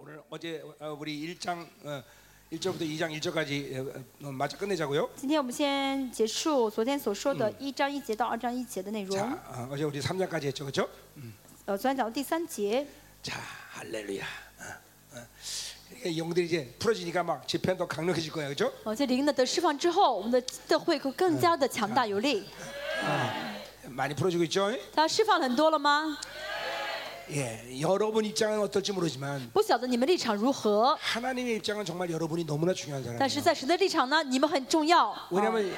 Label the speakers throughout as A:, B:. A: 오늘 어제 어, 우리 1장 어, 1절부터 2장 1절까지 어, 어, 마저 끝내자고요.
B: 今天我们先结束昨天所说的一章一节到二章一节的内容。
A: 자, 어, 어제 우리 3장까지 했죠, 그렇죠?
B: 呃，昨天讲到第三节，
A: 자, 할렐루야. 어, 어. 그러니까 영들이 이제 풀어지니까 막 집회도 강력해질 거야, 그렇죠?
B: 呃，这灵呢得释放之后，我们的的会会更加的强大有力。
A: 많이 풀어지고 있죠?
B: 大家释放很多了吗？
A: 예, 여러분 입장은 어떨지 모르지만
B: 不晓得你们立场如何，
A: 하나님의 입장은 정말 여러분이 너무나 중요한
B: 但是
A: 사람이에요.
B: 在神的立场呢，你们很重要。啊
A: 왜냐하면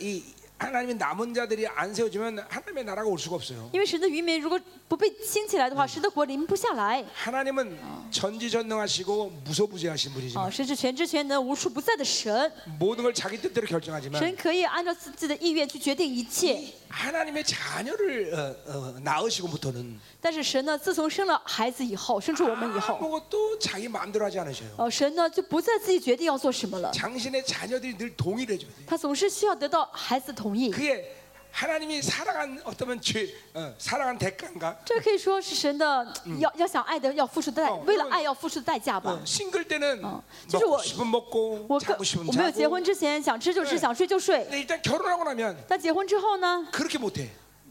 A: 이 하나님의 남은 자들이 안 세워지면 하나님의 나라가 올 수가 없어요.
B: 因为神的渔民如果不被兴起来的话，神的国临不下来。
A: 하나님은 전지전능하시고 무소부재하신
B: 啊，
A: 분이지만
B: 神是全知全能、无处不在的神，
A: 모든 걸 자기 뜻대로
B: 神
A: 결정하지만
B: 可以按照自己的意愿去决定一切。
A: 하나님의 자녀를 어, 어, 낳으시고부터는
B: 但是神呢，自从生了孩子以后，生出我们以
A: 啊
B: 后，
A: 아무것도 자기 마음대로 하지 않으셔요.
B: 呃，神呢就不再自己决定要做什么了，
A: 당신의 자녀들이 늘 동의를 해줘야 돼요.
B: 他总是需要得到孩子同意。
A: 그게 하나님이 사랑한 어떠면 죄, 어, 사랑한 대가인가?
B: 这可以说是神的要要想爱的要付出代，
A: 嗯哦嗯
B: 为了
A: 那
B: 爱要付出代价
A: 어,
B: 吧。
A: 싱글 때는
B: 어, 진짜
A: 먹고
B: 워-
A: 싶으면 먹고
B: 我跟
A: 자고 싶으면
B: 我没有结婚
A: 자고
B: 之前想吃就吃，
A: 对
B: 想睡就睡，
A: 근데 일단 결혼하고 나면
B: 但结婚之后呢，
A: 그렇게 못해.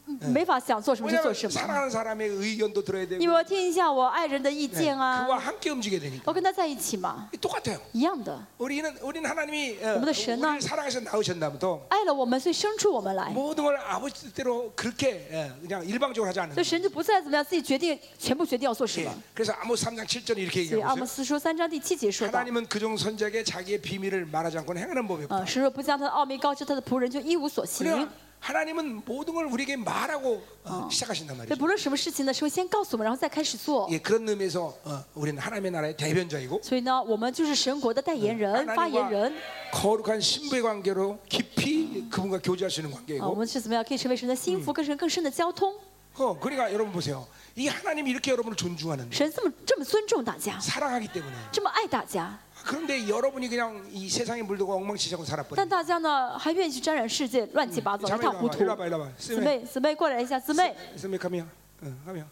A: 嗯
B: 没法想做什么就做
A: 왜냐하면
B: 什么，
A: 사랑하는 사람의 의견도 들어야 되고 네,
B: 因为我要听一下我爱人的意见啊，
A: 그와 함께 움직여야 되니까
B: 我跟他在一起嘛，
A: 똑같아요.
B: 一样的，
A: 우리는 우리는 하나님이 어,
B: 어머나, 신나.
A: 우리를 사랑하셔 나오셨나부터
B: 爱了我们，所以生出我们来。
A: 모든 걸 아버지 뜻대로 그렇게 예, 그냥 일방적으로 하지
B: 所
A: 않는
B: 以神就不再怎么样自己决定，全部决定要做什
A: 예,
B: 么。
A: 그래서 아모스 3장 7절 이렇게
B: 所以阿
A: 얘기하고
B: 莫
A: 있어요.
B: 斯书三章第七节说到，
A: 하나님은 그종 선자에게 자기의 비밀을 말하지 않고는 행하는 법이 없다.
B: 呃，神若不将他的奥秘告知他的仆人，就一无所行
A: 아, 그러니까 。 하나님은 모든 걸 우리에게 말하고 어, 시작하신단
B: 所以
A: 말이죠.
B: 不论什么事情呢，首先告诉我们，然后再开始做。
A: 예, 그런 의미에서 어, 우리는 하나님의 나라의 대변자이고
B: 所以呢，我们就是神国的代言人、发言人
A: 하나님과 。 거룩한 신부의 관계로 깊이 그분과 교제할 수 있는
B: 啊，我
A: 관계이고
B: 们是怎么样可以成为神的幸福，跟神更深的交通？
A: 어, 그러니까 여러분 보세요. 이 하나님이 이렇게 여러분을 존중하는데
B: 神这么这么尊重大家，
A: 사랑하기 때문에
B: 这么爱大家，
A: 그런데 여러분이 그냥 이 세상에 물들고 엉망진창으로
B: 但
A: 살아버린
B: 大家呢还愿意去沾染世界，乱七八糟，一
A: 자매
B: 塌糊
A: 와봐
B: 涂
A: 일로 。 와봐 일로 와봐
B: 姊
A: 쓰메
B: 妹，姊妹过来一下，姊妹，
A: 쓰메 가미야 응 가미야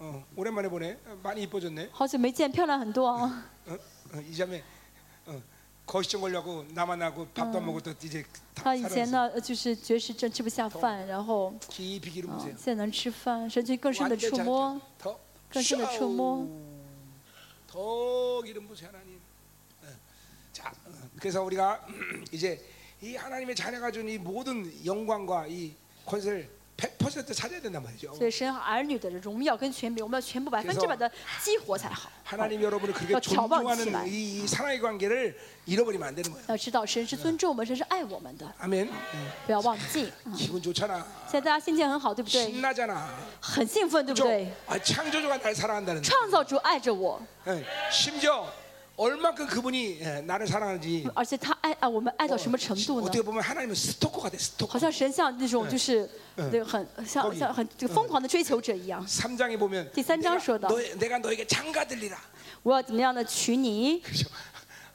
A: 어 오랜만에 보네 어, 많이 이뻐졌네
B: 好久没见，漂亮很多啊。
A: 어? 어, 이 자매 어, 거시증 걸려고 나만 하고 밥도 안 먹고 또 어. 이제
B: 她
A: 다
B: 以前
A: 살아났어
B: 呢呃就是绝食症，吃不下饭，然后
A: 깊이 기름
B: 啊
A: 부세요
B: 现在能吃饭，神去更深的
A: 완전
B: 触摸
A: 자극 ，더
B: 更深地
A: 샤오.
B: 触摸。
A: 더 기름 부세요 하나님 어. 자 어, 그래서 우리가 이제 이 하나님의 자녀가 준 이 모든 영광과 이 권세를 100% 찾아야 된단 말이죠
B: 所以神儿女的荣耀跟权柄，我们要全部百分之百的激活才好。
A: 하나님 여러분을 그렇게
B: 어, 저번
A: 존중하는
B: 시간.
A: 이, 이 사랑의 관계를 잃어버리면 안 되는 거예요.
B: 要知道，神是尊重我们，神是爱我们的，
A: 아멘. 예,
B: 不要忘记。嗯
A: 기분 좋잖아.
B: 现在大家心情很好，
A: 네.
B: 对不对？
A: 신나잖아.
B: 很兴奋，对不
A: 좀
B: 对？
A: 아, 창조주가 날 사랑한다는.
B: 创造主爱着我，
A: 예, 심지어 얼만큼 그분이 예, 나를 사랑하는지.
B: 而且他爱啊，我们爱到什么程度
A: 어,
B: 呢？
A: 어떻게 보면 하나님은 스토커가 돼.
B: 好
A: 스토커.
B: 像神像那种就是对很呃
A: 거기
B: 像像很这个疯狂的追求者一样。
A: 3장에 보면
B: 第三章
A: 내가,
B: 说到。
A: 너의- 내가 너에게 장가들리라.
B: 我要怎么样的娶你？
A: 그죠?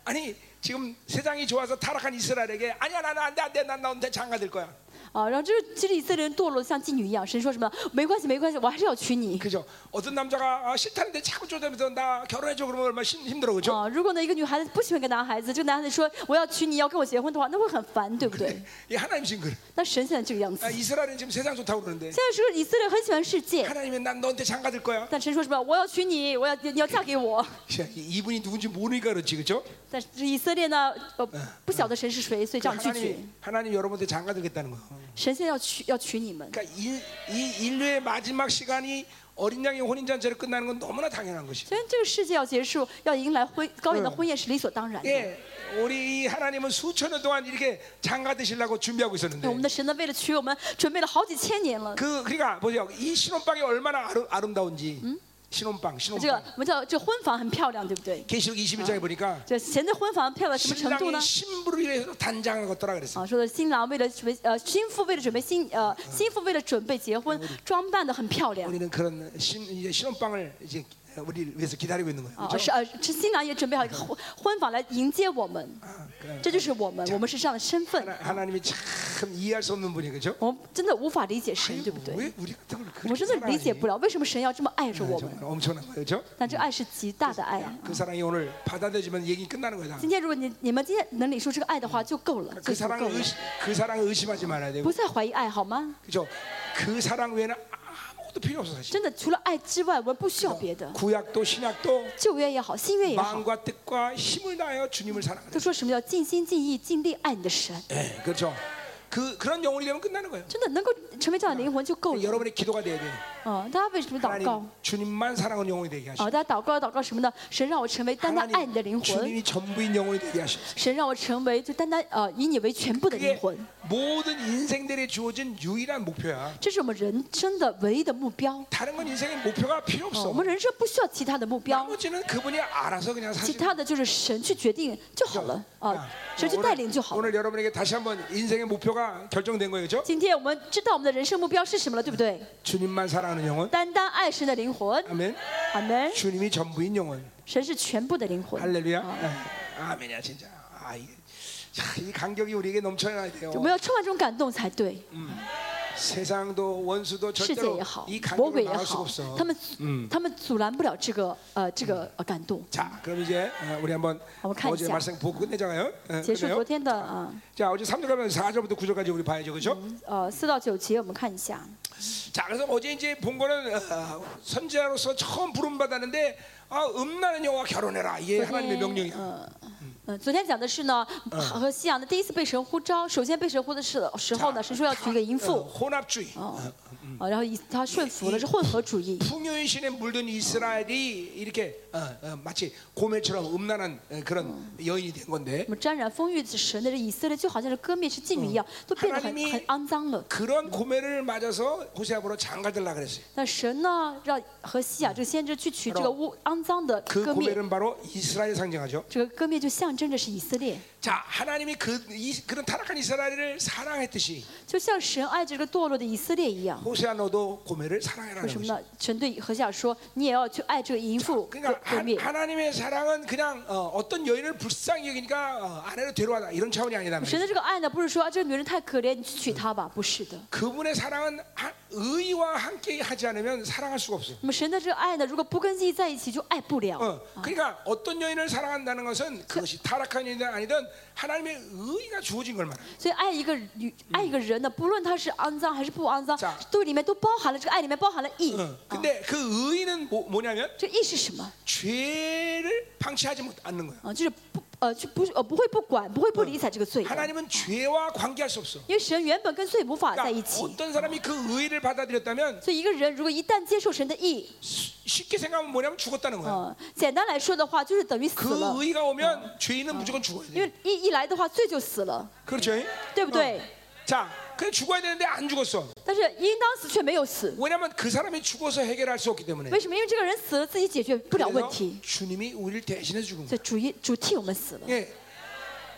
A: 아니 지금 세상이 좋아서 타락한 이스라엘에게 아니야 나는 안돼 안돼 난 나한테 장가들 거야.
B: 啊，然后这其实以色列人堕落像妓女一样，神说什么？没关系，没关系，我还是要娶你。
A: 그죠? 어떤 남자가 아, 싫다는데 자꾸 쫓아면서 나 결혼해줘 그러면 얼마나 힘- 힘들어 그죠?
B: 啊，如果呢一个女孩子不喜欢一个男孩子，这个男孩子说我要娶你，要跟我结婚的话，那会很烦，对不对？哎
A: 이 하나님 지금 그래.
B: 那神现在这个样子，
A: 아,
B: 现
A: 이스라엘은 지금 세상 좋다고 그러는데
B: 在是不是以色列很喜欢世界，
A: 하나님이 난 너한테 장가들 거야.
B: 但神说什么？我要娶你，我要你要嫁给我。
A: 야, 이- 이분이 누군지 모르니까 그렇지 그죠?
B: 但是以色列呢，呃，不晓得神是谁，所以这样拒绝。
A: 하나님 하나님 여러분한테 장가들겠다는 거예요.
B: 神现在要娶要娶你们，
A: 그러니까 일, 이 인류의 마지막 시간이 어린 양의 혼인 잔치로 끝나는 건 너무나 당연한 것이.
B: 所以这个世界要结束，要迎来婚高远的
A: 嗯
B: 婚宴是理所当然的。
A: 예, 우리 이 하나님은 수천 년 동안 이렇게 장가 드시려고 준비하고
B: 那我们
A: 있었는데.
B: 的神呢，为了娶我们，准备了好几千年了。
A: 그 그러니까 보세요. 이 신혼방이 얼마나 아름, 아름다운지. 신혼방,
B: 这个
A: 신혼방.
B: 我们叫这婚房很漂亮，对不对？
A: 계시록 21장에 보니까
B: 这神的婚房漂亮到什么程度呢
A: 신랑이 ？ 신부를 위해서 단장을 걷더라 그랬어.
B: 啊，说的新郎为了准备呃新妇为了准备新呃新妇为了准备结婚，装扮的很漂亮。
A: 아. 嗯 우리는 그런 신, 이제 신혼방을 이제 우리를 위해서 기다리고 있는 거예요.
B: 啊，
A: 그렇죠?
B: 是啊，是新郎也准备好一个婚婚房来迎接我们，
A: 아, 그,
B: 这就是我们，我们是这样的身份，
A: 하나, 하나님이 참 이해할 수 없는 분이 그죠?
B: 我们真的无法理解神，
A: 아니,
B: 对不对？
A: 왜 우리 같은 걸
B: 哎我们
A: 그렇게
B: 真的理解
A: 사랑하니?
B: 哎不了，为什么神要这么爱着
A: 아,
B: 我们？
A: 정말 엄청난 거예요, 그죠?
B: 但这爱是极大的爱。啊
A: 야, 그 사랑이 오늘 받아들여지면 얘기 끝나는 거다.
B: 今天如果你你们今天能领受这个爱的话，就够了，
A: 그
B: 就足
A: 사랑을
B: 够了，
A: 의심, 그 사랑을 의심하지 말아야 되고,
B: 不再怀疑爱好吗？
A: 그죠? 그 사랑 외에는 아무것도 필요 없어 사실.
B: 真的，除了爱之外，我们不需要别的，
A: 구약도 신약도
B: 旧约也好，新
A: 예.
B: 约也好，
A: 마음과 뜻과 힘을 다하여 주님을 사랑하는.
B: 都说什么叫尽心尽意尽力爱你的神。
A: 예, 그렇죠. 그 그런 영혼이 되면 끝나는 거예요.
B: 真的能够成为这样的灵魂就够了。
A: 그러니까 여러분의 기도가 돼야 돼요.
B: 嗯，大家为什么祷
A: 하나님
B: 告？
A: 주님만 사랑하는 영혼이 되게 하시고
B: 啊，大家祷告祷告什么呢？神让我成为单单爱你的灵
A: 하나님
B: 魂，
A: 주님이 전부인 영혼이 되게 하시옵소서.
B: 神让我成为就单单呃以你为全部的灵
A: 그게
B: 魂，
A: 모든 인생들이 주어진 유일한 목표야.
B: 这是我们人生的唯一的目标。
A: 다른 건 인생의 목표가 필요
B: 哦，
A: 없어.
B: 我们人生不需要其他的目标，
A: 나머지는 그분이 알아서 그냥
B: 其
A: 사실.
B: 他的就是神去决定就好了啊，神去带领就好了。
A: 오늘 여러분에게 다시 한번 인생의 목표가 결정된 거예요, 그렇죠?
B: 今天我们知道我们的人生目标是什么了，对不对？
A: 주님만 사랑하는 영혼.
B: 单单爱神的灵魂，
A: 아멘.
B: 阿门。
A: 주님이 전부인 영혼.
B: 神是全部的灵魂，
A: 할렐루야. 예. 아멘이야, 진짜. 아, 이게 자, 이 간격이 우리에게 넘쳐야 돼요.
B: 我们要充满这种感动才对。
A: 세상도 원수도
B: 世界
A: 절대로
B: 也好
A: 이 ，
B: 魔
A: 간격을
B: 鬼也
A: 막을 수가
B: 好
A: 없어. ，
B: 他们他们阻拦不了这个呃这个呃感动。
A: 자, 그럼 이제 어, 우리 한번
B: 한번 칸
A: 어제
B: 시작.
A: 말씀 보고 끝내자고요. 예,
B: 结束
A: 그래요?
B: 昨天的啊
A: 자 어제 3절 가면 4절부터 9절까지 우리 봐야죠 그죠?
B: 呃四到九节，我们看一下。
A: 자 그래서 어제 이제 본 거는 어, 선지자로서 처음 부름 받았는데 아, 음란한 여와 결혼해라 이게
B: 昨
A: 하나님의
B: 天
A: 명령이야
B: 呃呃，昨天讲的是呢，和西洋的第一次被神呼召，首先被神呼的是时候呢，神说要娶一个淫
A: 어,
B: 妇，
A: 혼합주의
B: 哦，啊，然后以他顺服了，是混合主义。
A: 풍요의 신에 물든 이스라엘이 이렇게 어, 어, 마치 고멜처럼 음란한 어, 그런 여인이 된 건데
B: 那么沾染风雨神的这以色列，就好像是割面是妓女一样，都变得很
A: 하나님이
B: 很肮脏了。
A: 그런 고멜을 맞아서 호세아부로 장가들라 그랬어요
B: 那神呢，让和西亚这个先知去取这个污肮脏的
A: 그
B: 割面。
A: 고멜은 바로 이스라엘 상징하죠
B: 这个割面就象征着是以色列，
A: 자 하나님이 그, 이, 그런 타락한 이스라엘을 사랑했듯이
B: 就像神爱这个堕落的以色列一样。
A: 호세아 너도 고멜을 사랑해라는
B: 为什
A: 거죠
B: 么呢？神对何西亚说：“你也要去爱这个淫妇割
A: 그러니까
B: 割面。”
A: 하, 나님의 사랑은 그냥 어, 떤 여인을 불쌍히 여기니까 어, 아내로 데려와라 이런 차원이 아니다
B: 神
A: 말이에요.
B: 的这个爱呢，不是说啊这个女人太可怜，你去娶她吧，不是的。
A: 그분의 사랑은 하- 의와 함께 하지 않으면 사랑할 수가 없어요.
B: 那么神的这个爱呢，如果不跟自己在一起，就爱不了。
A: 어, 그러니까 어떤 여인을 사랑한다는 것은 그것이 타락한 여인이든 아니든 하나님의 의가 주어진 걸 말해요.
B: 所以爱一个女，爱一个人呢，不论她是肮脏还是不肮脏
A: 자 ，
B: 都里面都包含了这个爱里面包含了义。啊
A: 어, 근데 그 의는 뭐, 뭐냐면
B: 这义是什么？
A: 죄를 방치하지 못 않는 거예요.
B: 啊，就是不呃去不呃不会不管，不会不理睬这个罪的，
A: 하나님은 죄와 관계할 수 없어.
B: 因为神原本跟罪无法在一
A: 그러니까
B: 起。
A: 어떤 사람이 그 의를 받아들였다면
B: 所以一个人如果一旦接受神的意，
A: 수- 쉽게 생각하면 뭐냐면 죽었다는 거예요.
B: 呃，简单来说的话，就是等于死了
A: 어, 그 ， 의가 오면 죄인은 무조건 죽어야
B: 因
A: 돼요.
B: 为一一来的话，罪就死了，
A: 그렇죠? 어.
B: 对不对？
A: 자, 그래 죽어야 되는데 안 죽었어.
B: 但是应当死却没有死，
A: 왜냐면 그 사람이 죽어서 해결할 수 없기 때문에.
B: 为什么？因为这个人死了，自己解决不了问
A: 그래서
B: 题，
A: 주님이 우리를 대신해 죽은 거예요.
B: 所以主一主替我们死了。
A: 예.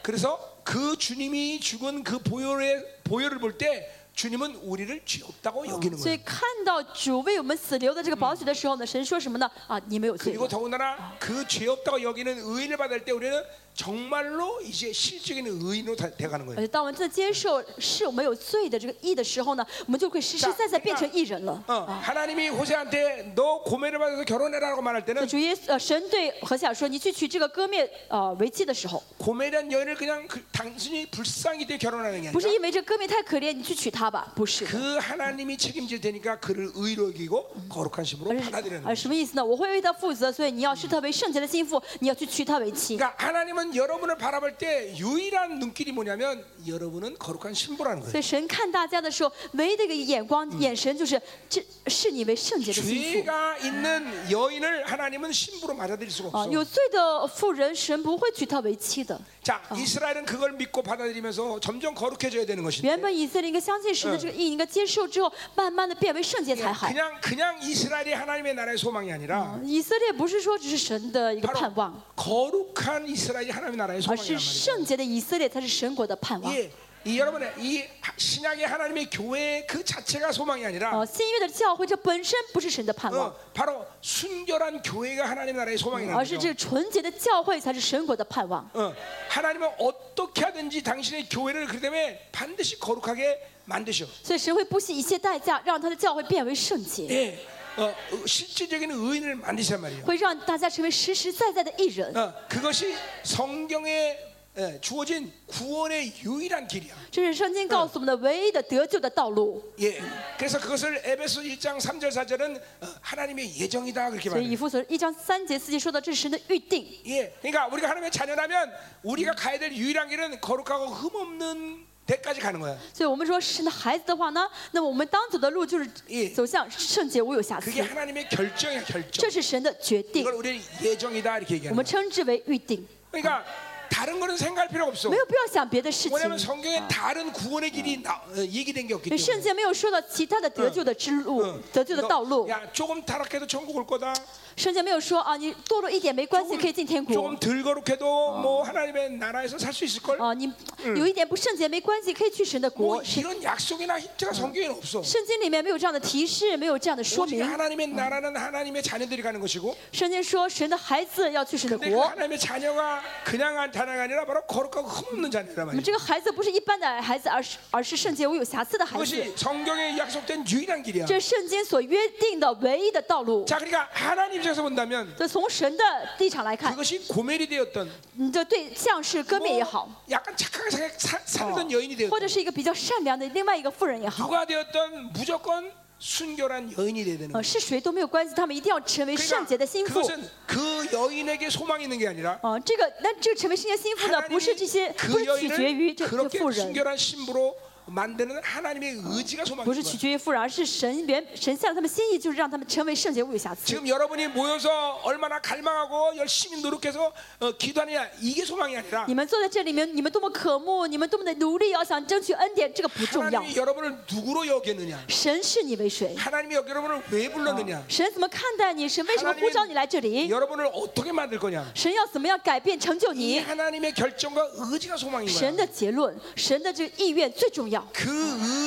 A: 그래서 그 주님이 죽은 그 보혈의 보혈을 볼 때 주님은 우리를 죄 없다고 여기는
B: 所以
A: 거예요.
B: 看到主为我们死流的这个宝血的时候呢，神说什么呢？啊，你没有罪
A: 그리고
B: 了。
A: 더군다나 그 죄 없다고 여기는 의인을 받을 때 우리는 정말로 이제 실적인 의인으로 다- 돼가는
B: 而
A: 거예요.
B: 且当我们真的接受是我们有罪的这个义的时候呢，我们就会实实在在变成义人了。
A: 어, 하나님이 호세한테 너 고매를 받아서 결혼해라고 말할 때는
B: 主耶稣呃，神对何西尔说：“你去娶这个割面呃为妻的时候，
A: 고매란 여인을 그냥 그, 단순히 불쌍히 돼 결혼하는 게
B: 不
A: 아니라
B: 是因为这哥妹太可怜，你去娶她吧，不是的，
A: 그 하나님이 책임질 테니까 그를 의로 여기고 거룩한 심으로
B: 而
A: 받아들이는
B: 是而
A: 거예요.
B: 什么意思呢？我会为她负责，所以你要视她为圣洁的心腹，你要去娶她为妻。
A: 그러니까 하나님은 여러분을 바라볼 때 유일한 눈길이 뭐냐면 여러분은 거룩한 신부라는
B: 所
A: 거예요.
B: 以神看大家的时候，唯一的一个眼光、眼神就是这视你为圣洁的心
A: 죄가 있는 여인을 하나님은 신부로 받아들일 수가
B: 腹啊，
A: 없어.
B: 有罪的妇人，神不会娶她为妻的。
A: 자, 이스라엘은 그걸 믿고 받아들이면서 점점 거룩해져야 되는 것인데
B: 原本以色列应该相信神的这个意，应该接受之后，慢慢的变为圣洁才好。啊
A: 그냥 그냥 이스라엘이 하나님의 나라의 소망이 아니라
B: 以色列不是说只是神的一个
A: 바로
B: 음, 그 盼望， 아,
A: 거룩한 이스라엘이 하나님의 나라의
B: 而
A: 소망이란
B: 是
A: 말이에요.
B: 圣洁的以色列才是神国的盼望。
A: 예, 이 여러분의 이 하- 신약의 하나님의 교회 그 자체가 소망이 아니라
B: 呃，新约的教会这本身不是神的盼望，
A: 어, 바로 순결한 교회가 하나님 나라의 소망이라는
B: 而是
A: 거죠.
B: 这纯洁的教会才是神国的盼望。
A: 어, 하나님은 어떻게 하든지 당신의 교회를 그 때문에 반드시 거룩하게 만드셔.
B: 所以神会不惜一切代价让他的教会变为圣洁，
A: 예, 어, 어, 실질적인 의인을 만드시단 말이에요.
B: 会让大家成为实实在在的艺人。
A: 어, 그것이 성경에 예, 주어진 구원의 유일한 길이야.
B: 这是圣经告诉我们的唯一的得救的道路。
A: 예, 그래서 그것을 에베소 1장 3절 4절은 어, 하나님의 예정이다 그렇게
B: 所以
A: 말해요.
B: 以弗所一章三节四节说到，这是神的预定。
A: 예, 그러니까 우리가 하나님의 자녀라면 우리가 가야 될 유일한 길은 거룩하고 흠 없는 데까지 가는 거야.
B: 所以我们说是神的孩子的话呢，那么我们当走的路就是
A: 嗯
B: 走向圣洁无有瑕疵，
A: 그게 하나님의 결정이야 결정.
B: 这是神的决定
A: 걸 ， 우리 예정이다 이렇게
B: 我
A: 얘기하는
B: 们
A: 거야.
B: 称之为预定。
A: 그러니까 다른 거는 생각할 필요 아. 없어.
B: 没有必要想别的事情，
A: 왜냐하면
B: 因
A: 성경에 다른 구원의 길이 나, 어, 얘기된 게 없기
B: 为圣
A: 때문에.
B: 经没有说到其他的得救的之路
A: 어. 、
B: 得救的道路
A: 너 。 야, 조금 타락해도 천국 올 거다.
B: 圣经没有说啊，你堕落一点没关系，可以进天
A: 조금,
B: 国
A: 조금。덜 거룩해도 뭐 하나님의 나라에서 살 수 있을 걸.
B: 啊，你有一点不圣洁没关系，可以去神的
A: 어. 뭐
B: 国。
A: 이런 약속이나 힌트가 성경에는 없어.
B: 圣经里面没有这样的提示，没有这样的说
A: 오직
B: 明。
A: 하나님의 나라는 하나님의 자녀들이 가는 것이고
B: 圣经说，神的孩子要去神的
A: 근데 그
B: 国。
A: 하나님의 자녀가 그냥 한 자녀가 아니라 바로 거룩하고 흠없는 자녀란
B: 我们
A: 말이에요
B: 这个孩子不是一般的孩子，而是而是圣洁无有瑕疵的孩子。
A: 그것이 성경에 약속된 유일한 길이야
B: 这是圣经所约定的唯一的道路。
A: 자 그러니까 하나님 입장에서 본다면
B: 这从神的立场来看，
A: 그것이 고멜이 되었던 뭐
B: 你的对象是割面也好，
A: 약간 착하게 살- 살- 살던 여인이
B: 或者
A: 되었던
B: 是一个比较善良的另外一个妇人也好，
A: 누가 되었던 무조건 순결한 여인이 되야 되는
B: 呃，
A: 거예요
B: 是谁都没有关系，他们一定要成为圣洁的
A: 그러니까
B: 心腹。
A: 그것은 그 여인에게 소망이 있는 게 아니라
B: 啊、这个那这个成为圣洁心腹呢，不
A: 하나님이
B: 是这些，不
A: 그
B: 是取决于
A: 여인을
B: 这这
A: 그렇게
B: 妇人，
A: 순결한 신부로 만드는 하나님의 의지가
B: 不
A: 소망인
B: 是
A: 거예요
B: 取决于妇人，而是神原神向他们心意，就是让他们成为圣洁无有瑕疵。
A: 지금 여러분이 모여서 얼마나 갈망하고 열심히 노력해서 어, 기도하느냐 이게 소망이 아니라
B: 你们坐在这里面，你们多么渴慕，你们多么的努力，要想争取恩典，这个不重要。
A: 하나님이 여러분을 누구로 여겼느냐
B: 神视你为谁？
A: 하나님이 여러분을 왜 불렀느냐
B: 神怎么看待你？神为什么呼召你来这
A: 어. 하나님이
B: 里？
A: 여러분을 어떻게 만들 거냐
B: 神要怎么样改变成就
A: 이
B: 你？
A: 하나님의 결정과 의지가 소망인
B: 神
A: 거야
B: 的结论，神的这个意愿最重要。
A: 그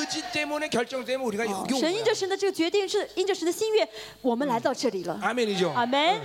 A: 의지 때문에 결정 때문에 우리가 여기 온
B: 神因
A: 거야
B: 着神的这个决定，是因着神的心愿，我们来到这里了。
A: 아멘이죠
B: 阿门。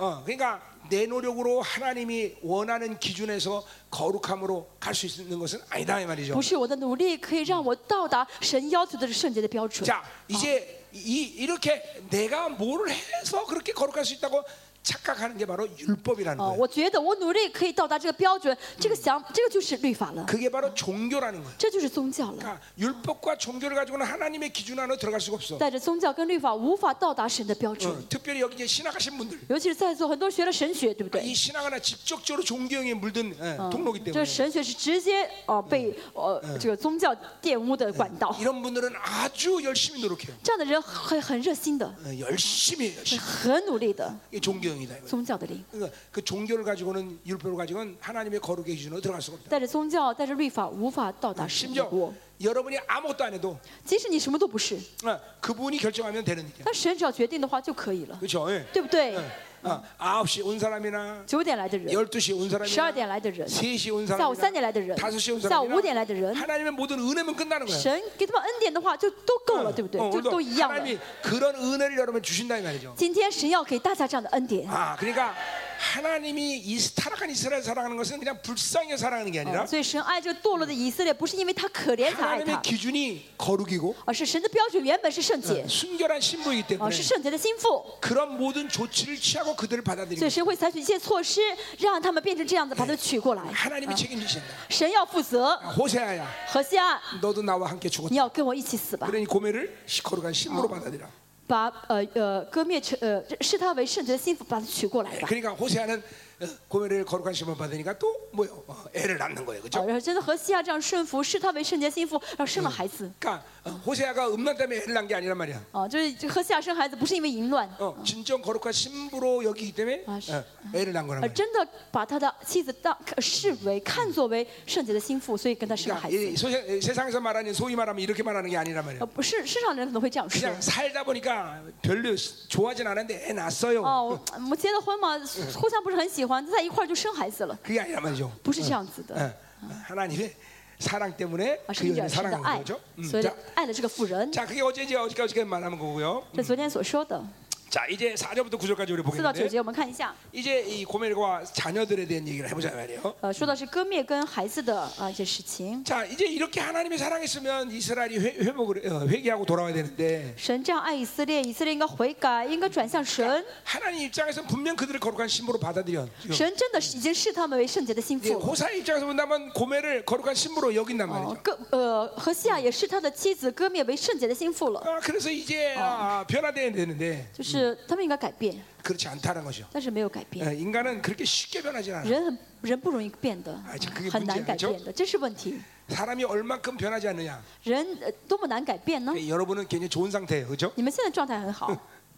A: 어, 그러니까 내 노력으로 하나님이 원하는 기준에서 거룩함으로 갈 수 있는 것은 아니다 이 말이죠
B: 不是我的努力可以让我到达神要求的圣洁的标准。
A: 자, 이제 이, 이렇게 내가 뭐를 해서 그렇게 거룩할 수 있다고 착각하는 게 바로 율법이라는
B: 啊，
A: 거예요.
B: 我觉得我努力可以到达这个标准，这个想，这个就是律法了，
A: 그게 바로 종교라는 거예요.
B: 这就是宗教了。
A: 그러니까 율법과 종교를 가지고는 하나님의 기준 안으로 들어갈 수가 없어.
B: 带着宗教跟律法无法到达神的标准，
A: 어, 특별히 여기 이제 신학하신 분들,
B: 尤其是在座很多学了神学，对不
A: 이
B: 对？
A: 신학은 직접적으로 종교형에 물든 예,
B: 嗯
A: 통로기
B: 这
A: 때문에
B: 神学是直接哦、呃被呃、这个宗教玷污的管道，
A: 이런 분들은 아주 열심히 노력해요.
B: 这样的人会很热心的，
A: 어, 열심히 해요,
B: 会
A: 열심히.
B: 很努力的
A: 이게 종교형이다. 이거예요.
B: 宗教的灵，
A: 그러니까 그 종교를 가지고는 율법을 가지고는 하나님의 거룩의 기준으로 들어갈 수가 없다.
B: 带着宗教，带着律法无法到达神的
A: 심지어
B: 国。
A: 여러분이 아무것도 안 해도
B: 即使你什么都不是，
A: 어, 그분이 결정하면 되는 일이야.
B: 但神只要决定的话就可以了，
A: 그렇죠. 예.
B: 对不对？
A: 아, 9시 온 사람이나
B: 九点来的人，
A: 12시 온
B: 十二
A: 사람이나
B: 点来的人，
A: 3시 온
B: 下午三点
A: 사람이나
B: 来的人，
A: 5시 온
B: 下午五点
A: 사람이나
B: 来的人，
A: 하나님의 모든 은혜면 끝나는 거야.
B: 神给他们恩典的话就都够了，对不对
A: 어, ？
B: 就
A: 오늘도
B: 都一样了。
A: 하나님이 그런 은혜를 여러분 주신다 이 말이죠.
B: 今天神要给大家这样的恩典，
A: 아, 그러니까 하나님이 이 타락한 이스라엘 사랑하는 것은 그냥 불쌍히 사랑하는 게 아니라
B: 所以神爱这个堕落的以色列，不是因为他可怜才爱
A: 하나님의
B: 他，
A: 기준이 거룩이고
B: 而是神的标准原本是圣洁，
A: 순결한 신부이기
B: 啊，
A: 때문에
B: 是圣洁的心腹，
A: 그런 모든 조치를 취하고 그들을
B: 所以
A: 받아들이고
B: 神会采取一切措施，让他们变成这样子，把他们取 过来。
A: 하나님이 책임지신다.
B: 神要负责，
A: 호세아야,
B: 何西阿，
A: 너도 나와 함께 죽었다.
B: 你要跟我一起死吧，
A: 그러니 고매를 거룩한 신부로
B: 어.
A: 받아들이라.
B: 把呃呃割灭成呃视他为圣洁的心腹，把他取过来吧。
A: 그러니까 호세아는 어, 고멜을 거룩한 신분 받으니까 또 뭐요? 어, 애를 낳는 거예요, 그죠
B: 啊，然后真的何西阿这样顺服，视他为圣洁心腹，然后生了孩子。
A: 그러니까 어, 호세아가 음란 때문에 애를 낳은 게 아니란 말이야.
B: 啊，就是何西阿生孩子不是因为淫乱，
A: 어, 진정 거룩한 신부로 여기기 때문에
B: 아, 씨.
A: 어, 애를 낳은 거란
B: 而
A: 말이야.
B: 真的把他的妻子当呃视为看作为圣洁的心腹，所以跟他生了
A: 그러니까
B: 孩
A: 이
B: 子。
A: 소세, 이 세상에서 말하는 소위 말하면 이렇게 말하는 게 아니란
B: 呃，
A: 말이야.
B: 不是世上人可能会这样说。
A: 그냥 살다 보니까 별로 좋아하진 않았는데 애 낳았어요.
B: 哦，我们结了婚嘛，互相不是很喜欢，在一块儿就生孩子了，
A: 그게 아니란 말이죠.
B: 不是这样子的。
A: 어, 예. 하나님의 사랑 때문에
B: 而是
A: 그
B: 因着
A: 연을
B: 神的
A: 사랑한
B: 爱
A: 거죠. ， 음,
B: 所以
A: 자,
B: 爱了这个妇人。
A: 자, 그게 어제지 어저께 어저께 말하는 거고요.
B: 这昨天所说的
A: 자 이제 4절부터 9절까지 우리
B: 四到九
A: 보겠는데
B: 节，我们看一下，
A: 이제 이 고멜과 자녀들에 대한 얘기를 해보자 말이에요.
B: 呃，说的是割灭跟孩子的啊一些事情。
A: 자 이제 이렇게 하나님의 사랑했으면 이스라엘이 회, 회복을 어, 회개하고 돌아와야 되는데
B: 神这样爱以色列，以色列应该悔改，应该转向
A: 哎
B: 神。
A: 하나님 입장에서 분명 그들을 거룩한 신부로 받아들여. 지금.
B: 神真的是已经视他们为圣洁的心
A: 이제
B: 腹。
A: 고사 입장에서 본다면 고멜을 거룩한 신부로 여긴단
B: 哦
A: 말이죠. ，
B: 割呃，何西亚也是他的妻子割灭为圣洁的心腹了，
A: 아, 그래서 이제 아, 변화돼야 되는데
B: 就是他们应该改变，
A: 그렇지 않다는 거죠.
B: 但是没有改变。
A: 예, 인간은 그렇게 쉽게 변하지 않아. 요
B: 人很人不容易变的
A: 哎这个，
B: 很难改变的，这是问题。
A: 사람이 얼만큼 변하지 않느냐.
B: 人呃多么难改变呢？
A: 예, 여러분은 굉장히 좋은 상태예요, 그렇죠?
B: 你们现在状态很好，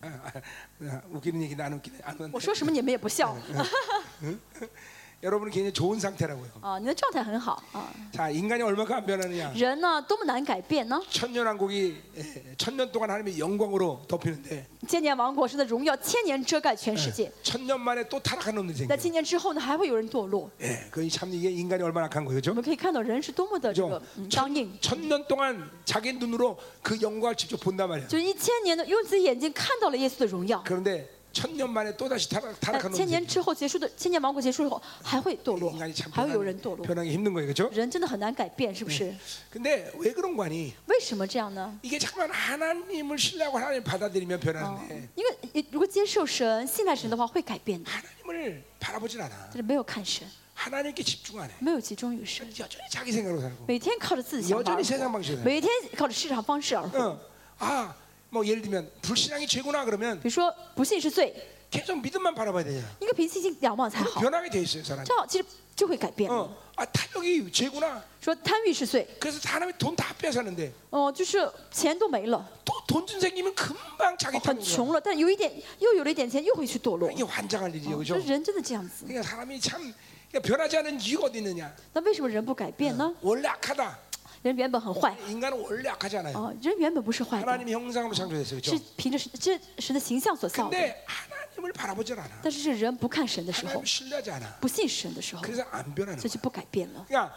A: 아, 아, 아, 웃기는 얘기 나안 웃기네. 안
B: 我
A: 웃네.
B: 说什么你们也不笑
A: 여러분은 굉장히 좋은 상태라고요.
B: 啊！你的状态很好啊。
A: 자 인간이 얼마큼 안 변하느냐.
B: 人呢，多么难改变呢？
A: 천년 왕국이 예, 천년 동안 하나님의 영광으로 덮이는데 예,
B: 千年王国是的荣耀，千年遮盖全世界。
A: 천년 만에 또 타락한 놈들이 생겨.
B: 在千年之后呢，还会有人堕落。
A: 예, 그참 이게 인간이 얼마나 악한 거예요, 그렇죠?
B: 我们可以看到人是多么的这个
A: 그죠?
B: 嗯刚硬
A: 천, ， 천년 동안 자기 눈으로 그 영광을 직접 본단 말이야.
B: 就是一千年的用自己眼睛看到了耶稣的荣耀。
A: 그런데 천년 만에 또 다시 타락,
B: 但
A: 타락한
B: 千年
A: 놈들.
B: 之后结束的，千年王国结束以后还会堕落
A: 인간이 참 ，
B: 还会有人堕
A: 변하기,
B: 落。
A: 변하기 힘든 거예요, 그렇죠?
B: 人真的很难改变，是不是？
A: 근데 왜 그런 거니?
B: 为什么这样呢？
A: 이게 잠깐 하나님을 신뢰하고 하나님 받아들이면
B: 哦
A: 변하는데 ，
B: 因为如果接受神、信赖神的话，会改变的。
A: 하나님을 바라보질 않아.
B: 但是没有看神，
A: 하나님께 집중 안 해.
B: 没有集中于神，
A: 여전히 자기 생각으로 살고.
B: 每天靠着自己想法而
A: 여전히
B: 活，
A: 세상 방식으로. 살고.
B: 每天靠着市场方式而活。
A: 어, 아, 뭐 예를 들면 불신앙이 죄구나 그러면
B: 比如说，不信是罪，
A: 계속 믿음만 바라봐야 되잖아.
B: 应该凭信心仰望才好。
A: 변하게 돼 있어요, 사람.
B: 这样其实就会改变。
A: 어, 아 탐욕이 죄구나.
B: 说贪欲是罪，
A: 그래서 사람이 돈 다 뺏었는데
B: 哦、就是钱都没了，
A: 또 돈좀 생기면 금방 자기
B: 哦很
A: 탐욕이 와.
B: 穷了，但哎有一点又有了一点钱，又会去堕落。
A: 이게 환장할 일이에요,
B: 这
A: 어, 그죠?
B: 人真的这样子，
A: 그러니까 사람이 참 그러니까 변하지 않은 이유가 어디 있느냐?
B: 那为什么人不改变呢？
A: 원래 악하다.
B: 人原本很
A: 어.
B: 坏，
A: 인간은 원래 악하지 않아요.
B: 哦，人原本不是坏的，
A: 하나님의 형상으로 창조됐어요,
B: 是
A: 그죠?
B: 凭着神这神的形象所造的。
A: 근데 하나님을 바라보질 않아.
B: 但是是人不看神的时候
A: 하나님을 ， 신뢰하지 않아.
B: 不信神的时候，
A: 그래서 안 변하는
B: 这
A: 거야.
B: 就不改变了。
A: 그러니까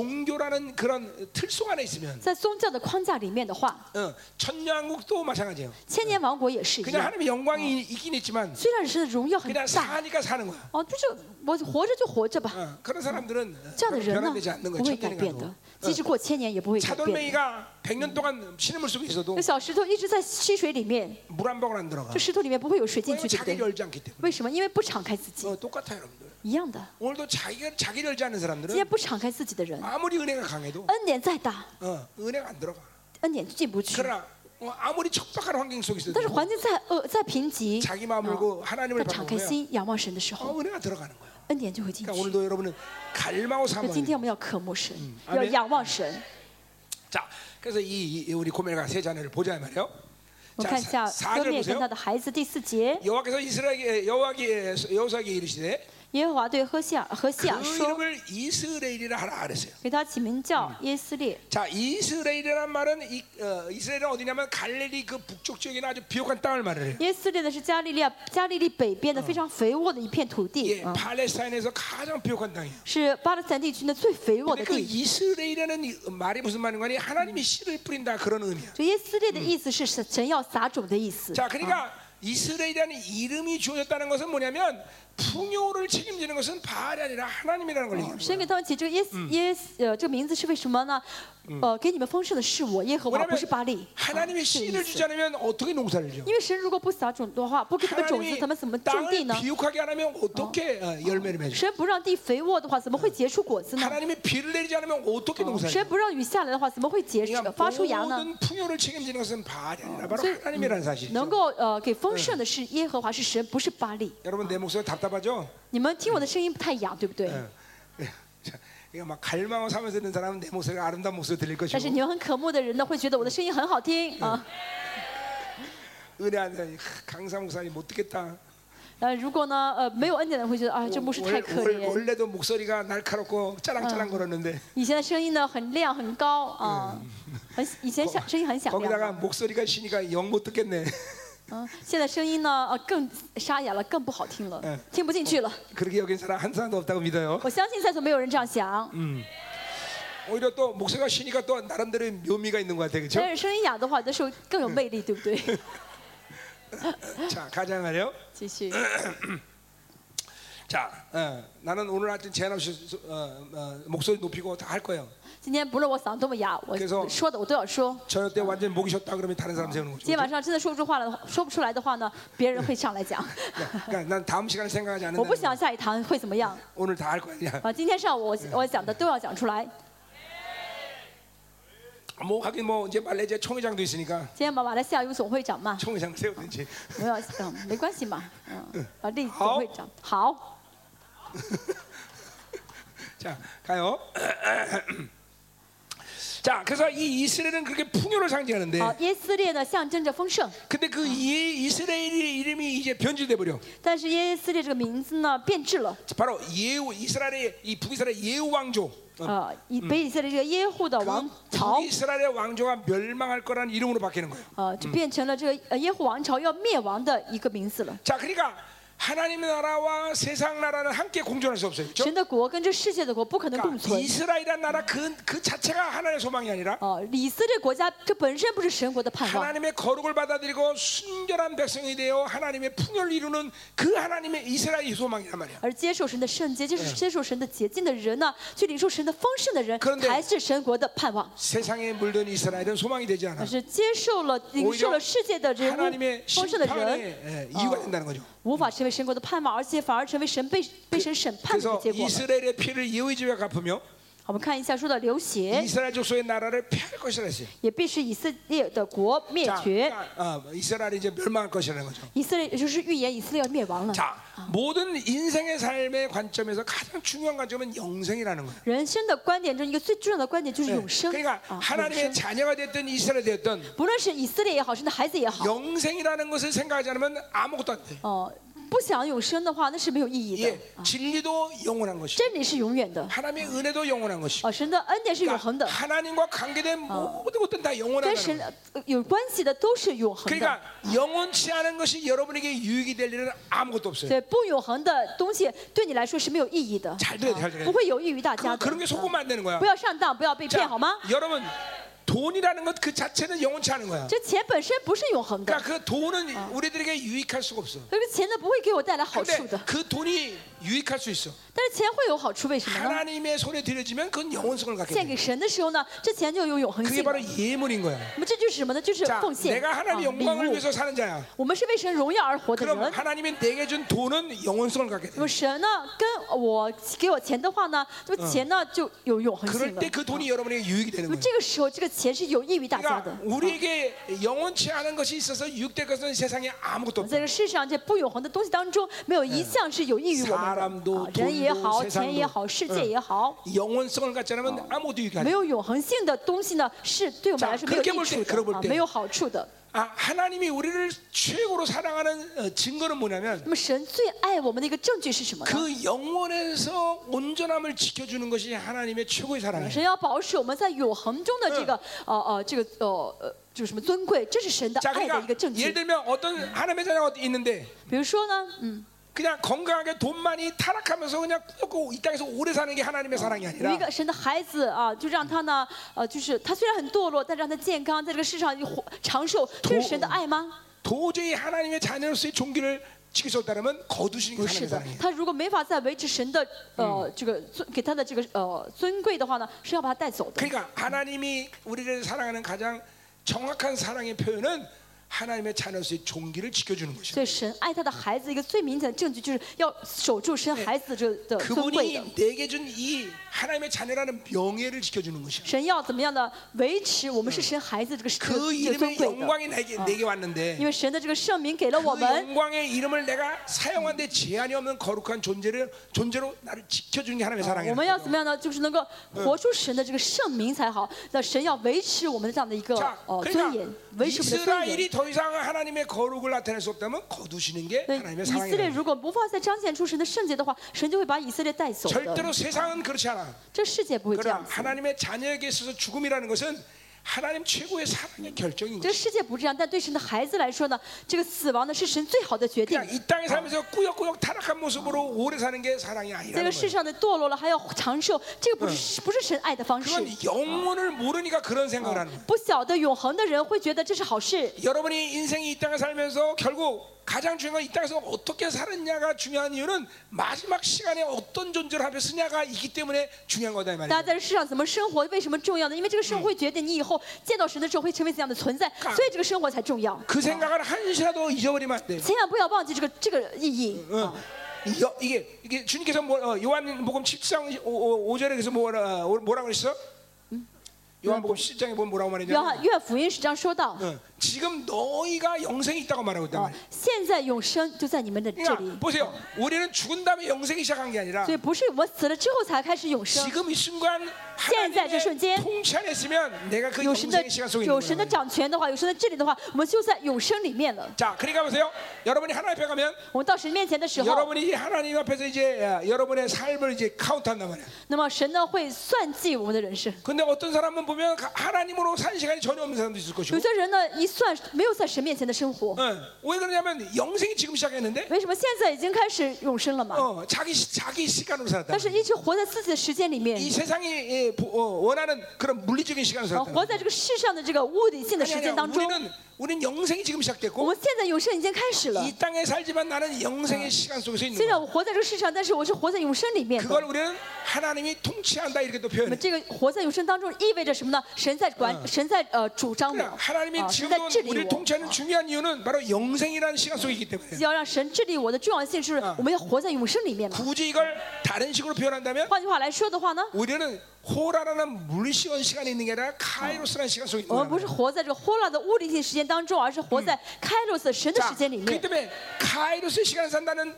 A: 종교라는 그런 틀 속 안에 있으면
B: 在宗教的框架里面的话，
A: 어, 천년왕국도 마찬가지예요.
B: 千年王国也嗯是一
A: 그냥
B: 样。
A: 하나님의 영광이 있긴 있지만
B: 虽然神的荣耀很
A: 그냥
B: 大，
A: 사니까 사는 거야.
B: 哦，就是我活着就活着吧。
A: 어, 그런 사람들은 어,
B: 这样的人呢
A: 변화되지 않는 ，
B: 不
A: 거예요.
B: 会改变
A: 천년간도. 네.
B: 的，即使过千年也不会改变的。
A: 차돌멩이가 100년 동안 신음을 쓰고 있어도
B: 那小石头一直在溪水里面，
A: 물 한 방울 안 들어가.
B: 这石头里面不会有嗯水进
A: 왜냐면
B: 去，对
A: 자기를
B: 嗯不对？
A: 열지 않기 때문에.
B: 为什么？因为不敞开自己，
A: 어, 똑같아요, 여러분들.
B: 一样的。
A: 오늘도 자기가 자기를 열지 않는
B: 今天
A: 사람들은
B: 不敞开自己的人，
A: 아무리 은혜가 강해도
B: 恩典再大，
A: 어, 은혜가 안 들어가.
B: 恩典进不去。
A: 그러나 어, 아무리 척박한 환경 속에
B: 但是
A: 있어도
B: 环境再恶再贫瘠，
A: 자기 마음
B: 啊
A: 열고 하나님을
B: 在敞开
A: 바라보면
B: 心仰望神的时候，
A: 어, 은혜가 들어가는 거예요.
B: 恩典就会进
A: 그러니까
B: 去。
A: 오늘도 여러분은 갈망하고
B: 那
A: 삼아야
B: 今
A: 돼요.
B: 天我们要渴慕神，
A: 阿
B: 要
A: 门
B: 仰望神。
A: 자, 그래서 이, 이 우리 고멜과 세 자녀를 보자 이 말이에요. 뭐
B: 我们
A: 자,
B: 看一下
A: 사,
B: 割
A: 4절
B: 灭跟
A: 보세요.
B: 他的孩子第四节，
A: 여호와께서 이스라엘 여호와께 여호사에게 이르시되
B: 耶和华对何西亚何西亚
A: 그
B: 说，
A: 이름을 이스라엘이라 하라 그랬어요.
B: 给他起名叫耶斯列。
A: 자, 이스라엘이라는 말은 이, 스라엘은 어디냐면 갈릴리 그 북쪽 지역이나 아주 비옥한 땅을 말을 해요.
B: 耶斯列呢是加利利亚加利利北边的非常肥沃的一片土
A: 예,
B: 地，啊，
A: 팔레스타인에서 가장 비옥한 땅이에요.
B: 是巴勒斯坦地区呢最肥沃
A: 근데
B: 的
A: 그
B: 地。
A: 이스라엘이라는 이 말이 무슨 말인 거니? 하나님이 씨를 뿌린다 그런 의미야.
B: 这耶斯列的意思是神神要撒种的意思。
A: 자, 그러니까 이스라엘이라는 이름이 주어졌다는 것은 뭐냐면 풍요를 책임지는 것은 바알이 아니라 하나님이라는 걸 얘기해요.
B: 神给他们起这个耶斯耶斯呃这个名字是为什么呢？呃，给你们丰盛的是我耶和华，
A: 왜냐면
B: 不是巴利。啊
A: 하나님이
B: 这个意
A: 씨를
B: 思
A: 주지 않으면 어떻게 농사를 지어?
B: 因为神如果不撒种的话，不给他们种子，
A: 하나님이
B: 他们怎么种地
A: 땅을
B: 呢？
A: 비옥하게 안 하면 뭐 어떻게 어, 열매를 맺어?
B: 神不让地肥沃的话，怎么会结出果子呢？
A: 하나님이 비를 내리지 않으면 어떻게 농사를 지어?
B: 神不让雨下来的话，怎么会结出
A: 그러니까
B: 发出芽呢？
A: 모든 풍요를 책임지는 것은 바알이 아니라 바로
B: 그래서-
A: 하나님이라는
B: 能
A: 사실이죠.
B: 够呃给丰盛的是耶和华，是神，不是巴利。
A: 여러분 내 목소리 답답하죠?
B: 你们听我的声音不太哑，对不对？
A: 예. 예. 자, 이거 막 갈망을 사면서 듣는 사람은 내 목소리가 아름다운 목소리 들릴
B: 但是你
A: 것이고
B: 们很渴慕的人呢，会觉得我的声音很好听啊。
A: 은혜 안 사니 강사 목사님 못 듣겠다.
B: 呃，如果呢呃没有恩典的人会觉得啊，这牧师
A: 월-
B: 太可
A: 아, 월-
B: 怜。
A: 원래도 목소리가 날카롭고 짜랑짜랑 걸었는데
B: 以前的声音呢很亮很高啊，很以前响声音很响
A: 거기다가
B: 亮。
A: 목소리가 쉬니까 영 못 듣겠네.
B: 嗯，现在声音呢呃更沙哑了，更不好听了
A: 嗯，
B: 听不进去了。
A: 그렇게 여긴 사람 한 사람도 없다고 믿어요.
B: 我相信在座没有人这样想。
A: 음. 오히려 또 목소리가 쉬니까 또 나름대로의 묘미가 있는 것 같아, 그죠
B: 但是声音哑的话，那时候更有魅力，对不对？
A: 자, 가장하려.
B: 继续，
A: 자, 어, 나는 오늘 하여튼 제한 없이 수- 어, 어, 목소리 높이고 다 할 거예요.
B: 今天不论我嗓子多么哑，我
A: 그래서
B: 说的我都要说。
A: 저녁때 완전 목이 쉬었다 그러면 다른 사람 세우는
B: 今天
A: 거죠.
B: 晚上真的说不出话来的话，说不出来的话呢，别人会上来讲。
A: 그러니까 난 다음 시간에 생각하지
B: 我不
A: 않는다.
B: 想下一堂会怎么样
A: 오늘 다 할 거야. 그냥.
B: 啊！今天上午我我讲的都要讲出来。
A: 뭐 하긴 뭐 이제 말레이시아 총회장도 있으니까
B: 今天嘛，马来西亚有总会长嘛，
A: 총회장 세우든지.
B: 我要嗯，没关系嘛，嗯，啊，这总会长好，
A: 자, 가요. 자, 그래서 이 이스라엘은 그렇게 풍요를 상징하는데,
B: 好，耶斯列呢象征着丰盛，
A: 근데 그 이, 이스라엘의 이름이 이제 변질돼 버려.
B: 但是耶斯列这个名字呢变质了，
A: 바로 예우 이스라엘의 이 북이스라엘 예우 왕조. 어,
B: 呃，以北以色列这个耶户的王朝
A: 그 ， 이스라엘의 왕조가 멸망할 거라는 이름으로 바뀌는 거예요.
B: 呃，就变成了这个呃耶户王朝要灭亡的一个名字了。
A: 자, 그러니까 하나님의 나라와 세상 나라는 함께 공존할 수 없어요. 그렇죠?
B: 神的国跟这世界的国不可能共
A: 그러니까
B: 存。
A: 이스라엘이란 나라 그, 그 자체가 하나님의 소망이 아니라
B: 哦，以色列国家这本身不是神国的盼望，
A: 하나님의 거룩을 받아들이고 순결한 백성이 되어 하나님의 풍요를 이루는 그 하나님의 이스라엘이 소망이란 말이야.
B: 而接受神的圣洁，就是接受神的洁净的人呢，去领受神的丰盛的人
A: 그런데 ，
B: 才是神国的盼望。
A: 세상에 물든 이스라엘은 소망이 되지
B: 而
A: 않아.
B: 是接受了、领受了世界的人物
A: 하나님의
B: 丰盛的人，呃
A: 심판의 예, 이유가 된다는 거죠.
B: 无法成为神国的盼望，而且反而成为神被被神审判的一个
A: 그래서
B: 结果了。
A: 이스라엘의 피를 예우의 집에 갚으며
B: 好我们看一下，说到流血，
A: 이스라엘 족속의 나라를 패할 것이라 했어요.
B: 也必是以色列的国灭
A: 자,
B: 绝。
A: 그러니까, 어, 이스라엘이 이제 멸망할 것이라는 거죠.
B: 以色列也就是预言以色列要灭亡了。
A: 자, 모든 인생의 삶의 관점에서 가장 중요한 관점은 영생이라는 거예요.
B: 人生的观点中一个最重要的观点就是
A: 네.
B: 永生
A: 그러니까
B: 啊，永
A: 하나님의
B: 生。
A: 자녀가 됐든 이스라엘 됐든
B: 不论是以色列也好，是那孩子也好，
A: 영생이라는 것을 생각하지 않으면 아무것도 안 돼.
B: 哦、不想永生的话，那是没有意义的。
A: 예, 진리도 영원한 것이.
B: 真理是永远的，
A: 하나님의 은혜도 영원한 아, 것이.
B: 哦、神的恩典是永恒
A: 그러니까
B: 的，
A: 하나님과 관계된 모든 것들은 다
B: 跟
A: 영원하다는
B: 神
A: 거예요.
B: 呃有关系的都是永恒的。
A: 그러니까 영원치 않은 것이 여러분에게 유익이 될 일은 아무것도 없어요.
B: 对不永恒的东西对你来说是没有意义的，
A: 잘 들어야 돼,
B: 啊
A: 잘 들어야 돼.
B: 不会有益于大家
A: 그,
B: 的。
A: 그런 게 속으면 안 되는 거야.
B: 不要上当，不要被
A: 자,
B: 骗，好吗？
A: 여러분 돈이라는 것 그 자체는 영원치 않은 거야.
B: 这钱本身不是永恒的，
A: 그러니까 그 돈은 우리들에게 유익할 수가 없어.
B: 这个钱呢不会给我带来好处
A: 근데
B: 的，
A: 그 돈이 유익할 수 있어.
B: 但是钱会有好处，为什
A: 아.
B: 么呢？
A: 하나님의 손에 들여지면 그건 영원성을 갖게
B: 献
A: 돼.
B: 给神的时候呢，这钱就有永恒
A: 그게
B: 性
A: 바로
B: 了。
A: 예물인 거야.
B: 那么这就是什么呢？就是
A: 자,
B: 奉献
A: 내가
B: 啊，
A: 하나님의
B: 礼
A: 영광을
B: 物。
A: 위해서 사는 자야.
B: 我们是为神荣耀而活的
A: 어, 그럼
B: 人。
A: 하나님이 내게 준 돈은 영원성을 갖게
B: 那
A: 돼.
B: 么神呢，跟我给我钱的话呢，这
A: 嗯
B: 个钱呢就有永恒性
A: 그럴
B: 了。
A: 때 그 돈이 여러분에게 유익이
B: 那
A: 되는
B: 么
A: 거야.
B: 这个时候，这个钱是有益于大家的
A: 그러니까 。 우리에게 영원치 않은 것이 있어서 유익될 것은 세상에 아무것도
B: 在
A: 없어.
B: 这世上这不永恒的东西当中，没有一项是有益于我们的。
A: 嗯
B: 啊人也好，
A: 사람도돈도
B: 钱也好，
A: 세상도 嗯
B: 世界也好，
A: 영원성을 갖지 않으면 아무것도 유익하지.
B: 没有永恒性的东西呢，是对我
A: 자
B: 们来说没有
A: 그렇게볼
B: 益处
A: 때그렇게볼
B: 的，啊
A: 때
B: 没有好处的。
A: 아, 하나님이 우리를 최고로 사랑하는 어, 증거는 뭐냐면
B: 那么神最爱我们的一个证据是什么呢？
A: 그 영원에서 온전함을 지켜주는 것이 하나님의 최고의 사랑이에요.
B: 神要保守我们在永恒中的这个呃呃这个呃呃就是什么尊贵，这是神的
A: 嗯 자,
B: 爱的一个
A: 그러니까
B: 证
A: 예를
B: 据。
A: 들면 어떤 하나님의 자녀가 어디 있는데
B: 比如说呢，嗯，
A: 그냥 건강하게 돈만이 타락하면서 그냥 꾸역꾸역 이 땅에서 오래 사는 게 하나님의 사랑이
B: 有一
A: 아니라
B: 个神的孩子啊，就让他呢呃就是他虽然很堕落，但让他健康，在这个世上活长寿，这是神的爱吗？
A: 도저히 하나님의 자녀로서의 종기를 지킬 수 없다면 거두시는 게
B: 不是
A: 하나님의
B: 的
A: 사랑이에요. ，
B: 他如果没法再维持神的呃、这个尊给他的这个呃尊贵的话呢，是要把他带走的。
A: 그러니까 하나님이 우리를 사랑하는 가장 정확한 사랑의 표현은 하나님의 자녀로서의 종기를 지켜주는 것이에요.
B: 所以神爱他的孩子一个最明显的证据就是要守住神孩子这的尊贵的。
A: 그분이 내게 준 이 하나님의 자녀라는 명예를 지켜주는 것이야.
B: 神要怎么样的维持我们是神孩子这个这
A: 그
B: 个这个
A: 이름의
B: 尊贵的？
A: 영광이 내게, 내게
B: 因
A: 왔는데
B: 为神的这个圣名给了我
A: 그
B: 们，
A: 아. 영광의 이름을 내가 사용하는데 제한이 없는 거룩한 존재를 존재로 나를 지켜주는 게 하나님의
B: 我
A: 사랑이에요.
B: 们要怎么样呢？就是能够活出神的这个圣名才好。那神要维持我们的这样的一个
A: 자,
B: 呃尊严
A: 그러니까 ，
B: 维持我们的尊严。
A: 이스라엘이 더 이상 하나님의 거룩을 나타낼 수 없다면 거두시는 게
B: 对，
A: 하나님의
B: 以色列
A: 네, 사랑이에요.
B: 如果无法再彰显出神的圣洁的话，神就会把以色列带走的。
A: 절대로 세상은 그렇지 않아.
B: 这世界不会这
A: 그러나
B: 样子。
A: 하나님의 자녀에게 있어서 죽음이라는 것은 하나님 최고의 사랑의 결정인
B: 这个
A: 거지.
B: 世界不这样，但对神的孩子来说呢，这个死亡呢是神最好的决定。
A: 그냥 이 땅에 살면서 꾸역꾸역 타락한 모습으로 오래 사는 게 사랑이
B: 这
A: 아니라는
B: 个世
A: 거예요.
B: 上的堕落了还要长寿，这个不是嗯不是神爱的方式。
A: 그건 영혼을 모르니까 그런 생각을 하는 거예요.
B: 不晓得永恒的人会觉得这是好事。
A: 여러분이 인생이 이 땅에 살면서 결국 가장 중요한 건이 땅에서 어떻게 살았냐가 중요한 이유는 마지막 시간에 어떤 존재를 하며 쓰냐가 있기 때문에 중요한 거다 이
B: 大家
A: 말이에요.
B: 在这世上怎么生活，为什么重要呢？因为这个生活会决定你以后见到神的时候会成为怎样的存在，
A: 嗯
B: 所以这个生活才重要。
A: 그 생각을 한시라도 잊어버리면 안 돼요.
B: 千万不要忘记这个这个意义。
A: 어, 이 여- 이게 이게 주님께서 뭐, 어, 요한복음 7장 5절에 그래서 뭐라 뭐라 그랬어? 요한복음 7장에 보면 뭐라고
B: 约
A: 말했냐?
B: 翰约翰福音是这样说到：
A: 어, 지금 너희가 영생이 있다고 말하고 있단
B: 啊
A: 말이에요. ，
B: 现在永生就在你们的这
A: 그러니까
B: 里。
A: 보세요. 우리는 죽은 다음에 영생이 시작한 게 아니라
B: 所以不是我死了之后才开始永生，
A: 지금 이 순간
B: 现在这瞬间
A: 하나님의 통치 안에 있으면 내가 그
B: 有神的
A: 영생의 시간 속에
B: 有
A: 있는
B: 神的
A: 거예요.
B: 掌权的话，有神的治理的话，我们就在永生里面了。
A: 자, 그러니까 보세요. 여러분이 하나님 앞에 가면
B: 我们到神面前的时候，
A: 여러분이 이 하나님 앞에서 이제 어, 여러분의 삶을 이제 카운트한단 말이야.
B: 那么神呢会算计我们的人生。
A: 근데 어떤 사람은 보면 가- 하나님으로 산 시간이 전혀 없는 사람도 있을
B: 有
A: 것이고.
B: 些人呢一算没有在神面前的生活，
A: 어, 왜 그러냐면 영생이 지금 시작했는데
B: 为什么现在已经开始永生了嘛？
A: 어, 자기 시- 자기 시간으로 살았다.
B: 但是一直活在自己的时间里面
A: 이 ， 세상이 예, 보- 어, 원하는 그런 물리적인 시간으로
B: 啊，
A: 살았다.
B: 活在这个世上的这个物理性的
A: 아니,
B: 时
A: 아니,
B: 间当中。
A: 우리는 우리는 영생이 지금
B: 我
A: 시작됐고
B: 们现在永生已经开始了，
A: 이 땅에 살지만 나는 영생의 어. 시간 속에서 있는
B: 虽然
A: 거야.
B: 我活在这个世上，但是我是活在永生里面的
A: 그걸 。 우리는 하나님이 통치한다 이렇게 또
B: 那么
A: 표현해.
B: 这个活在永生当中意味着什么呢？神在管，神在呃主张我，
A: 그러니까 하나님이
B: 啊，神在
A: 지금도
B: 治理
A: 우리를 뭐.
B: 我。
A: 통치하는 중요한 이유는 바로 영생이라는 시간 속이기 때문에.
B: 既要让神治理我的重要性是
A: 嗯，
B: 我们要活在永生里面嘛。
A: 굳이 이걸 다른 식으로 표현한다면
B: 换句话来说的话呢，
A: 우리는 호라라는 물리시간 시간이 있는 게 아니라 카이로스라는 시간 속에
B: 我们
A: 있는
B: 不是
A: 거야.
B: 活在这呼啦的物理性时间当中，而是活在开罗斯神的
A: 자,
B: 时间里
A: 그
B: 面。
A: 때문에 카이로스 시간을 산다는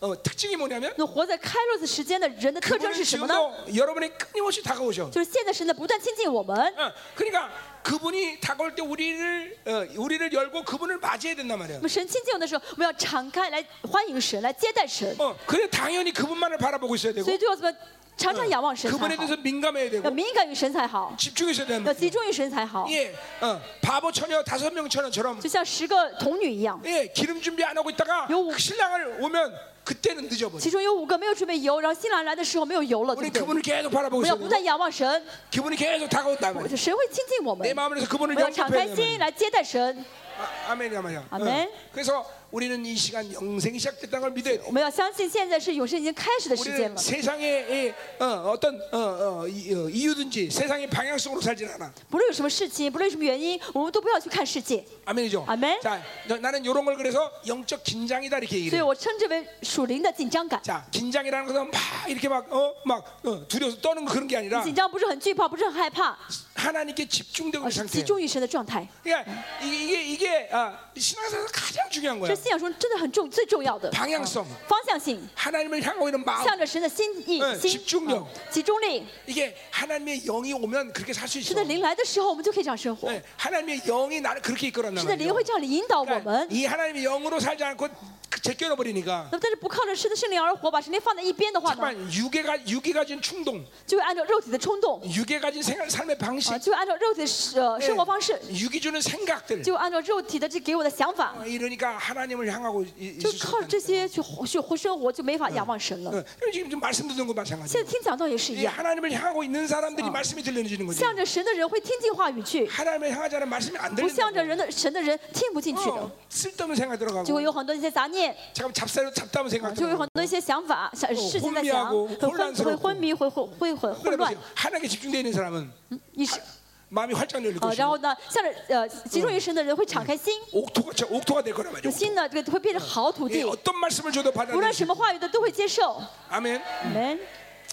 A: 어, 어, 특징이 뭐냐면
B: 那活在开罗斯时间的人的特征
A: 그분은
B: 是什么呢？
A: 지금도 여러분이 끊임없이 다가오셔.
B: 就是现在神呢不断亲近我们，
A: 어, 그러니까 그분이 다가올 때 우리를 어, 우리를 열고 그분을 맞이해야 된단 말이야.
B: 我们神亲近我们的时候，我们要敞开来欢迎神，来接待神，
A: 어, 그래 당연히 그분만을 바라보고 있어야 되고
B: 所以就要怎么常常仰望神才
A: 그분에
B: 好，
A: 대해서 민감해야
B: 要
A: 되고
B: 敏感于神才好，
A: 집중해야 되는
B: 要
A: 말이야.
B: 集中于神才好，
A: 예, 어, 바보 처녀 다섯 명 처녀처럼
B: 就像十个童女一样，
A: 예, 기름 준비 안 하고 있다가
B: 요-
A: 그 신랑을 오면 그때는 늦어버려.
B: 其中有五个没有准备油，然后新郎来的时候没有油了，对
A: 우리
B: 不对？我
A: 그분을 계속 바라보고
B: 们
A: 있어야
B: 要不
A: 되고
B: 断仰望神，
A: 그분이 계속 다가온단 말이야.
B: 神会亲近我们
A: 내 ， 마음 안에서
B: 我
A: 그분을
B: 们要敞
A: 영접해야
B: 开
A: 되는
B: 心来接待神，
A: 아, 아멘이야 말이야.
B: 아멘.
A: 어. 그래서 우리는 이 시간 영생이 시작됐다는 걸 믿어야 돼.
B: 我们要相信现在是永生已经开始的时间
A: 우리는
B: 了。
A: 세상의 예, 어, 어떤 어, 어, 이, 어, 이유든지 세상의 방향 속으로 살진 않아.
B: 不论有什么事情，不论有什么原因，我们都不要去看世界。
A: 아멘이죠.
B: 아멘.
A: 자, 너- 나는 이런 걸 그래서 영적 긴장이다 이렇게
B: 所以
A: 얘기해요.
B: 我称之为属灵的紧张感。
A: 자, 긴장이라는 것은 막 이렇게 막 어 막 두려워서 떠는 거 그런 게 아니라
B: 紧张不是很惧怕，不是很害怕，
A: 하나님께 아, 집중되고
B: 而
A: 있는
B: 是
A: 상태.
B: 集中于神的状态。
A: 그러니까 이게 이게, 이게 아, 신앙생활에서 가장 중요한
B: 这
A: 거야.
B: 信仰中真的很重，最重要的
A: 방향성.
B: 方向性，
A: 하나님을 향하고 있는 마음.
B: 向着神的心意
A: 嗯、
B: 心
A: 集中力
B: 啊集中力。
A: 이게 하나님의 영이 오면 그렇게 살 수
B: 神
A: 있어.
B: 的灵来的时候，我们就可以这样生活。
A: 네, 하나님의 영이 나를 그렇게 이끌었나
B: 神的灵
A: 말이에요.
B: 会这样引导我
A: 그러니까
B: 们。
A: 이 하나님의 영으로 살지 않고 그 제껴져 버리니까
B: 那么，但是不靠着神的圣灵而活，把神灵放在一边的话呢，
A: 잠깐 육에 가 육에 가진 충동,
B: 就会按照肉体的冲动，
A: 육에 가진 생활 삶의
B: 啊，
A: 방식, 네,
B: 就会按照肉体的呃生活方式，
A: 육이 주는 생각들 아,
B: 就会按照肉体的这给我的想法，
A: 이러니까 하나님을 향하고 이- 이-
B: 就
A: 있을 수
B: 靠
A: 없다.
B: 这些去活去活生活，就没法仰
A: 嗯
B: 望神了。
A: 어, 지금 좀 말씀 듣는 거 마찬가지.
B: 现在听讲道也是一
A: 이
B: 样，
A: 하나님을 향하고 있는 사람들이 말씀이 들려지는 거죠.
B: 向着神的人会听进话语去，
A: 하나님을 향하지 않은 말씀이 안
B: 不向着
A: 들리는
B: 人的神的人听不进去
A: 哦
B: 的，
A: 쓸데없는 생각
B: 就
A: 들어가고
B: 会有很多一些杂念，
A: 잠깐 잡사로 잡다운 생각
B: 就会有
A: 들어가고
B: 很多一些想法、想事情在想，
A: 哦昏迷하고
B: 会昏会昏迷，会混会混混
A: 그래
B: 乱
A: 보세요. ， 하나님께 집중되어 있는 사람은
B: 你是
A: 마음이 활짝 열릴
B: 呃，
A: 것이고
B: 然后呢，向着呃集中于神的人会敞开心，
A: 옥토가 저 옥토가 될 거란 말이죠.
B: 这心呢这个会变成好土
A: 예,
B: 地，
A: 어떤 말씀을 줘도
B: 无论什
A: 받아들이죠.
B: 么话语的都会接受。
A: 아멘.
B: 我们，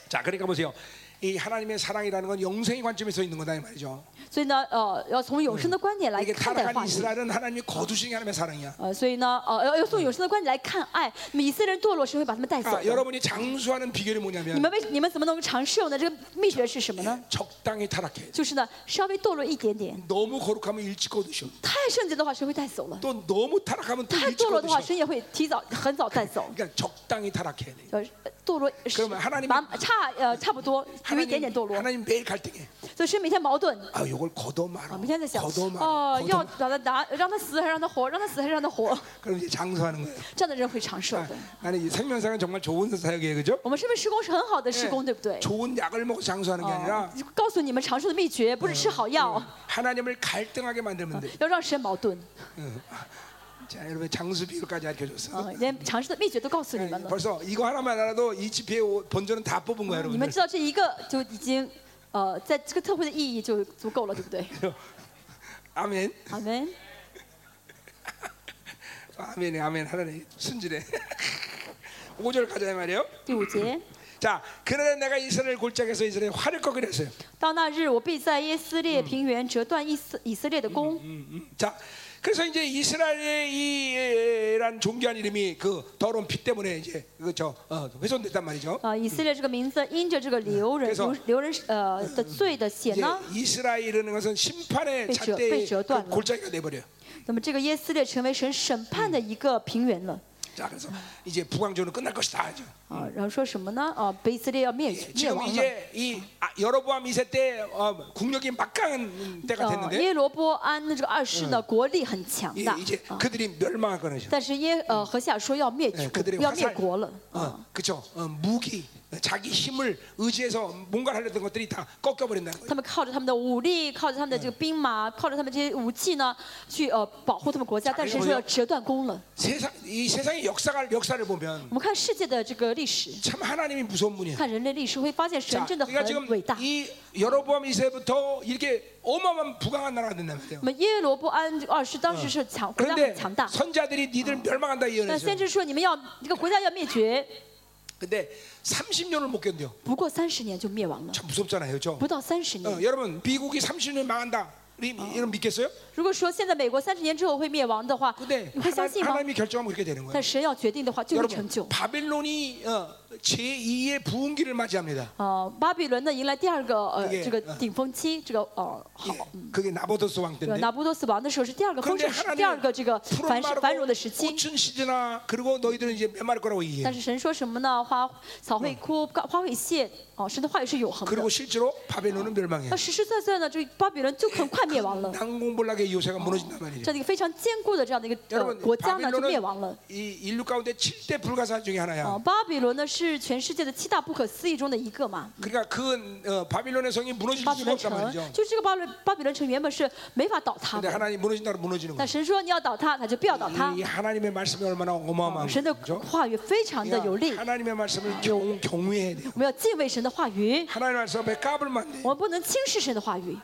A: 자 그러니까 보세요. 이 하나님의 사랑이라는 건 영생의 관점에서 있는 거다 이 말이죠.
B: 所以呢，呃，要从永生的观点来
A: 이게
B: 看待话
A: 타락한
B: 语。
A: 이스라엘은 하나님이 거두신 게 하나님의 사랑이야. 아,
B: 呃，所以呢，呃，要要从永生的观点来看爱，那么以色列人堕落，神会把他们带走
A: 아,
B: 的。
A: 여러분이 장수하는 비결이
B: 你
A: 뭐냐면
B: 们为你们怎么能够长寿呢？这个秘诀是什么呢？
A: 적당히 타락해.
B: 就是呢，稍微堕落一点点，
A: 너무 거룩하면 일찍 거두셔.
B: 太圣洁的话，神会带走了；
A: 또 너무 타락하면 또
B: 太
A: 일찍
B: 堕落的话，
A: 거두셔.
B: 神也会提早很早带走。
A: 그러니까 적당히 타락해야 돼.
B: 呃，堕落是
A: 그러면하나님
B: 蛮差呃差不多，有一点
A: 하나님,
B: 点堕落，
A: 하나님 매일 갈등해.
B: 所以是每天矛盾
A: 아 이걸 거둬
B: 啊，
A: 말아.
B: 每天在想
A: 거둬 ， 말아.
B: 哦，
A: 거둬
B: 要
A: 말아.
B: 让他拿，让他死还是让他活，让他死还是让他活，
A: 그럼 이제 장수하는 거예요.
B: 这样的人会长寿
A: 아,
B: 的。
A: 아니 이 생명사는 정말 좋은 사역이에요, 그죠?
B: 我们身为施工是很好的施
A: 예
B: 工，对不对？
A: 좋은 어. 약을 먹고 장수하는 게
B: 哦
A: 아니라 ，
B: 告诉你们长寿的秘诀不是吃好药，
A: 하나님을 갈등하게 만들면 돼.
B: 要让神矛盾
A: 자, 여러분 장수 비유까지 어. 알려줬어. 네,
B: 啊，连长寿的秘诀都告诉你们了。
A: 벌써 이거 하나만 알아도 이 집회의 본전은 다 뽑은 거야,
B: 你们
A: 여러분들.
B: 知道哎这一个就已经，呃，在这个特会的意义就足够了，对不 对？
A: 아멘.
B: 好们，
A: 아멘이 아멘 하나님 순진해. 5절 가자 이 말이에요.
B: 第五节，
A: 자, 그날에 내가 이스라엘 골짜기에서 이스라엘 화를 꺾으려 했어요.
B: 到那日我必在耶斯列平原折断以色以色列的弓。
A: 음, 자, 그래서 이제 이스라엘의 이란 종교한 이름이 그 더러운 피 때문에 이제 그저 어, 훼손됐단 말이죠.
B: 啊，以色列这个名字因着这个流人
A: 그래서
B: 流流人呃的罪的血
A: 이제
B: 呢，
A: 이스라엘이라는 것은 심판의
B: 빼죠,
A: 잣대의
B: 빼죠, 또
A: 그
B: 안
A: 골짜기가 돼버려요.
B: 那么这个耶斯列成为神审判的一个平原了。
A: 자, 그래서 이제 부강조는 끝날 것이다. 이제.
B: 啊，然后说什么呢？啊，被以色列要灭绝灭
A: 지금
B: 亡了。
A: 이제 이 아, 여로보암 2세 때 어, 국력이 막강한 때가
B: 呃，
A: 됐는데
B: 耶罗波安的这个二世呢，国力很强
A: 예,
B: 大。
A: 이제
B: 啊
A: 그들이 멸망할 거는
B: 但是耶呃何西亚说要灭
A: 哎
B: 绝
A: 그들의，
B: 要
A: 화살
B: 灭国了。
A: 어, 그렇죠. 어, 무기, 어, 자기 힘을 의지해서 뭔가를 하려던 것들이 다 꺾여버린다는 거예요.
B: 他们靠着他们的武力，靠着他们的这个兵马，靠着他们这些武器呢，去呃保护他们国家。但是说要折断弓了。
A: 세상 이 세상의 역사가 역사를 보면
B: 我们看世界的这个历史，
A: 참 하나님이 무서운 분이에요.
B: 看人类历史，会发现神
A: 자,
B: 真的
A: 그러니까
B: 很
A: 지금
B: 伟大。
A: 이 여로보암 2세부터 이렇게 어마어마한 부강한 나라가 된다는 거예요.
B: 我们耶罗波安二世当时是强国家
A: 그런데
B: 很强大，
A: 선자들이 어. 그러니까 니들 멸망한다
B: 但先
A: 예언했어요.
B: 知说你们要这个国家要灭绝，
A: 근데 30년을 못 견뎌.
B: 不过三十年就灭亡了，
A: 참 무섭잖아요, 그렇죠?
B: 不到三十
A: 어,
B: 年。
A: 여러분 미국이 30년 망한다. 이- 이런 믿겠어요?
B: 如果说现在美国三十年之后会灭亡的话，
A: 근데
B: 你会相信
A: 하나,
B: 吗？
A: 하나님이 결정하면 그렇게 되는 거예요.
B: 但神要决定的话，就会成
A: 여러분
B: 就。
A: 바빌론이 어, 제2의 부흥기를 맞이합니다.
B: 呃，巴比伦呢迎来第二个呃
A: 对
B: 这个顶峰期，这个呃好
A: 예, ， 그게 나보더스 왕
B: 这个
A: 때인데.
B: 拿波多死亡的时候是第二个丰
A: 그런데
B: 盛时，第二
A: 하나님
B: 个这个繁
A: 푸른
B: 盛繁荣的时
A: 마르고
B: 期。
A: 꽃은 시드나 그리고 너희들은 이제 메마를 거라고
B: 但
A: 얘기해.
B: 是神说什么呢？花草会枯，花会谢。哦，神的话语是永恒
A: 그리고
B: 的。
A: 실제로 바벨론은 멸망해.
B: 那实实在在呢，这巴比伦就很快灭亡了。
A: 난공불락의 요새가 무너진단
B: 这
A: 말이죠.
B: 样一个非常坚固的这样的一个呃
A: 여러분
B: 国家呢，就灭亡了
A: 바벨론은 。 어. 이 인류 가운데 7대 불가사 중에
B: 啊，
A: 하나야.
B: 巴比伦呢是全世界的七大不可思议中的一个嘛。
A: 그러니까 그 어, 바빌론의 성이 무너질
B: 巴比
A: 수가
B: 伦
A: 없단
B: 城
A: 말이죠.
B: 就是这个巴伦巴比伦城原本是没法倒塌
A: 근데
B: 的，
A: 하나님 무너진다고 무너지는
B: 但
A: 거예요.
B: 神说你要倒塌，它就嗯不要倒塌
A: 이 。 하나님의 말씀이 얼마나 어마어마한 그
B: 神的
A: 거죠.
B: 话语非常的有力，
A: 그러니까 하나님의 말씀을 경, 경외해야 돼요.
B: 我们要敬畏神的话语，
A: 하나님의 말씀에 까불면 안 돼.
B: 我们不能轻视神的话语。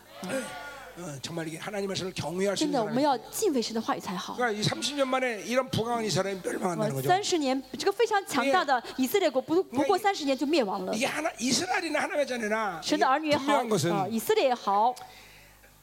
A: 어, 정말 이게 하나님의 말씀을 경외할 수
B: 真
A: 있는
B: 的，我
A: 사람.
B: 们要敬畏神的话语才好。
A: 그러니까 이 30년 만에 이런 부강한 이스라엘이 멸망한다는
B: 我
A: 거죠.
B: 三十年，这个非常强大的以色列国不不过三十年就灭亡了。
A: 이게 하나 이스라엘이나 하나가 자녀나
B: 神的儿女也好
A: 분명한 ，것은
B: 啊，以色列也好，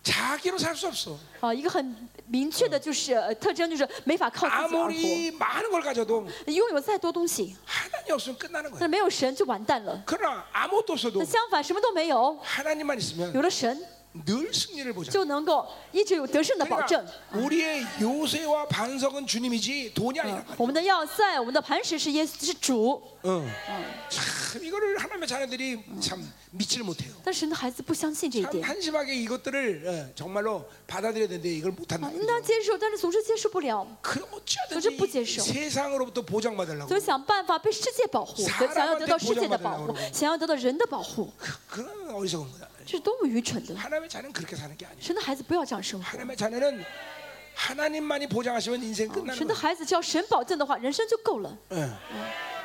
A: 자기로 아, 살 수 없어.
B: 啊，一个很明确的就是呃特征就是没法靠自己而
A: 아무리 많은 걸 가져도
B: 活，拥有再多东西，
A: 하나님 없으면 끝나는
B: 但是
A: 거야.
B: 没有神就完蛋了。
A: 그러나 아무것도 없어도
B: 那相反，什么都没有，
A: 하나님만 있으면
B: 有了神
A: 늘 승리를 보자.
B: 就能够一直有得胜的保证
A: 그러니까 。 우리의 요새와 반석은 주님이지 돈이 아니라.
B: 我们的要塞，我们的磐石是耶稣是主，
A: 응. 어. 참 이거를 하나님의 자녀들이 참 믿지를 못해요.
B: 但神的孩子不相信这一
A: 참
B: 点，
A: 한심하게 이것들을 어, 정말로 받아들여야 되는데 이걸 못한다.
B: 啊应当接受，但是总是接受不了，
A: 그럼
B: 도저히
A: 어찌하든지
B: 부재셔.
A: 세상으로부터 보호장받으려고
B: 总想办法被世界保护，
A: 사람한테
B: 想要得到世界的
A: 보장받으려고
B: 保护，想要得到人的保护，
A: 그- 그건 어리석은 거야.
B: 这是多么愚蠢的！
A: 하나님의 자녀는 그렇게 사는 게 아니야.
B: 神的孩子不要这样生活，
A: 하나님의 자녀는 하나님만이 보장하시면 인생
B: 神
A: 끝나는 거야.
B: 的孩子只要神保证的话，人生就够了
A: 예.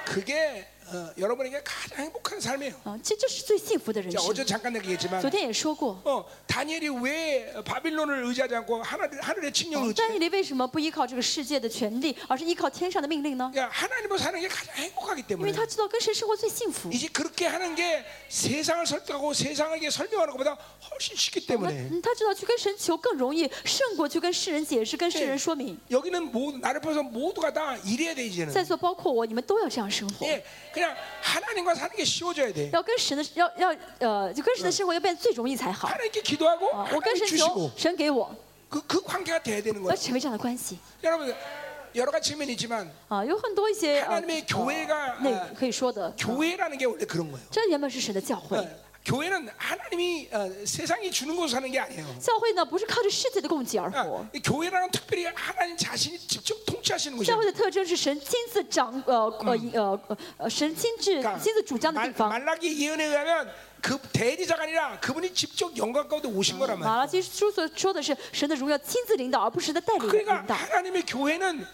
A: 그게 어, 여러분에게 가장 행복한 삶이에요.
B: 啊！其实这是最幸福的人
A: 자,
B: 生。
A: 어제 잠깐 얘기했지만
B: 昨天也说过，
A: 어, 다니엘이 왜 바빌론을 의지하지 않고 하늘, 하늘의 칭령을
B: 但
A: 의지해?
B: 以理为什么不依靠这个世界的权利，而是依靠天上的命令呢？
A: 그러니까 하나님으로 사는 게 가장 행복하기
B: 因为
A: 때문에
B: 他知道跟神生活最幸福。
A: 이제 그렇게 하는 게 세상을 설득하고 세상에게 설명하는 것보다 훨씬 쉽기
B: 他
A: 때문에
B: 嗯他知道去跟神求更容易，胜过去跟世人解释、跟世人说明。
A: 여기는 모두, 나를 포함해서 모두가 다 이래야 돼
B: 在
A: 이제는
B: 座包括我，你们都要这样生活，
A: 예, 그냥 하나님과 사는 게 쉬워져야 돼
B: 要跟神的要要呃，就跟神的生活要变得最容易才好。
A: 하나님께 기도하고
B: 啊，我跟
A: 하나님
B: 神求
A: 주시고 ，
B: 神给我，
A: 그, 그 관계가 돼야 되는
B: 要
A: 거예요
B: 成为这样的关系
A: 여러분 여러 가지 측면이 있지만
B: 啊，有很多一些呃
A: 하나님의교회가
B: 呃那可以说的，
A: 교회라는 게 원래 그런 거예요
B: 这原本是神的教会
A: 어, 교회는 하나님이 어, 세상이 주는 것으로 사는 게 아니에요.
B: 教会呢不是靠着世界的供给而
A: 아,
B: 活，
A: 이 교회라는 특별히 하나님 자신이 직접 통치하시는
B: 教
A: 곳이에요.
B: 会的特征是神亲自掌呃呃呃呃呃神亲自
A: 嗯干
B: 亲自主张的地
A: 그러니까 말,
B: 方。
A: 말라기 예언에 의하면 그 대리자가 아니라 그분이 직접 영광 가운데 오신 거란
B: 马
A: 말이에요.
B: 拉基书所说的是神的荣耀亲自领导，而不是神的带领领
A: 그러니까
B: 导。
A: 하나님의 교회는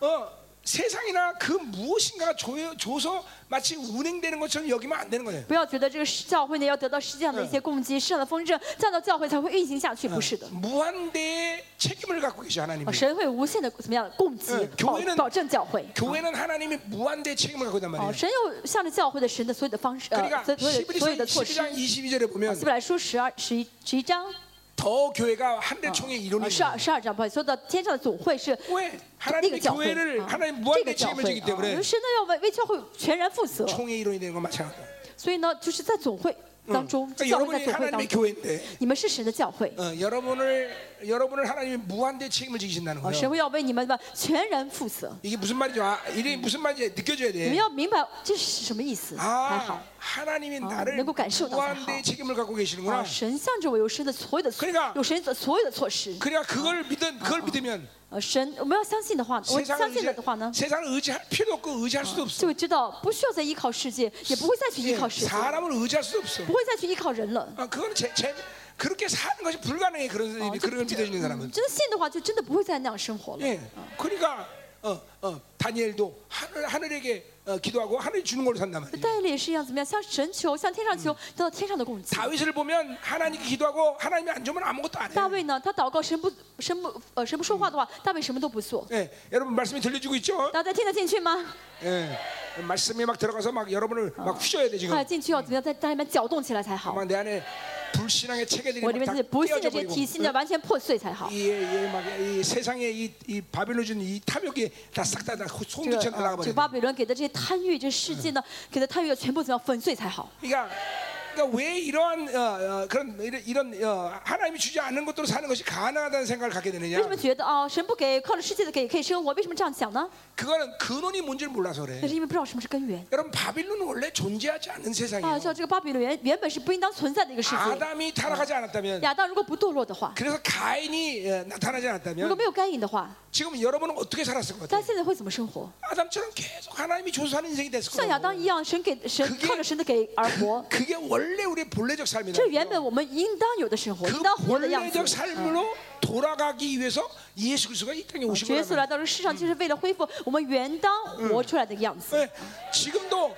A: 어, 세상이나 그 무엇인가가 조, 줘서 마치 운행되는 것처럼 여기면 안 되는 거예요.
B: 不要觉得这个教会呢要得到世界上的一些供
A: 嗯
B: 给、世上的丰盛，这样的教会才会运行下去，不是的。
A: 무한대의 책임을 갖고 계셔 하나님이.
B: 啊神会无限的怎么样供给
A: 嗯
B: 保
A: 교회는
B: 保证教会。
A: 교회는 하나님이 무한대의 책임을 갖고 있단
B: 哦，
A: 말이에요.
B: 神有向着教会的神的所有的方式，呃，
A: 그러니까
B: 所所有的所有
A: 11장,
B: 的措施。
A: 12장 22절에
B: 啊
A: 보면
B: 希伯来书十二、十一、十一章，
A: 더 교회가 한대총의 이론이
B: 啊十
A: 있어요.
B: 二、十二章，不好意思，说到天上的总会是
A: 왜
B: 那个
A: 하나님의
B: 教会，
A: 교회를
B: 啊
A: 하나님
B: 这个
A: 무한대
B: 教
A: 책임을
B: 会，
A: 지기
B: 啊
A: 때문에
B: 因为神呢要为为教会全然负责，
A: 총의 이론이 되는 건 마찬가지예요.
B: 所以呢，就是在总会当中，这
A: 그러니까
B: 教会嗯在
A: 여러분이
B: 总会当
A: 하나님의
B: 中，
A: 교회인데
B: 你们是神的教会，
A: 어, 여러분을 여러분을 하나님이 무한대 책임을 지기신다는
B: 啊，神
A: 거예요.
B: 会要为你们的全然负责。
A: 이게 무슨 말이죠? 아, 이게 무슨 말인지 느껴져야
B: 你们
A: 돼.
B: 要明白这是什么意思，还好
A: 아 。 하나님이 나를
B: 내고 간쇼다,
A: 무한대
B: 잘.
A: 책임을 갖고 계시는구나.
B: 啊，神向着我有神的所有的
A: 그러니까
B: 有神的所有的措施。
A: 그래야 그걸 믿은 그걸 믿으면
B: 呃，神，我们要相信的话，我
A: 세상을
B: 相信
A: 의지,
B: 了的话呢，
A: 세상을 의지할 필요도 없고 의지할 수도
B: 就
A: 없어.
B: 会知道不需要再依靠世界，也不会再去依
A: 예,
B: 靠世界，
A: 사람을 의지할 수도 없어.
B: 不会再去依靠人了。
A: 아, 그건 제, 제 그렇게 사는 것이 불가능해 그런
B: 어,
A: 아, 그런 믿어지는 사람은.
B: 真的嗯信的话，就真的不会再那样生活了。
A: 예. 그러니까 어, 어, 다니엘도 하늘 하늘에게 어, 기도하고 하늘이 주는 걸로 산단 말이에요.
B: 戴利也是一样，怎么样？向神求，向天上求，得到天上的供给。
A: 다윗을 보면 하나님께 기도하고 하나님이 안 주면 아무것도 안
B: 大
A: 해요.
B: 卫呢，他祷告神不神不呃神不说话的话，大卫什么都不做。
A: 예, 여러분 말씀이 들려주고 있죠?
B: 大家听得进去吗？
A: 예, 말씀이 막 들어가서 막 여러분을 막 휘저어야 돼 지금.
B: 快哎进去要怎么样？在家里面搅动起来才好。
A: 막 내 안에 불신앙의 체계들이
B: 我里
A: 막
B: 面
A: 다
B: 这些不信的
A: 깨어져
B: 这些
A: 버리고.
B: 体系呢，完全破碎才好。
A: 예예 막 이 세상의 이, 이 바벨로 준이 탐욕이 다 싹 다다
B: 这个
A: 송두천
B: 呃
A: 날아가
B: 这
A: 버려.
B: 个巴比伦给的这些贪欲，这世界呢，给的贪欲要全部怎么样粉碎才好？
A: 그러니까 그러니까 왜 이러한 어, 어, 그런 이런, 이런 어, 하나님이 주지 않는 것들로 사는 것이 가능하다는 생각을 갖게
B: 为什
A: 되느냐?
B: 么觉得啊、神不给，靠着世界的给可以生活？为什么这样想呢？
A: 그거는 근원이 뭔지를 몰라서
B: 那
A: 그래.
B: 是因为不知道什么是根源。
A: 여러분 바빌론은 원래 존재하지 않는
B: 大家
A: 세상이에요.
B: 知道，这个巴比伦原原本是不啊应当存在的一个世界。
A: 아담이 타락하지 않았다면,
B: 亚当如果不堕落的话，
A: 그래서 가인이 어, 나타나지
B: 如果
A: 않았다면
B: 没有该隐的话，
A: 지금 여러분은 어떻게 살았을 것
B: 大家
A: 같아요?
B: 现在会怎么生活？
A: 아담처럼 계속 하나님이 조수하는 인생이 됐을
B: 像
A: 거예요.
B: 亚当一样，神给神
A: 그게
B: 靠着神的给而活，
A: 그게 원래 우리의 본래적 삶이다.
B: 这原本我们应当有的生活，应当
A: 그
B: 活的样子
A: 본래적 。 삶으로 돌아가기 위해서 예수 그리스도가 이 땅에 오신
B: 耶稣来
A: 거라는
B: 到这个世上，就是为了恢复我们原当活出来的样子。
A: 거예요. 네, 지금도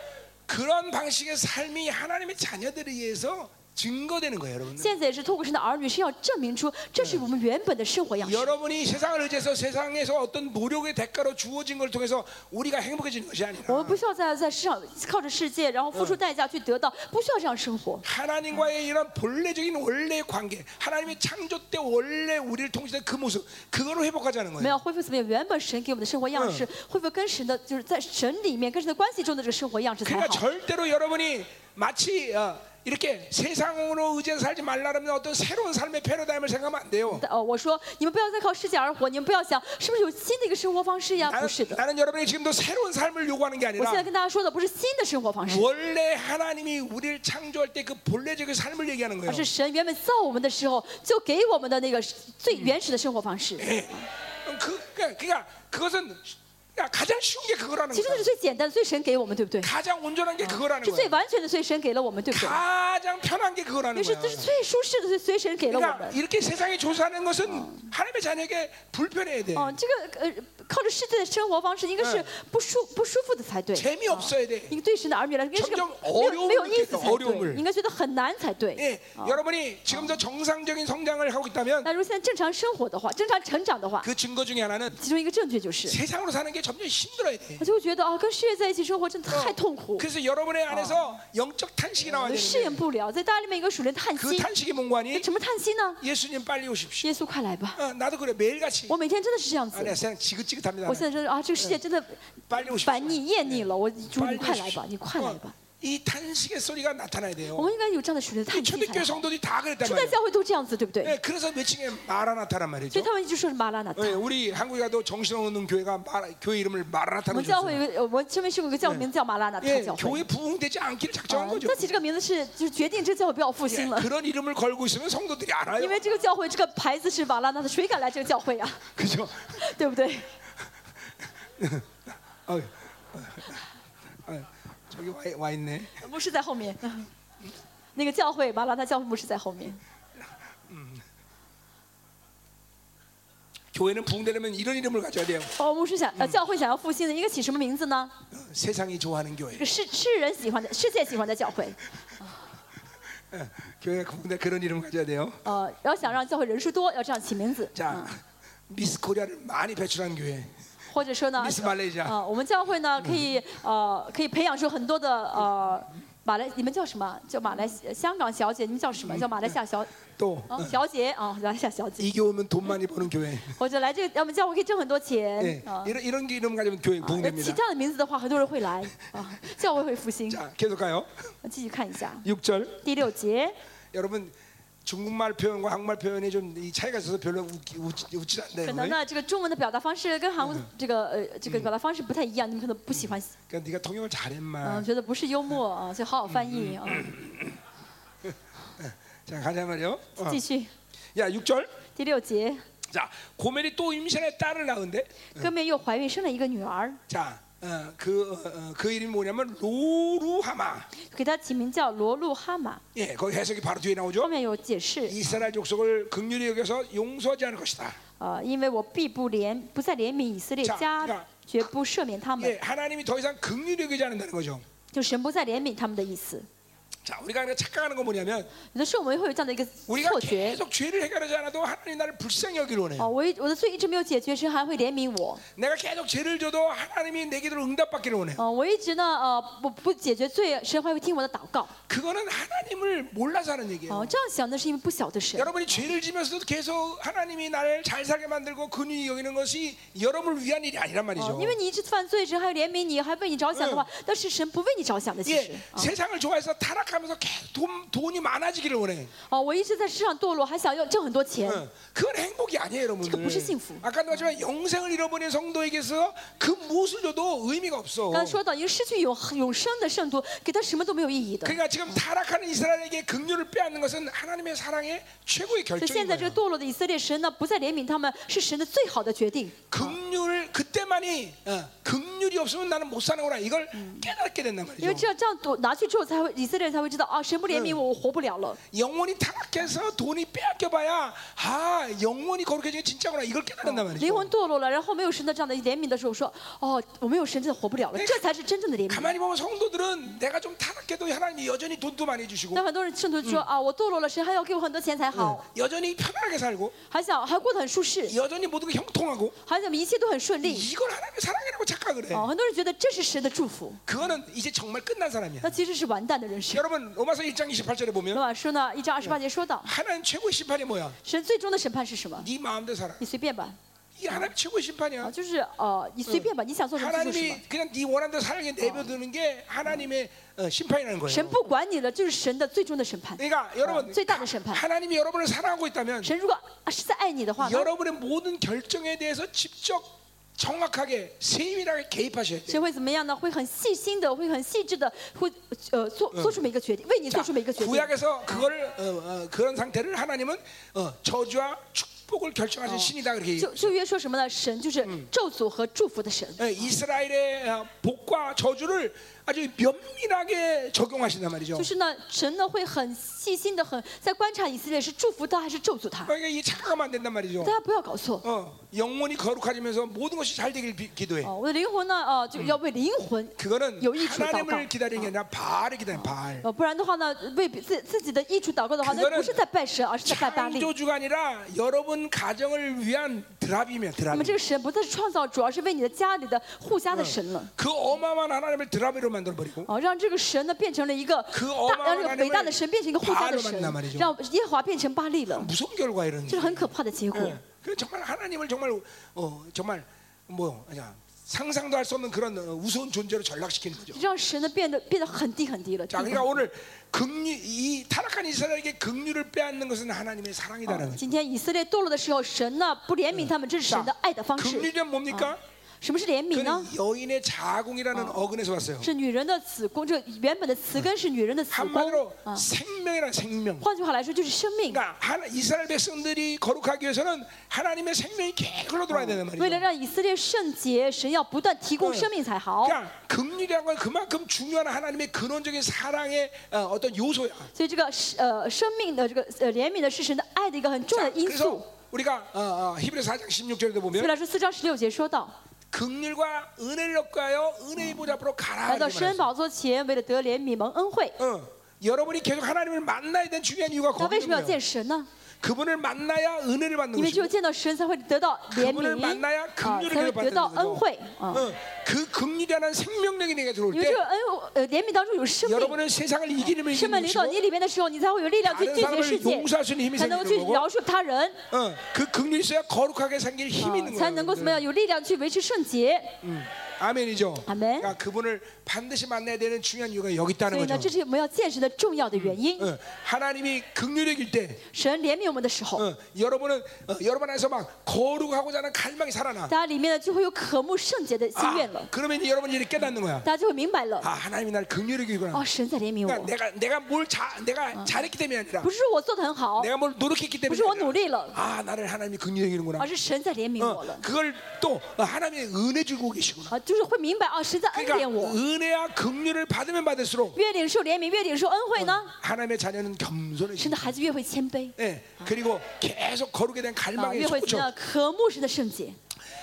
A: 그런 방식의 삶이 하나님의 자녀들에 의해서 증거되는 거예요, 여러분.
B: 现在也是透过神的儿女，是要证明出这是我们原本的生活样式。
A: 여러분이 세상을 의지해서 세상에서 어떤 노력의 대가로 주어진 걸 통해서 우리가 행복해지는 것이
B: 我们
A: 아니라
B: 不需要再在世上靠着世界，然后付出代价去得到，不需要这样生活。
A: 하나님과의 이런 본래적인 원래의 관계, 하나님의 창조 때 원래 우리를 통치한 그 모습, 그거를 회복하자는
B: 我们
A: 거예요.
B: 要恢复怎么样？原本神给我们的生活样式，恢复跟神的，就是在神里面跟神的关系中的这个生活样式才
A: 그러니까
B: 好。
A: 절대로 여러분이 마치 어, 이렇게 세상으로 의지해서 살지 말라라면 어떤 새로운 삶의 패러다임을 생각하면 안 돼요.
B: 但哦，我说你们不要再靠世界而活，你们不要想是不是有新的一个生活方式呀？
A: 나는,
B: 不是的，
A: 나는 여러분이 지금도 새로운 삶을 요구하는 게
B: 我现在
A: 아니라
B: 跟大家说的不是新的生活方
A: 음.
B: 式，
A: 원래 하나님이 우리를 창조할 때 그 본래적인 삶을 얘기하는
B: 而
A: 거예요.
B: 是神原本造我们的时候就给我们的那个最原始的生活方式。
A: 嗯 예. 그, 그러니까, 그러니까 그것은 그러니까 가장 쉬운 게 그거라는
B: 其实那
A: 거예요.
B: 是最简单的，最神给我们，对不对？
A: 가장 온전한 게 그거라는
B: 是最
A: 거예요.
B: 完全的，所以神给了我们，对不对？
A: 가장 편한 게
B: 于
A: 그거라는
B: 是
A: 거예요.
B: 这是最舒适的，所以所以神给了我
A: 그러니까
B: 们。
A: 이렇게 세상에 조사하는 것은 하나님의 자녀에게 불편해야 돼.
B: 哦，这个呃，靠着世界的生活方式，应该是不舒不舒服的才对。
A: 네. 재미없어야 돼.
B: 应该对神的儿女来说，应该是个
A: 점점
B: 没有没有意思才
A: 어려움을느꼈어어려움을
B: 对，应该觉得很难才对。
A: 예, 여러분이 지금도 정상적인 성장을 하고 있다면
B: 那如果现在正常生活的话，正常成长的话，
A: 그 증거 중에 하나는
B: 其中一个证据就是，
A: 세상으로 사는 게 점점 힘들어야 돼.
B: 我就会觉得哦，跟世界在一起生活真的太痛苦，
A: 그래서 여러분의 안에서 영적 탄식이 나와야
B: 适
A: 되는데
B: 应不了，在大家里面一个属灵的叹
A: 그
B: 息。
A: 탄식이 뭔가니?
B: 什么叹息呢？
A: 예수님 빨리 오십시오.
B: 耶稣快来 吧！
A: 어, 나도 그래 매일같이.
B: 我每天真的是这样子
A: 아, ， 내가 세상 지긋지긋합니다.
B: 哎我现在真的啊，这个世界真的
A: 빨리 오십시오.
B: 烦你厌腻了，我主你
A: 빨리
B: 快来吧，你
A: 오십시오.
B: 快来吧
A: 어, 이 탄식의 소리가 나타나야 돼요.
B: 我们应该有这样的属灵哦的叹气
A: 초대교회
B: 才好。
A: 성도들이 다 그랬단
B: 初代
A: 말이에요.
B: 教会都这样子，对不对？
A: 네, 그래서 매칭에 마라나타란
B: 所
A: 말이죠.
B: 以他们就说是马拉纳塔
A: 네, 。 우리 한국에 가도 정신없는 교회가 마라, 교회 이름을
B: 我
A: 마라나타로
B: 们哎教会
A: 줬어요.
B: 有一个，我们身边是有一个教名字叫马拉纳塔
A: 예,
B: 教会。
A: 교회 부흥되지 않기를
B: 啊
A: 작정한 ， 거죠.
B: 但起这个名字是就是决定这教会不要复
A: 예,
B: 兴了，
A: 그런 이름을 걸고 있으면 성도들이 알아요.
B: 因为这个教会这个牌子是马拉纳塔，谁敢来这个教会啊？
A: 그죠?
B: 对不对？
A: 어, 어, 어, 저기 와, 와 있네.
B: 牧师在后面， 那个教会马拉纳教会牧师在后面。
A: 교회는 부흥되려면 이런 이름을 가져야 돼요.
B: 哦，牧师想呃，教会想要复兴的，应该起什么名字呢？
A: 어, 세상이 좋아하는 교회.
B: 这个世世人喜欢的，世界喜欢的教会。
A: 어, 교회가 부흥돼 그런 이름을 가져야 돼요.
B: 呃，然后想让教会人数多，要这样起名字。
A: 자, 미스 코리아를 많이 배출한 교회.
B: 或者说呢
A: Miss Malaysia
B: 呃，我们教会呢可以呃可以培养出很多的呃马来，你们叫什么？叫马来西呃香港小姐，你们叫什么？叫马来西亚小
A: 또
B: 啊小姐啊，马来西亚小姐。
A: 이 교회 오면 돈 많이 버는 교회.
B: 或者来这个，我们教会可以挣很多
A: 예,
B: 钱啊。
A: 이런 이런 게 이름 가지면 교회
B: 那起
A: 부흥됩니다.
B: 这样的名字的话，很多人会来啊，教会会复兴。呃
A: 자, 계속 가요.
B: 继续看一下
A: 6절.
B: 第六节，
A: 여러분 중국말 표현과 한국말 표현이 좀 이 차이가 있어서 별로 웃기, 웃지, 웃지
B: 可
A: 않네요. 그래?
B: 能呢这个中文的表达方式跟韩国的这个呃这个表达方式不太一样，你们可能不喜欢，
A: 그러니까 네가 통역을 잘했마.
B: 嗯，觉得不是幽默啊，所以好好翻译啊。
A: 자, 가자 말이요. 어.
B: 啊继续
A: 야 6절.
B: 第六节，
A: 자, 고멜이 또 임신해 딸을 낳은데.
B: 哥妹又怀孕生了一个女儿。
A: 자, 어, 그, 어, 어, 그 이름이 뭐냐면 로루하마.
B: 给他起名叫罗路哈马，
A: 예, 거기 해석이 바로 뒤에
B: 后
A: 나오죠.
B: 面有解释，
A: 이스라엘 족속을 극률히 여겨서 용서하지 않을 것이다.
B: 呃，因为我必不怜，不再怜悯以色列
A: 这样这样
B: 家，绝不赦免他
A: 예,
B: 们，
A: 하나님이 더 이상 극률히 여기지 않는다는 거죠.
B: 就神不再怜悯他们的意思。
A: 자, 우리가 그냥 착각하는 건 뭐냐면
B: 有的时候我们会有这样的一个
A: 우리가
B: 错觉，
A: 계속 죄를 해결하지 않아도 하나님 나를 불쌍히 여기로 오네요.
B: 哦，我一我的罪一直没有解决，神还会怜悯我。
A: 내가 계속 죄를 줘도 하나님이 내 기도를 응답받기를 원해요.
B: 哦，我一直呢，呃，不不解决罪，神还会听我的祷告。
A: 그거는 하나님을 몰라서 하는 얘기예요.
B: 哦，这样想那是因为不晓得神。
A: 여러분이 죄를 지면서도 계속 하나님이 나를 잘 살게 만들고 근육이 여기는 것이 여러분을 위한 일이 아니란
B: 哦
A: 말이죠. ，
B: 因为你一嗯直犯罪，神还怜悯你，还为你着想的话，但是神不为你着想的。其实
A: 예, ，
B: 啊
A: 세상을 좋아해서 타락하면서 계속 돈, 돈이 많아지기를 원해.
B: 哦，我一直在世上堕落，还想要挣很多钱。
A: 어, 그건 행복이 아니에요, 여러분들.
B: 예. 지금 무슨幸福?
A: 아까도 말했지만 영생을 잃어버린 성도에게서 그 무엇을 줘도 의미가 없어.
B: 刚才说到，已经失去永永生的圣徒，给他什么都没有意义的。
A: 그러니까 지금 타락하는 이스라엘에게 긍휼을 빼앗는 것은 하나님의 사랑의 최고의
B: 所以
A: 결정인
B: 现在这个
A: 거예요.
B: 堕落的以色列神呢，不再怜悯他们，是神的最好的决定。
A: 긍휼을 그때만이 어, 긍휼이 없으면 나는 못 사는구나 이걸
B: 음.
A: 깨닫게 된단
B: 因为
A: 말이죠.
B: 这样这样夺拿去之后，才会以色列人才会知道啊，神不怜悯我，我活不了了。
A: 영혼이 타락해서 돈이 빼앗겨봐야 아 영혼이 거룩해진 게 진짜구나 이걸 깨닫는단
B: 灵
A: 말이죠.
B: 魂堕落了，然后没有神的这样的怜悯的时候，说哦，我没有神真的活不了了，这才是真正的怜悯。
A: 가만히 보면 성도들은 내가 좀 타락해도 하나님이 여전히 돈도 많이 주시고
B: 那很多人甚至说啊，我堕落了，神还要给我很多钱才好，
A: 여전히 편하게 살고
B: 还想还过得很舒适，
A: 여전히 모든 게 형통하고
B: 还想一切都很顺利。
A: 이걸 하나님의 사랑이라고 착각을 해.
B: 哦，很多人觉得这是神的祝福，
A: 그거는 이제 정말 끝난 사람이야.
B: 那其实是完蛋的人生。
A: 여러분 로마서 1장 28절에
B: 罗
A: 보면
B: 马书呢一章二十八节说到，
A: 하나님 최고의 심판이 뭐야?
B: 神最终的审判是什么？
A: 네 마음대로 살아.
B: 你随便吧，
A: 이게 하나님 최고의
B: 啊，
A: 심판이야.
B: 就是呃，你随便吧，你想做什么就做什么。
A: 하나님이 그냥 네 원하는 대로 살게 내버려두는 게 하나님의 어, 심판이라는
B: 神
A: 거예요.
B: 不管你了，就是神的最终的审判。
A: 그러니까 여러분
B: 어, 最大的 심판.
A: 하나님이 여러분을 사랑하고 있다면
B: 神如果啊是在爱你的话呢，
A: 여러분의 모든 결정에 대해서 직접 정확하게 세밀하게 개입하셔야 돼요.
B: 神会怎么样呢？会很细心的，会很细致的，会呃做做出每一个决定，为你
A: 자,
B: 做出每一个决定。
A: 구약에서 그걸 어, 어, 그런 상태를 하나님은 어, 저주와 축복을 결정하신 신이다 그렇게 얘기해요.
B: 就就约说什么呢？神就是咒诅和祝福的神。
A: 예, 이스라엘의 어, 복과 저주를 아주 면밀하게 적용하신단 말이죠.
B: 就是呢，神呢会很细心的，很在观察以色列是祝福他还是咒诅他，
A: 그러니까 이 착각하면 안 된단 말이죠.
B: 大家不要搞错。
A: 어, 영혼이 거룩해지면서 모든 것이 잘 되길 비- 기도해.
B: 哦，我的灵魂呢，呃，就要为灵魂，
A: 그거는
B: 요 이치로
A: 하나님을
B: 祷告。
A: 기다리는 어. 게 아니라 바알을 기다리는 바알.
B: 呃，不然的话呢，为自自己的益处祷告的话，
A: 그거는
B: 那不是在拜神，而是在拜巴利。
A: 창조주가 아니라 여러분 가정을 위한 드랍이면
B: 那么
A: 드랍.
B: 这个神不再是创造主，而是为你的家里的护家的神了。
A: 그 어마어마한 하나님을 드랍이로 만들어 버리고
B: 哦，让这个神呢变成了一个
A: 그
B: 大，让这个伟大的神变成一个护家的神
A: 어마어마한하나님을바알로만든단말이죠 ，
B: 让耶和华变成巴利了，
A: 무서운 결과 이런
B: 这是
A: 게.
B: 嗯很可怕的结果。
A: 예. 그 정말 하나님을 정말 어 정말 어, 뭐 아니야 상상도 할 수 없는 그런 어, 우스운 존재로 전락시키는 거죠.
B: 让神呢变得变得很低很低了。
A: 자,
B: 低
A: 그러니까 오늘 긍휼 이 타락한 이스라엘에게 긍휼을 빼앗는 것은 하나님의 사랑이다라는
B: 啊
A: 거죠.
B: 今天以色列堕落的时候，神呢不怜悯他们，这是神的爱的方式。
A: 긍휼이란 뭡니까?
B: 什么是怜悯呢？
A: 그는 여인의 자궁이라는 어. 어근에서 그 왔어요.
B: 是女人的子宫，这原本的词根是女人的
A: 嗯
B: 子宫
A: 한마디로
B: 啊。
A: 생명이란 생명.
B: 换句话来说，就是生命。
A: 그러니까 하나- 이스라엘 백성들이 거룩하기 위해서는 하나님의 생명이 계속 흘러들어야 되는
B: 为了
A: 말이죠.
B: 让以色列圣洁，神要不断提供生命才好。
A: 그러니까 긍휼이란 건 그만큼 중요한 하나님의 근원적인 사랑의 어, 어떤 요소야.
B: 所以这个是呃生命的这个呃怜悯呢，是神的爱的一个很重要
A: 자,
B: 的因素。
A: 그래서 우리가 어, 어, 히브리 4장 16절에도
B: 希伯
A: 보면
B: 来书四章十六节说到，
A: 긍휼과 은혜를 얻고하여 은혜의 보좌 앞으로 가라.
B: 来到
A: 이렇게
B: 神
A: 말했어요.
B: 宝座前，为了得怜悯蒙恩惠。
A: 어, 여러분이 계속 하나님을 만나야 되는 중요한 이유가
B: 那为什么要
A: 거기에요.
B: 见神呢？
A: 그분을 만나야 은혜를 받는
B: 因为只有
A: 것이고,
B: 见到神，才会得到怜
A: 그분을
B: 悯，
A: 만나야
B: 啊，
A: 긍휼을
B: 才
A: 계속
B: 会得
A: 받는
B: 到恩
A: 거죠.
B: 惠啊。
A: 어, 그 긍휼이라는 생명력이 내게 들어올
B: 因为这个
A: 때
B: 恩呃怜悯当中有生命，
A: 여러분은 세상을 이기려면
B: 生
A: 이기는
B: 命领导
A: 것이고
B: 你里面的时候，你才会有力量去
A: 다른
B: 拒绝世
A: 사람을
B: 界，
A: 용서할 수 있는 힘이
B: 才能够
A: 생기는
B: 去
A: 거고
B: 饶恕他人，
A: 어, 그 긍휼이 있어야 거룩하게 생길 힘이
B: 啊
A: 있는
B: 才能够
A: 거예요
B: 怎么样有力嗯量去维持圣洁。
A: 음, 아멘이죠
B: 아멘.
A: 그러니까 그분을 반드시 만나야 되는 중요한 이유가 여기 있다는
B: 所以呢，
A: 거죠
B: 这是我们要见识的重要的原因。
A: 어, 하나님이 긍휼을 길 때
B: 神怜悯我们的时候，
A: 어, 여러분은 어, 여러분 안에서 막 거룩하고자 하는 갈망이 살아나
B: 大家里面呢就会有渴慕圣洁的心愿了
A: 아, ， 그러면 이제 여러분이 이제 깨닫는 거야
B: 大家就会明白了
A: 아 ， 하나님이 날 긍휼히 기구나
B: 哦，神在怜悯
A: 그러니까
B: 我，
A: 내가 내가 뭘 자, 내가 잘했기 때문이 아니라
B: 不是说我做的很好，
A: 내가 뭘 노력했기
B: 不
A: 때문에
B: 是我
A: 아니라
B: 努力了，
A: 아 나를 하나님이 긍휼히 기는구나
B: 而是神在怜悯我
A: 어,
B: 了，
A: 그걸 또 어, 하나님의 은혜 주고 계시구나
B: 啊，就是会明白啊，神在恩
A: 그러니까
B: 典我，
A: 은혜와 긍휼을 받으면 받을수록
B: 越领受怜悯，越领受恩惠呢，
A: 하나님의 자녀는
B: 神
A: 겸손해지고
B: 的孩子越会谦卑。
A: 예, 그리고 계속 거룩에 대한
B: 啊，
A: 갈망이
B: 越会怎么
A: 솟구쳐
B: 样渴慕神的圣洁，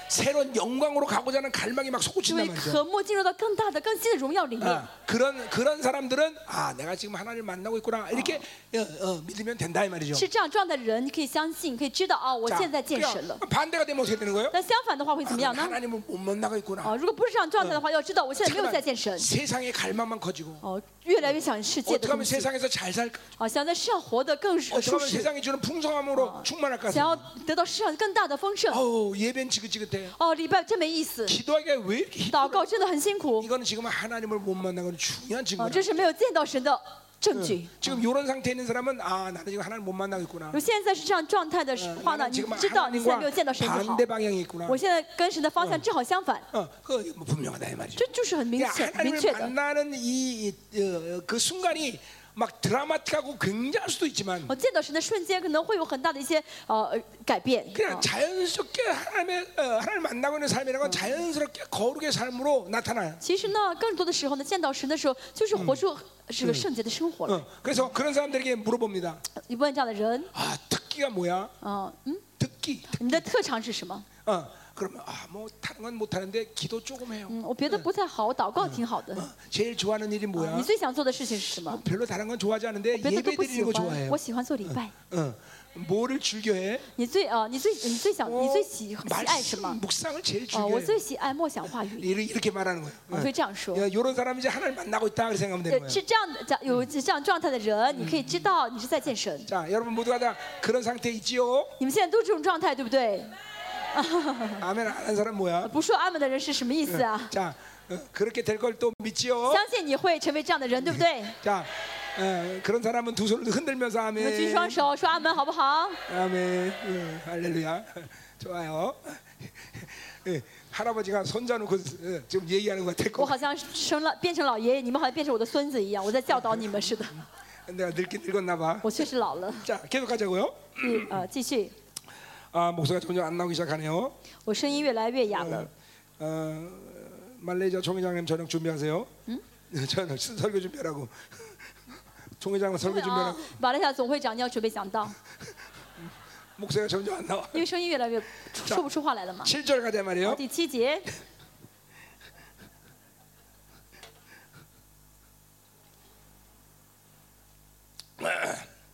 A: 새로운 영광으로 가고자 하는 갈망이 막
B: 因为
A: 솟구친단 말이죠
B: 渴慕进入到更大的、更新的荣耀里面。
A: 아, 그런 그런 사람들은 아 내가 지금 하나님을 만나고 있구나 이렇게 어, 어, 믿으면 된다 이 말이죠
B: 是这样状态的人，你可以相信，可以知道啊，我
A: 자,
B: 现在见神了
A: 그러니까 。 반대가 되면 어떻게 되는 거예요?
B: 但相反的话会怎么样嗯呢？
A: 하나님을 못 만나고 있구나
B: 啊，如果不是这样状态的话，要知道我现在没有
A: 잠깐만,
B: 在见神，
A: 세상의 갈망만 커지고
B: 哦，越来越想世界的
A: 어떻게
B: 东
A: 하면
B: 西，
A: 세상에서 잘 살까?
B: 啊，想在世上活得更舒
A: 어떻게 어.
B: 舒
A: 하면
B: 适，
A: 세상이 주는 풍성함으로 충만할까?
B: 想要得到世上更大的丰盛。
A: 어우 예배는 지긋지긋해.
B: 哦，礼拜真没意思，
A: 기도하기가 왜 이렇게 힘?
B: 祷告真的很辛苦，
A: 이거는 지금 하나님을 못 만나는 중요한
B: 啊，
A: 증거야.
B: 这是没有见到神的证据。
A: 지금 이런 상태에 있는 사람은 아 나는 지금 하나님 못 만나고 있구나.
B: 如果现在是这样状态的话呢，
A: 나는
B: 嗯你
A: 지금
B: 知道你现在没有
A: 하나님과
B: 见到神就好
A: 반대 。 방향이 있구나.
B: 我现在跟神的方向正好相反，
A: 어, 그거 뭐 분명하다 이 말이죠.
B: 这就是很明
A: 그러니까
B: 显、很明
A: 하나님을
B: 确的。
A: 만나는 어， 이그 순간이 막 드라마틱하고 굉장할 수도 있지만
B: 我见到神的瞬间，可能会有很大的一些呃改变。
A: 그냥
B: 啊
A: 자연스럽게 하나님의 어, 하나님을 만나고 있는 삶이라는
B: 어。
A: 건 자연스럽게 거룩의 삶으로 나타나요.
B: 其实呢，更多的时候呢，见到神的时候，就是活出这个圣洁的生活了。
A: 어, 그래서 그런 사람들에게 물어봅니다.
B: 你问这样的人，
A: 아 특기가 뭐야?
B: 啊，嗯，
A: 특기.
B: 你的特长是什么？
A: 어, 그러면 아뭐 다른 건 못하는데 기도 조금 해요.
B: 嗯，我别的不太好，我祷告挺好的。
A: 어, 제일 좋아하는 일이
B: 啊
A: 뭐야?
B: 你最想做的事情是什么？
A: 별로 다른 건 좋아하지 않은데
B: 别的都
A: 예배
B: 不喜
A: 드리는 거
B: 欢，
A: 좋아해요.
B: 我喜欢做礼拜。
A: 어, 뭐를 즐겨해?
B: 你最啊，你最你最想你最喜喜爱什
A: 말씀
B: 么？
A: 묵상을 제일
B: 啊，我
A: 즐겨해.
B: 最喜爱默想话语，
A: 이렇게, 이렇게 말하는 거예요.
B: 我会这样说。
A: 이런 사람이 이제 하나님 만나고 있다 그렇게 생각하면
B: 呃
A: 되는 ， 어, 거예요.
B: 是这样的，这样有这样状态的人，你可以知道你是在见神。
A: 자 여러분 모두가 다 그런 상태 에 있지요?
B: 你们现在都这种状态，对不对？
A: 아멘 안 한 사람 뭐야?
B: 不说阿门的人是什么意思啊？
A: 자 어, 그렇게 될 걸 또 믿지요.
B: 相信你会成为这样的人，对不对？
A: 자 어, 그런 사람은 두 손을 흔들면서
B: 你们举
A: 아멘.
B: 双手说阿门，好不好？
A: 아멘. 예, 할렐루야. 좋아요. 예, 할아버지가 손자놓고 예, 지금 얘기하는 것 같아.
B: 我好像成了变成老爷爷，你们好像变成我的孙子一样，我在教导你们似的。
A: 내가 늙긴 늙었나 봐.
B: 我确实老了。
A: 자 계속하자고요.
B: 继呃，继续，
A: 아 목소리가 점점 안 나오기 시작하네요.
B: 我声音越来越哑
A: 어,
B: 了。
A: 어, 말레이시아 총 회장님 저녁 준비하세요. 네, 저녁 수- 설교 준비하라고. 총 회장 아. 설교
B: 啊
A: 준비하라고. ，
B: 马来西亚总会长，你要准备讲道，
A: 목소리가 점점 안 나와.
B: 因为声音越来越说不出话来了嘛。
A: 7절 가자 말이에요.
B: 第七节，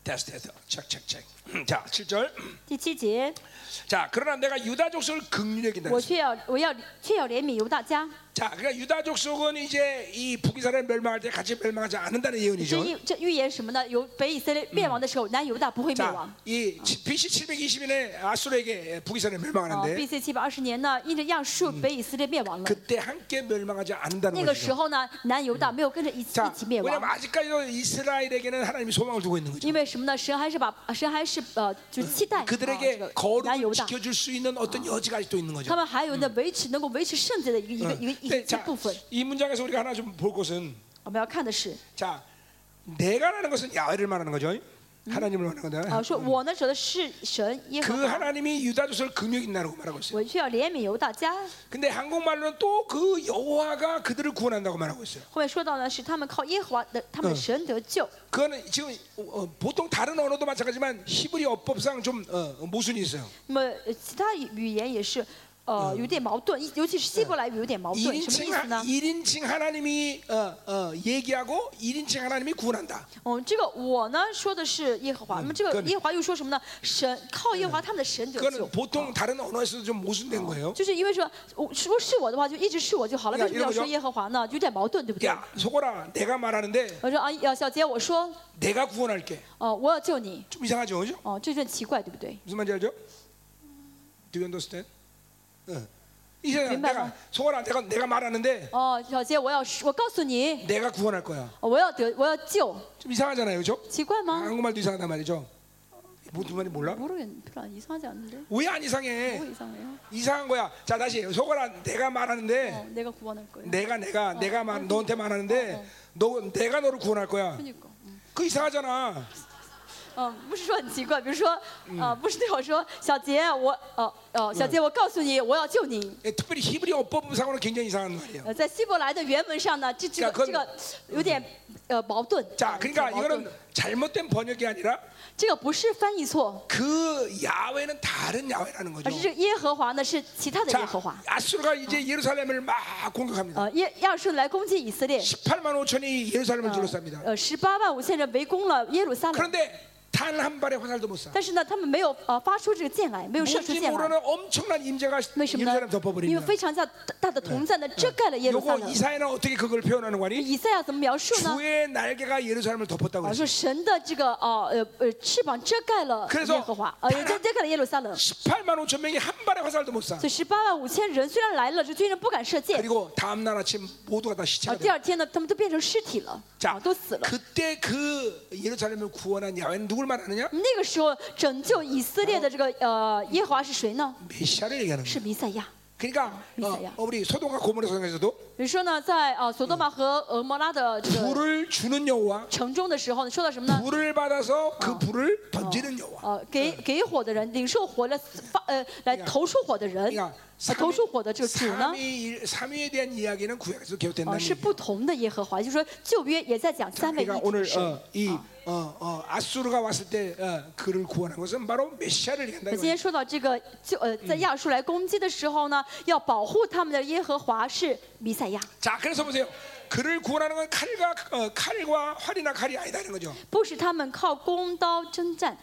A: 테스트 테스트. 책책책. 음, 자, 7절.
B: 第七节，
A: 자, 그러나 내가 유다 족속을 극률여긴다.
B: 我却要我要却要怜悯由大家，
A: 자, 그러니까 유다족 속은 이제 이 북이스라엘 멸망할 때 같이 멸망하지 않는다는
B: 这
A: 예언이죠.
B: 预这预言什么呢？犹北以色列灭亡的时候，南犹大不会灭亡
A: 자, 。이 BC 720년에 아수르에게 북이스라엘
B: 啊
A: 멸망하는데
B: ，B.C. 七百二十年呢，因着样述，北以色列灭亡了。
A: 그때 함께 멸망하지 않는다는
B: 那个时
A: 거죠.
B: 候呢，南犹大没有跟着一起一
A: 자,
B: 起灭亡
A: 왜냐면 。 아직까지도 이스라엘에게는 하나님이 소망을 두고 있는 거죠.
B: 因为什么呢？神还是把神还是呃，就是期待、啊、这
A: 그들에게
B: 个南
A: 거룩을
B: 犹大，
A: 지켜줄 수 있는 어떤 여지가 아직도 있는
B: 他
A: 거죠.
B: 们还有呢维持能够维持圣洁的一个
A: 어.
B: 一个一个一
A: 근데
B: 个
A: 자,
B: 部分。
A: 이 문장에서 우리가 하나 좀 볼 것은
B: 我们要看的是，
A: 자, 내가라는 것은 야훼를 말하는 거죠. 하나님을 말하는 거다.
B: 啊，说我呢指的是神耶
A: 그
B: 和华，
A: 아, 하나님이 유다조선을 금욕 있나라고 말하고 있어요.
B: 我却要怜悯犹大家。
A: 근데 한국말로는 또 그 여호와가 그들을 구원한다고 말하고 있어요.
B: 后面说到呢，是他们靠耶和华的他们的
A: 嗯
B: 神得救。
A: 그거는 지금 어, 어, 보통 다른 언어도 마찬가지지만 히브리 어법상 좀 어, 어, 모순이 있어요.
B: 那么呃其他语言也是，呃，有点矛盾，一尤其是希伯来语有点矛盾，什么
A: 1인칭,
B: 意思
A: 하, ？
B: 呢
A: 1인칭 하나님이 어, 어, 얘기하고 1인칭 하나님이 구원한다.
B: 嗯，这个我呢说的是耶和华，那么这个
A: 跟
B: 耶和华又说什么呢？神靠耶和华他们的神得救
A: 그거는 。 보통 다른 그렇죠. 언어에서도 좀 모순된 거예요.
B: 就是因为说，我说是我的话，就一直是我就好了，
A: 呀
B: 为什么
A: 因
B: 要
A: 为
B: 说
A: 我
B: 耶和华呢？有点矛盾，对不对？
A: 야 소거라 내가 말하는데
B: 我说啊，呀，小姐，我说，
A: 내가 구원할게.
B: 哦，我要救你，
A: 좀 이상하죠, 그죠?
B: 哦，这就很奇怪，对不对？
A: 무슨 말인지 알죠? Do you understand? 응. 이제
B: 민망해.
A: 내가 소거라 내가 내가 말하는데
B: 哦，小姐，我要说，我告诉你，
A: 내가 구원할 거야.
B: 哦我要得，我要救，
A: 좀 이상하잖아요, 그죠?
B: 奇怪吗？
A: 한국말도 이상하단 말이죠. 무슨 말이 몰라?
B: 모르겠별안이상하지않는데
A: 왜 안
B: 뭐
A: 이상해?
B: 이상해요
A: 이상한 거야. 자 다시 소거라 내가 말하는데
B: 어내가구원할거예요
A: 내가 내가 내가 말 너한테
B: 어, 어.
A: 말하는데 너 내가 너를 구원할 거야.
B: 그러니까嗯
A: 그 이상하잖아.
B: 嗯，不是说很奇怪，比如说，呃，不是对我说，小杰，我，呃，呃，小杰，我告诉你，我要救你。
A: 예, 특별히 히브리 어법상으로는 굉장히 이상한 말이에요.
B: 呃，在希伯来的原文上呢，这这
A: 자
B: 个
A: 그
B: 这
A: 건
B: 个有点呃矛盾。
A: 자
B: 有点
A: 그러니까
B: 矛盾
A: 이거는 잘못된 번역이 아니라
B: 这个不是翻译错，
A: 그 야외는 다른 야외라는
B: 而
A: 거죠.
B: 是这个耶和华呢是其他的耶
A: 자
B: 和华。
A: 아수르가 이제 예루살렘을 막 공격합니다.
B: 呃，耶亚述来攻击以色列，
A: 18만 5천이 예루살렘을
B: 呃
A: 둘러쌉니다.
B: 呃，十八万五千人围攻了耶路撒冷，
A: 그런데 단 한 발의 화살도 못 쏴.
B: 但是呢，他们没有呃发出这个箭来，没有射出
A: 지
B: 箭来，
A: 모르는 엄청난 임재가
B: 为什么呢
A: 예루살렘 ？
B: 因为
A: 덮어버립니다.
B: 非常大大的同在呢遮盖了耶路撒
A: 요거
B: 冷。
A: 이사야는 어떻게 그걸 표현하는 거니?
B: 以赛亚怎么描述呢？
A: 주의 날개가 예루살렘을 덮었다고
B: 啊，
A: 했어.
B: 说神的这个呃呃呃翅膀遮盖了
A: 그래서
B: 耶和华，呃遮遮盖了耶路撒冷。
A: 18만 5천 명이 한 발의 화살도 못 쏴.
B: 所以十八万五千人虽然来了，这军人不敢射箭。
A: 그리고 다음 날 아침 모두가 다
B: 啊，
A: 시체가
B: 第
A: 돼.
B: 二天呢，他们都变成尸体了，啊，
A: 자,
B: 都死了。
A: 그때 그 예루살렘을 구원한 야훼는 누굴 말하느냐?
B: 那个时候拯救以色列的这个呃耶和华是谁呢？
A: 메시아를 얘기하는 거야.
B: 是弥赛亚。
A: 그러니까
B: 메시아야.
A: 어, 어, 우리 소동과 고모의 성경에서도
B: 比如说呢，在呃索多玛和俄摩拉的这个
A: 불을 주는 여호와,
B: 城中的时候呢，说到什么呢？
A: 불을 받아서
B: 어.
A: 그 불을 던지는 여호와.
B: 呃，给给火的人，领受火来发呃来投出火的人，
A: 그러니까
B: 啊投出火的这个主呢，
A: 삼위 삼위에 대한 이야기는 구약에서
B: 呃
A: 기록된다는
B: 是
A: 얘기야.
B: 不同的耶和华，就是说旧约也在讲三位一
A: 그러니까
B: 体
A: 오늘
B: 的神。
A: 어, 이 어, 어, 아수르가 왔을 때 어, 그를 구원한 것은 바로 메시아를
B: 我
A: 얘기한다는
B: 今天
A: 거예요.
B: 说到这个，就呃，在亚述来攻击的时候呢，要保护他们的耶和华是弥赛亚。
A: 자, 그래서 보세요. 그를 구원하는 건 칼과 어, 칼과 활이나 칼이 아니다는 거죠.
B: 不使他们靠弓刀征战，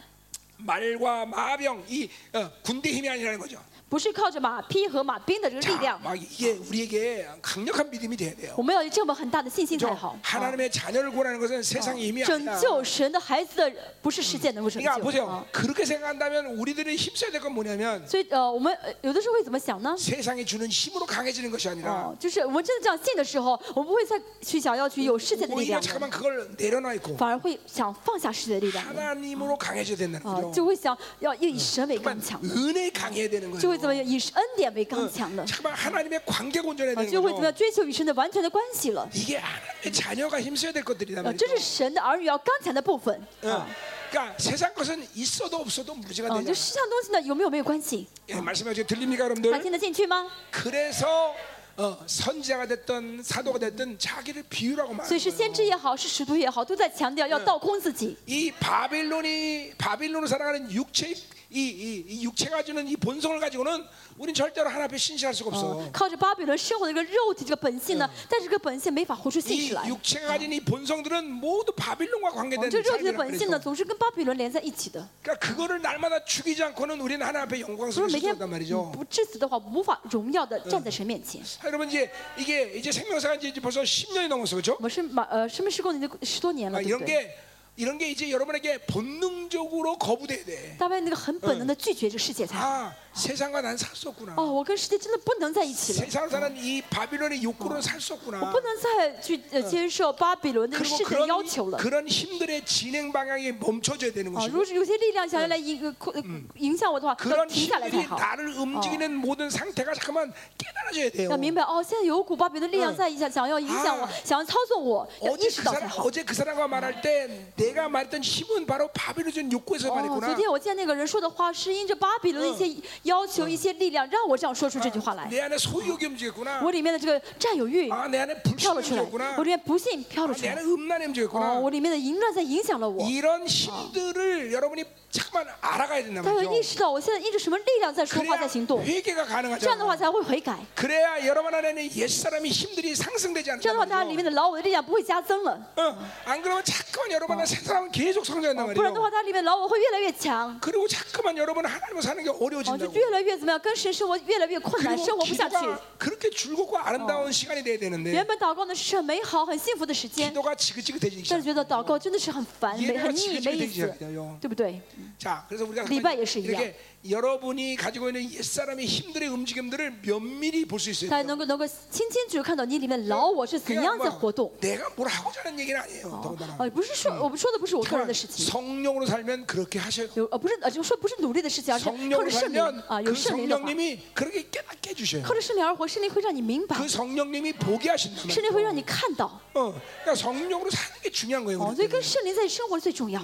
A: 말과 마병 이 어, 군대 힘이 아니라는 거죠.
B: 不是靠着马匹和马兵的这个力
A: 자,
B: 量。
A: 막 이게 우리에게 강력한 믿음이 돼야 돼요.
B: 我们要有这么很大的信心才
A: 그죠?
B: 好。啊
A: 하나님의 자녀를 구원하는 것은
B: 어.
A: 세상의 힘이
B: 拯
A: 아니다.
B: 救神的孩子的不是世界能够拯
A: 그러니까
B: 救。啊
A: 보세요. 그렇게 생각한다면 우리들이 힘써야 될 건 뭐냐면
B: 所以呃，我们呃有的时候会怎么想呢？
A: 세상이 주는 힘으로 강해지는 것이 아니라
B: 哦，就是我们真的这样信的时候，我们不会再去想要去有世界的力
A: 오히려
B: 量了，
A: 잠깐만 그걸 내려놔 있고
B: 反而会想放下世界的力量了，
A: 하나님으로 강해져야 된다는
B: 啊，
A: 거죠.
B: 就会想要以神为刚强，
A: 은혜 강해야 되는
B: 就会
A: 거예요.
B: 怎么样以恩典为刚强了，
A: 잠깐만 하나님의 관계 온전해야
B: 啊，
A: 되는
B: 就会怎么样
A: 거죠.
B: 追求与神的完全的关系了。
A: 이게 하나님의 자녀가 힘써야 될 것들이다
B: 呃，这
A: 말이죠.
B: 是神的儿女要刚强的部分。
A: 응. 그러니까 세상 것은 있어도 없어도 무지가
B: 嗯，就
A: 되잖아.
B: 世上东西呢有没有没有关系？
A: 예, 말씀해 주세요. 들립니까
B: 他
A: 여러분들?
B: 听得进去吗？
A: 그래서 어, 선지자가 됐든 사도가 됐든 자기를 비유라고
B: 所
A: 말하는
B: 以是
A: 거예요.
B: 先知也好，是使徒也好，都在强调要倒空自己。
A: 이 바빌론이 바빌론을 살아가는 육체의 이, 이 육체가 주는 이 본성을 가지고는 우린 절대로 하나님 앞에 신실할 수가
B: 嗯
A: 없어.
B: 靠着巴比伦生活的这个肉体这个本性呢，但是这个本性没法活出信
A: 이
B: 实来。
A: 육체가 가진 이 본성들은 모두 바빌론과
B: 我
A: 관계된
B: 们这肉体的
A: 삶이란
B: 本性呢，
A: 말이죠.
B: 总是跟巴比伦连在一起的。
A: 그러니까 그거를 날마다 죽이지 않고는 우리는 하나님 앞에
B: 如
A: 영광스러운
B: 果每天
A: 신자단
B: 嗯
A: 말이죠.
B: 不致死的话，无法荣耀的站在神面前。
A: 자, 아, 여러분 이제 이게 이제 생명사가 이제 벌써 10년이 넘었어, 그렇죠?
B: 我们是马呃生命施工已经十多年
A: 아,
B: 了，对
A: 이런
B: 不对？
A: 게 이런 게 이제 여러분에게 본능적으로 거부돼야 돼.
B: 大卫那个很本能的拒绝这世界才好。
A: 아 세상과 난 살 수 없구나.
B: 哦，我跟世界真的不能在一起了，
A: 세상 사는 이 바빌론의 욕구로는 살 수
B: 我
A: 없구나.
B: 不能再去呃接受巴比伦的世
A: 그리고
B: 界的要求
A: 그런
B: 了。
A: 그런 힘들의 진행 방향이 멈춰져야 되는
B: 啊，
A: 것이고
B: 如果是有些力量想要来影呃扩呃影响我的话，要
A: 그런
B: 停下来才
A: 힘들이
B: 好。
A: 나를 움직이는 모든 상태가 잠깐만 깨달아져야 돼요.
B: 要明白哦，现在有嗯股巴比伦力量在一下，想要影响我
A: 啊，
B: 想要操纵我，要
A: 어제
B: 意
A: 그
B: 识到才
A: 사람
B: 好。
A: 어제 그 사람과 말할 때 내가 말했던 힘은 바로 바빌론의 욕구에서
B: 哦，昨
A: 말했구나.
B: 天我见那个人说的话，是因着巴比伦的一些要求、一些力量，让我这样说出这句话
A: 아,
B: 来。
A: 내 안에 소유욕이 움직였구나.
B: 我里面的这个占有欲
A: 아, 내 안에
B: 飘
A: 불신이
B: 了出
A: 움직였구나.
B: 来，啊我里面不幸飘
A: 아,
B: 了出
A: 내
B: 来
A: 안에 ， 음란이
B: 哦，
A: 움직였구나.
B: 我里面的淫乱在影响了我。
A: 이런 힘들을 여러분이 잠깐만 알아가야 된단
B: 但要意
A: 그 말이죠.
B: 识到，我现在依着什么力量在说话、
A: 그래야
B: 在行动，
A: 회개가
B: 这样的话
A: 가능하죠.
B: 才会悔改。
A: 그래야 여러분 안에는 옛 사람이 힘들이 상승되지
B: 这样的话，大家
A: 않는다
B: 里面的老我的力量不会加增了，
A: 어, 안 그러면 자꾸만 여러분 안에 새 사람은 계속 성장한단
B: 不然的话，
A: 말이에요.
B: 大家里面老我会越来越强。
A: 그리고 자꾸만 여러분 하나님을 사는 게
B: 哦，就
A: 어려워진다고.
B: 越来越怎么样，跟神生活越来越困难，生
A: 그리고
B: 活不下去。
A: 기도가 그렇게 즐겁고 아름다운 시간이 돼야
B: 原
A: 되는데
B: 本祷告呢是很美好、很幸福的时间，
A: 기도가 지긋지긋해지기
B: 但是
A: 시작.
B: 觉得祷告真的是很烦、没
A: 예배가
B: 很腻、没意
A: 지긋지긋해지기
B: 思，
A: 시작해요.
B: 对不对？
A: 자, 그래서 우리가
B: 리바
A: 잠깐
B: 예시
A: 이렇게 여러분이 가지고 있는 옛 사람의 힘들의 움직임들을 면밀히 볼 수
B: 大
A: 있어요.
B: 家能够能够清清楚看到你里面老我是怎
A: 그냥
B: 样在
A: 뭐,
B: 活动。
A: 내가 뭘 하고자 하는 얘기는 어, 아니에요.
B: 哦
A: 더군다나. ，
B: 呃不是说我们说的不是我个人
A: 그냥
B: 的事情，
A: 성령으로 살면 그렇게 하셔요.
B: 有呃不是呃就说不是努力的事情，而是靠
A: 성령으로
B: 着圣灵
A: 살면
B: 啊，有
A: 그
B: 圣灵的话，
A: 성령님이 그렇게 깨닫게 해주셔요.
B: 靠着圣灵而活，圣灵会让你明白
A: 그 ， 성령님이 보게 하신다.
B: 圣灵会让你看到。
A: 어, 그러니까 성령으로 사는 게 중요한 거예요.
B: 哦，
A: 우리
B: 所以跟圣灵在生活最重要。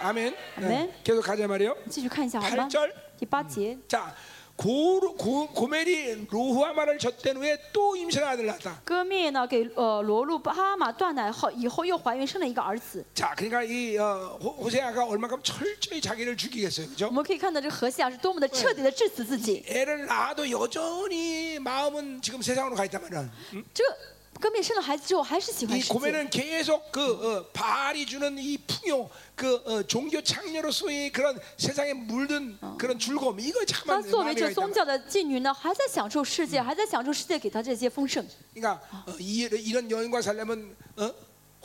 A: 아멘. 네,
B: 아멘.
A: 계속 가자 말이요.
B: 继续看一下好吗
A: 8 ？절.
B: 第八节，
A: 자, 고루, 고, 고멜이 로후아마를 젖댄 후에 또 임신한 아들 낳았다.
B: 割灭呢给呃罗路哈马断奶后，以后又怀孕生了一个儿子。
A: 자, 그러니까 이 어, 호- 호세아가 얼마큼 철저히 자기를 죽이겠어요, 그죠
B: 我们可以看到这何西亚是多么的彻底的致死自己。
A: 애를 낳아도 여전히 마음은 지금 세상으로 가 있단 말이야.
B: 这个割灭生了孩子之后，还是喜欢
A: 이
B: 世界。
A: 고멜은 계속 그 어, 바알이 주는 이 풍요, 그 어, 종교 창녀로서의 그런 세상에 물든 그런 즐거움 이거 참
B: 她
A: 마음에
B: 作为这
A: 있단
B: 宗
A: 말이야.
B: 教的妓女呢，还在享受世界，还在享受世界给她这些丰盛。
A: 그러니까 어, 이, 이런 여인과 살려면 어?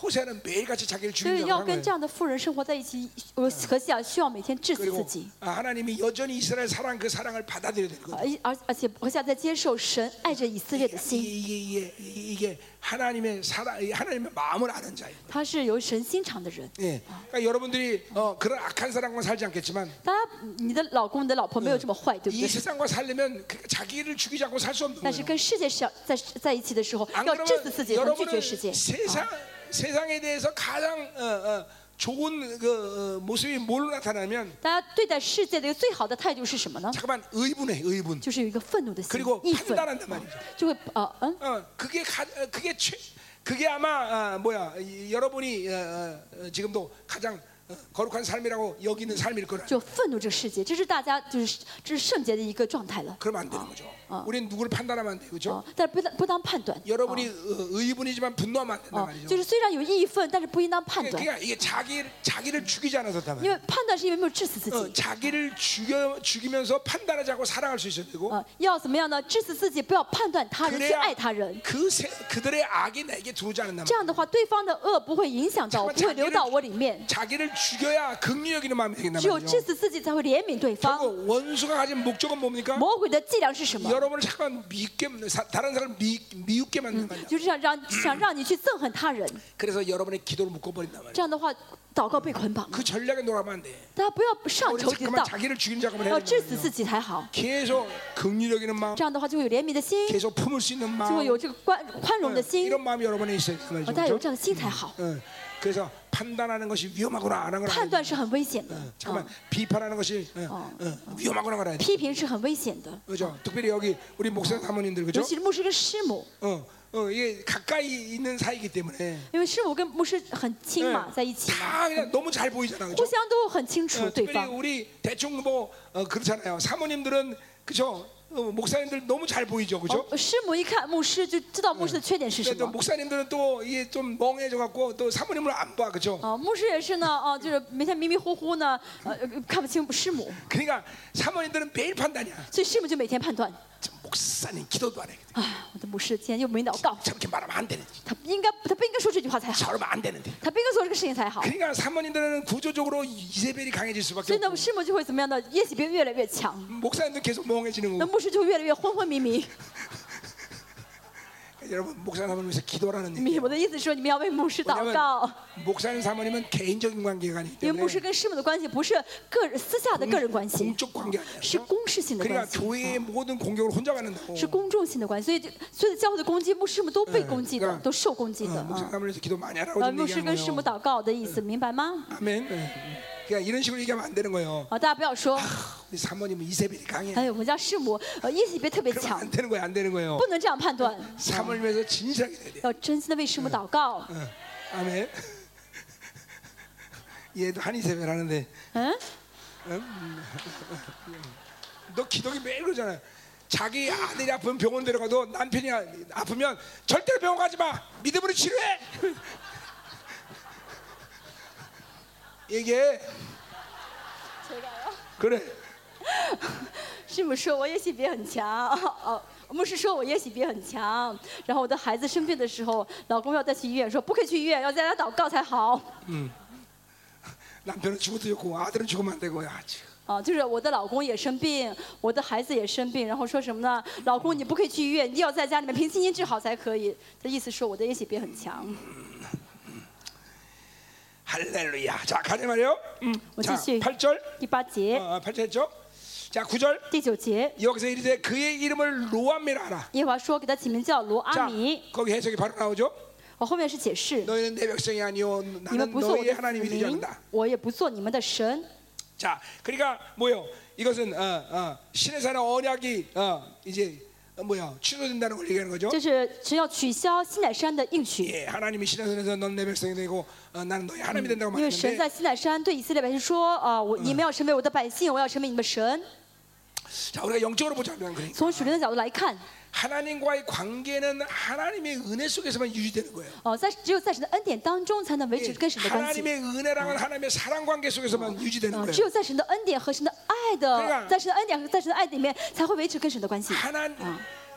A: 호세아는 매일같이 자기를
B: 所以
A: 죽이려고
B: 要
A: 한
B: 跟
A: 거예요.
B: 这样的妇人生活在一起，我何西亚需要每天致死自
A: 그리고
B: 己，
A: 아, 하나님이 여전히 이스라엘 사랑 그 사랑을 받아들여야 되는 거예요.
B: 而而而且何西亚在接受神爱着以色列的
A: 이게,
B: 心，
A: 이게, 이게, 이게 하나님의 사랑, 이 하나님의 마음을 아는 자예요.
B: 他是有神心肠的人。
A: 예. 그러니까 여러분들이 어, 그런 악한 사람과 살지 않겠지만
B: 大家，你的老公、你的老婆没有这么坏，对不
A: 이
B: 对？
A: 세상과 살려면 그 자기를 죽이지 않고 살 수 없는
B: 但是
A: 거예요.
B: 跟世界上在在一起的时候，
A: 안
B: 要致死
A: 그러면
B: 自己，很拒
A: 여러분은
B: 绝世界。
A: 세상 세상에 대해서 가장 어, 어, 좋은 그 어, 모습이 뭘로 나타나면
B: 大家对待世界的一个最好的态度是什么呢？
A: 잠깐만 의분해 의분
B: 就是有一个愤怒的心
A: 그리고 、
B: 义愤，
A: 판단한단 말이죠.
B: 就会呃嗯，
A: 어, 그게 가, 어, 그게 최, 그게 아마 아, 뭐야 이, 여러분이 어, 어, 어, 지금도 가장 어, 거룩한 삶이라고 여기는 삶일 거라.
B: 就愤怒这个世界，这是大家就是这是圣洁的一个状态了
A: 그러면 안 되는 거죠. 우리는 누구를 판단하면 안 돼요, 그렇죠?
B: 啊。但是不当不当判断
A: 여러분이 어, 의분이지만 분노하면 안 된단
B: 啊，就
A: 말이죠.
B: 是虽然有义愤，但是不应当判
A: 그게,
B: 断，
A: 그게 이게 자기 자기를 죽이지 않아서단
B: 因
A: 말이에요.
B: 为判断是因为没有致死自
A: 어,
B: 己。
A: 자기를 죽여 죽이면서 판단하지 않고 사랑할 수 있어야 되고
B: 啊，要怎么样呢？致死自己，不要判断他人，去
A: 그래야
B: 爱他人。
A: 그 세, 그들의 악이 내게 들어오지 않는다
B: 这样的话，对方的恶不会影响到我，
A: 잠깐만
B: 不会流
A: 자기를
B: 到我里面。
A: 자기를 죽여야 긍휼 여기는 마음이 생긴단
B: 只有
A: 말이죠.
B: 致死自己，才会怜悯对方。
A: 결국 원수가 가진 목적은 뭡니까?
B: 魔鬼的伎俩是什么？
A: 여러분을 잠깐 미게 다른 사람을 미, 미웃게 만드는 거야.
B: 就是想让想让你去憎恨他人，
A: 그래서 여러분의 기도를 묶어버린단 말이야.
B: 这样的话，祷告被捆绑。
A: 그 전략에 놀아면 안 돼.
B: 大家不要上
A: 우리
B: 仇敌的
A: 잠깐만
B: 当，
A: 자기를 어, 죽이는 작업을
B: 要
A: 해야
B: 致死自
A: 돼.
B: 己才好。
A: 계속 긍휼 여기는 마음,
B: 这样的话，就会有怜悯的心，
A: 계속 품을 수 있는
B: 就会
A: 마음,
B: 有这个宽宽容的
A: 어,
B: 心。
A: 이런 마음이 여러분에 있어야 돼.
B: 大家有
A: 말이죠.
B: 这样的心才好。
A: 어, 그래서 판단하는 것이 위험하구나 안 하는 걸
B: 判
A: 알아야
B: 断
A: 돼.
B: 是很危险的，啊
A: 잠깐만 비판하는 것이 어, 어, 위험하구나 걸 알아야 돼.
B: 批评是很危险的，
A: 그죠? 특별히 여기 우리 목사 사모님들 그죠?
B: 尤其是牧师跟师母，
A: 어, 어, 이게 가까이 있는 사이기 때문에
B: 因为师母跟牧师很亲嘛，
A: 嗯
B: 在一起嘛，
A: 다 그냥 너무 잘 보이잖아,
B: 互
A: 그렇죠?
B: 相都很清楚
A: 어,
B: 对
A: 특별히
B: 方。
A: 우리 대충 뭐 어, 그렇잖아요. 사모님들은 그죠? 어, 목사님들 너무 잘 보이죠, 그죠?
B: 哦师母一看牧师就知道牧师的缺点是什
A: 또
B: 么。
A: 목사님들은 또 이게 좀 멍해져 갖고 또 사모님을 안 봐, 그죠?
B: 哦，牧师也是呢，哦，就是每天迷迷糊糊呢，呃，看不清师母，
A: 그러니까 사모님들은 매일 판단이야.
B: 所以师母就每天判断，
A: 참, 목사님 기도도 안 해.
B: 哎，我的牧师今天又没祷告，
A: 저렇게 말하면 안 되는데.
B: 他不应该，他不应该说这句话才好，
A: 저러면 안 되는데.
B: 他不应该做这个事情才好。
A: 그러니까 사모님들은 구조적으로 이세벨이 강해질 수밖에
B: 所以呢，
A: 없고
B: 师母就会怎么样呢？业绩变越来越强，
A: 목사님도 계속 멍해지는
B: 那
A: 거고
B: 牧师就会越来越昏昏迷迷。
A: 여러분 목사님 사모님에서 기도라는
B: 你
A: 얘기
B: 我的意思是说，你们要为牧师祷告，
A: 목사님 사모님은 개인적인 관계가 아니기
B: 因为
A: 때문에
B: 牧师跟师母的关系不是个人私下的个人关系，
A: 공적 관계 아니에요
B: 是公事性的
A: 그러니까
B: 关系，
A: 교회의 모든 공격을 혼자 받는다고
B: 是公众性的关系。所以就，所有的教会的攻击，牧师们都被攻击
A: 对
B: 的
A: 吧，
B: 都受攻击的
A: 어, 목사님
B: 啊。
A: 사모님에서 기도 많이 하라고
B: 呃，
A: 좀
B: 牧师跟
A: 얘기하는
B: 师母
A: 거예요
B: 祷告的意思，明白吗？
A: 아멘 네. 그러니까 이런 식으로 얘기하면 안 되는 거예요
B: 啊，大家不要说，
A: 우리 사모님은 이세벨이 강해
B: 哎，我们家师母呃业绩别特别
A: 그러면
B: 强
A: 안 ， 되는 거예요 안 되는 거예요
B: 不能这样判断，
A: 사모님에서 진실하게 돼야 돼요
B: 要真心的为师母祷告。
A: 어, 아멘 얘도 한이세벨 하는데
B: 嗯，
A: 너 기독이 매일 그러잖아. 자기 아들이 아프면 병원 데려가도 남편이 아- 아프면 절대로 병원 가지 마. 믿음으로 치료해. 이게 그래.
B: 师母说我业绩别很强，哦，牧师说我业绩别很强。然后我的孩子生病的时候，老公要带去医院，说不可以去医院，要在家祷告才好。
A: 남편은 죽어도 좋고 아들은 죽으면 안 되고 야 지금.
B: 啊，就是我的老公也生病，我的孩子也生病，然后说什么呢？老公你不可以去医院，你要在家里面凭信心治好才可以。的意思说我的业绩别很强。
A: 할렐루야. 자 가자 말이요. 음. 자,
B: 어찌시-
A: 8절.
B: 第八节、
A: 어, 8절 했죠? 자 9절.
B: 第九节，
A: 여기서 이르되 그의 이름을 로암이라 하라.
B: 耶和华说给他起名叫罗阿
A: 자
B: 米。
A: 거기 해석이 바로 나오죠.
B: 我后面是解释，
A: 너희는 내 백성이 아니오
B: 你们
A: 나는
B: 不做我
A: 너희의
B: 的子
A: 하나님이 되지
B: 民
A: 않는다. ，
B: 我也不做你们的神。
A: 자, 그러니까 뭐요? 이것은 어, 어, 신의 사는 언약이 어, 이제 어, 뭐야 취소된다는 걸 얘기하는 거죠.
B: 就是只要取消西乃山的应许。
A: 예, 하나님이 신의 선에서 넌 내 백성이 되고 어, 나는 너의 하나님이 된다고
B: 因为神
A: 말했는데
B: 在西乃山对以色列百姓说：“啊、我你们要成为我的百姓，我要成为你们神。
A: 자, 우리가 영적으로 보자면 그러니까
B: 从属灵的角度来看，
A: 하나님과의 관계는 하나님의 은혜 속에서만 유지되는 거예요.
B: 哦、在只有在神的恩典当中，才能维
A: 예,
B: 持跟神的关系。
A: 하나님의 은혜랑은 하나님의 사랑 관계 속에서만
B: 啊、
A: 유지되는
B: 只
A: 거예요.
B: 有在神的恩典和神的爱
A: 对吧
B: 的，在神的恩典和在神的爱里面，才会维持跟神的关系。
A: 하나님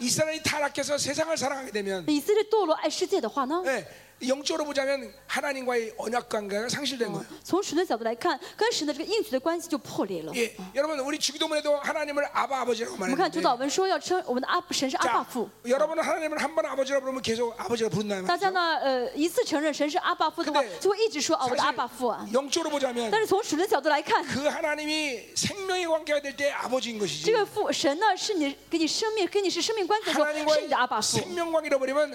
A: 이스라엘이 타락해서 세상을 사랑하게 되면
B: 以色列堕落爱世界的话呢？
A: 예, 영적으로 보자면 하나님과의 언약 관계가 상실된 거예요.
B: 从神的角度来看，跟神的这个应许的关系就破裂了。
A: 예, 여러분 우리 주기도문에도 하나님을 아바 뭐 아버지라고
B: 我们看
A: 말했는데
B: 主导文说要称我们的阿神是阿爸
A: 자,
B: 父，
A: 여러분은 하나님을 한 번 아버지라 부르면 계속 아버지라 부른다는
B: 大
A: 말이죠.
B: 家呢呃一次承认神是阿爸父的话
A: 근데 ，
B: 就会一直说啊我的阿爸父啊。
A: 영적으로 보자면
B: 但是从属灵的角度来看，
A: 그 하나님이 생명의 관계가 될 때 아버지인
B: 这
A: 것이지.
B: 个父神呢，是你给你生命，跟你是生命关系的时候，是你的阿爸
A: 하나님과의
B: 父。
A: 생명 관계를 버리면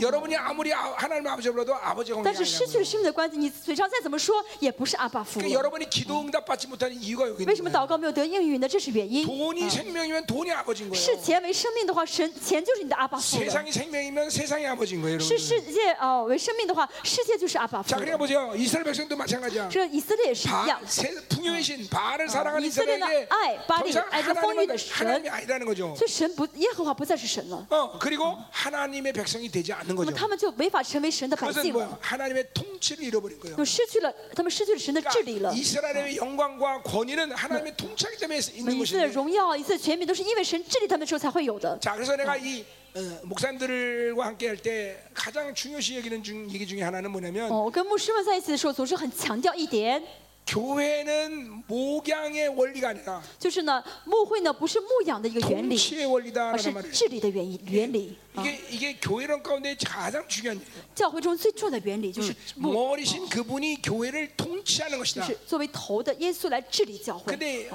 A: 여러분이 아무리 아- 하나님 아버지 불러도 아버지
B: 但
A: 관계가
B: 是失去
A: 아니라고요.
B: 了生命的关系，你嘴上再怎么说，也不是阿爸父。
A: 그러니까 여러분이 기도 응답 받지 못하는 이유가 여기
B: 为
A: 있는
B: 什么
A: 거예요.
B: 祷告没有得应允呢？这是原因。
A: 돈이 생명이면 돈이 아버지인
B: 视
A: 거예요.
B: 钱为生命的话，神钱就是你的阿爸父了。
A: 세상이 생명이면 세상이 아버지인 거예요,
B: 视
A: 여러분.
B: 世界哦、为生命的话，世界就是阿爸父
A: 자, 。 그러니까 보세요. 이스라엘 백성도 마찬가지야.
B: 这以色列也是一样
A: 바 。 세- 풍요의 신 바알을 사랑하는
B: 그- 이 세대는
A: 이스라엘에게
B: 아이, 바알이
A: 더 이상
B: 아이가 그-
A: 하나님은
B: 성유의 신.
A: 하나님이 아니라는 거죠.
B: 所以神不耶和华不再是神了，
A: 어, 그리고 하나님의 백성이 되지 않는
B: 那么
A: 거죠.
B: 他们就没法成为神的百
A: 그것은
B: 姓
A: 뭐
B: 了，
A: 하나님의 통치를 잃어버린
B: 那
A: 거예요.
B: 么失去了他们失去了神的治理
A: 그러니까
B: 了。
A: 이스라엘의 영광과 권위는 하나님의 통치하기 때문에
B: 那么
A: 있는
B: 以色列
A: 것이죠.
B: 荣耀、以色列全民都是因为神治理他们的时候才会有的。
A: 자, 그래서 내가 이 어, 목사님들과 함께 할 때 가장 중요시 여기는 중, 얘기 중에 하나는 뭐냐면
B: 哦，我跟牧师们在一起的时候，总是很强调一点，
A: 교회는 목양의 원리가 아니라
B: 就是呢，牧会呢不是牧养的一个原理，
A: 통치의
B: 而是
A: 원리다라는 말이에요.
B: 治理的原因原理。啊，
A: 이게 이게 교회론 가운데 가장 중요한 일이에요.
B: 教会中最重要的原理就是
A: 뭐,
B: 牧，
A: 어. 머리신 그분이 교회를 통치하는
B: 就
A: 것이다.
B: 是作为头的耶稣来治理教会。
A: 근데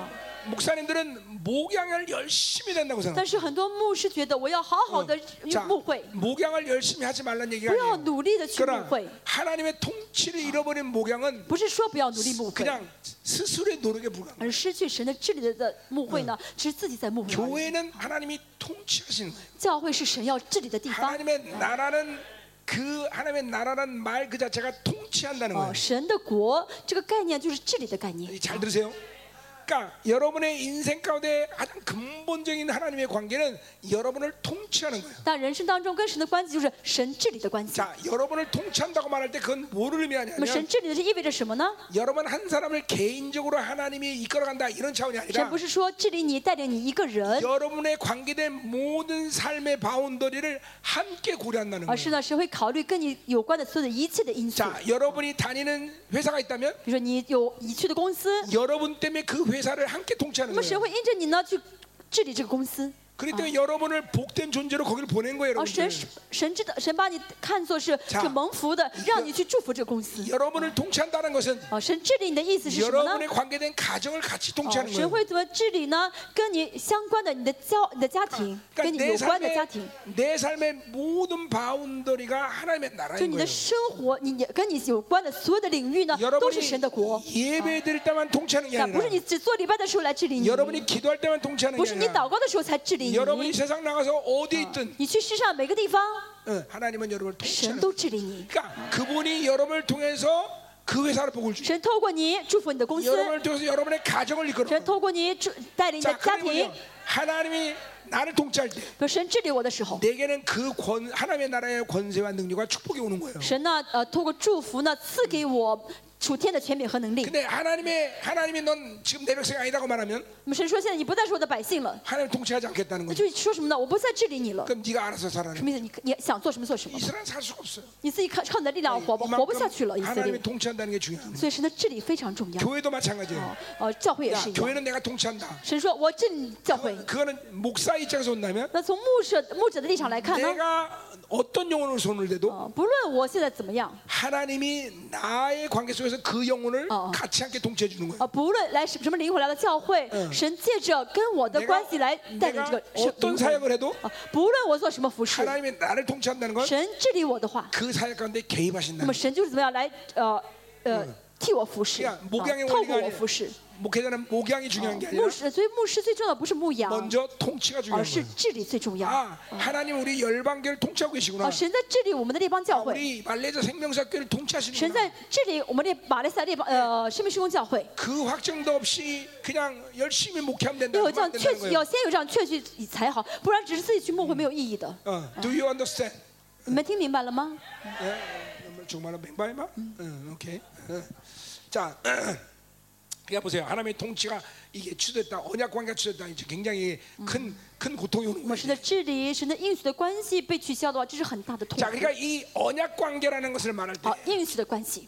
A: 목사님들은 목양을 열심히 된다고
B: 但
A: 생각.
B: 是很多牧师觉得我要好好的
A: 자,
B: 牧会，
A: 목양을 열심히 하지 말란 얘기가
B: 不要
A: 아니에요.
B: 努力的去牧
A: 그러나
B: 会，
A: 하나님의 통치를 잃어버린 목양은
B: 不是说不要努力牧会，
A: 그냥 스스로의 노력에 불과한 거예요.
B: 而失去神的治理的的牧会呢，只是自己在牧会而已。
A: 교회는 하나님이 통치하시는 거예요.
B: 教会是神要治理的
A: 그러니까
B: 地方，
A: 하나님의 나라는 그 하나님의 나라란 말 그 자체가 통치한다는
B: 哦，
A: 거예요.
B: 神的国这个概念就是治理的概念。
A: 잘 들으세요. 그러니까 여러분의 인생 가운데 가장 근본적인 하나님의 관계는 여러분을 통치하는 거예요.
B: 但人生当中跟神的关系就是神治理的关系。
A: 자, 여러분을 통치한다고 말할 때 그건 뭐를 의미하냐?
B: 那么神
A: 면
B: 治理的是意味着什么呢？
A: 여러분 한 사람을 개인적으로 하나님이 이끌어간다 이런 차원이
B: 神
A: 아니라
B: 不是说治理你带领你一个人，
A: 여러분의 관계된 모든 삶의 바운더리를 함께 고려한다는
B: 而是
A: 거예요.
B: 呢神会考虑跟你有关的所有的一切的因素。
A: 자, 여러분이 다니는 회사가 있다면
B: 比如说你有你去的公司，
A: 여러분 때문에 그 회사를 함께 통치하는
B: 那么神
A: 거예요.
B: 会因着你呢去治理这个公司。
A: 그렇기 때문에 여러분을 복된 존재로 거기를 보낸 거예요,
B: 而
A: 여러분.
B: 神神知道，神把你看作是
A: 자
B: 这个蒙福的，让你去祝福这个公司。
A: 여러분을 통치한다는 것은
B: 哦，神治理你的意思是什么呢
A: 여러분의 ？ 관계된 가정을 같이
B: 哦
A: 통치하는
B: 神
A: 거예요.
B: 会怎么治理呢？跟你相关的你的教、你的家庭，跟你
A: 그러니까 내
B: 有关的
A: 삶의,
B: 家庭，
A: 내 삶의 모든 바운더리가 하나님의
B: 就
A: 나라인
B: 你的
A: 거예요.
B: 生活，你你跟你有关的所有的领域呢，都
A: 여러분이
B: 是神的
A: 어.
B: 国。
A: 예배 드릴 때만 통치하는 게
B: 但不是
A: 아니라
B: 你只做礼拜的时候来治理你，
A: 여러분이 기도할 때만 통치하는
B: 不
A: 게
B: 是你
A: 아니라
B: 祷告的时候才治理
A: 여러분이
B: 你，
A: 세상 나가서 어디에 있든
B: 你去世上每个地方，
A: 어, 하나님은 여러분을 통치하는
B: 神都
A: 거예요.
B: 治理你。
A: 그러니까 그분이 여러분을 통해서 그 회사를 복을 주시고
B: 神透过你祝福你的公司，
A: 여러분을 통해서 여러분의 가정을 이끌어
B: 神透过你祝带领你的
A: 자,
B: 家庭
A: 그러면 。 하나님이 나를 통치할 때
B: 可神治理我的时候，
A: 내게는 그 권, 하나님의 나라의 권세와 능력과 축복이 오는 거예요.
B: 神呢，呃，透过祝福呢，赐给我楚天的权柄和能力。
A: 그 근데 하나님의 하나님이 넌 지금 내 백성이 아니다고 말하면
B: 那么神说，现在你不再是我的百姓了，
A: 하나님 통치하지 않겠다는
B: 那
A: 거죠.
B: 就是说什么呢？我不再治理你了。
A: 그럼 네가 알아서 살아라.
B: 什么意思？你你想做什么做什么，
A: 이스라엘 살 수가 없어요.
B: 你自己靠哎靠你的力量活吧，活不下去了，以
A: 이만큼
B: 色列
A: 하나님이 。 통치한다는 게 중요한 거예요.
B: 所以神的治理非常重要。
A: 교회도 마찬가지예요.
B: 呃，教会也
A: 야,
B: 是一样。
A: 교회는 내가 통치한다.
B: 神说，我治理教会。
A: 그거는 목사 입장에서 온다면
B: 那从牧者牧者的立场来看呢？
A: 내가 어떤 영혼으로 손을 대도
B: 呃，不论我现在怎么样，
A: 하나님이 나의 관계 속에서 그 영혼을
B: 어.
A: 같이 함께 통치해 주는 거예요.
B: 呃，不论来什什么灵魂来到教会，神借着跟我的
A: 내가-
B: 关系来带领
A: 내가
B: 这个是灵
A: 어떤
B: 魂。
A: 사역을 해도
B: 啊，不论我做什么服饰，
A: 하나님이 나를 통치한다는 건 그
B: 神治理我的话，
A: 사역 가운데
B: 那
A: 개입하신다는
B: 么
A: 거예요.
B: 神就是怎么样来呃呃替我服侍，
A: 그냥
B: 啊
A: 목양의
B: 透
A: 원리가
B: 过
A: 아니
B: 我
A: 라
B: 服侍。
A: 목회자는 목양이 중요한 게
B: 牧
A: 아니라
B: 师，所以牧师最重要的不是牧羊，
A: 먼저 통치가
B: 而
A: 중요한
B: 是
A: 거예요.
B: 治理最重要。
A: 아 하나님 우리 열방교를 통치하고 계시구나.
B: 啊，神在治理我们的列邦教会，
A: 우리 말레이시아 생명사교를
B: 神
A: 통치하시는구나.
B: 在治理我们列马来西亚列邦呃生命施工教会。
A: 그 확정도 없이 그냥 열심히 목회하면
B: 要有
A: 된다는
B: 这样确
A: 거예요.
B: 据，要先有这样确据才好，不然只是自己去牧会没有意义的。
A: 어, do you understand?
B: 你们听明白了吗？
A: 예, 정말로 맹바이마? 응, 오케이. 어. 자, 그냥 보세요. 하나님의 통치가 이게 취됐다. 언약 관계가 취됐다. 이제 굉장히 큰 큰 고통이 오는
B: 我们神的
A: 거예요.
B: 治理，神的应许的关系被取消的话，这是很大的痛
A: 자,
B: 苦。
A: 그러니까 이 언약 관계라는 것을 말할 때
B: 好，应许的关系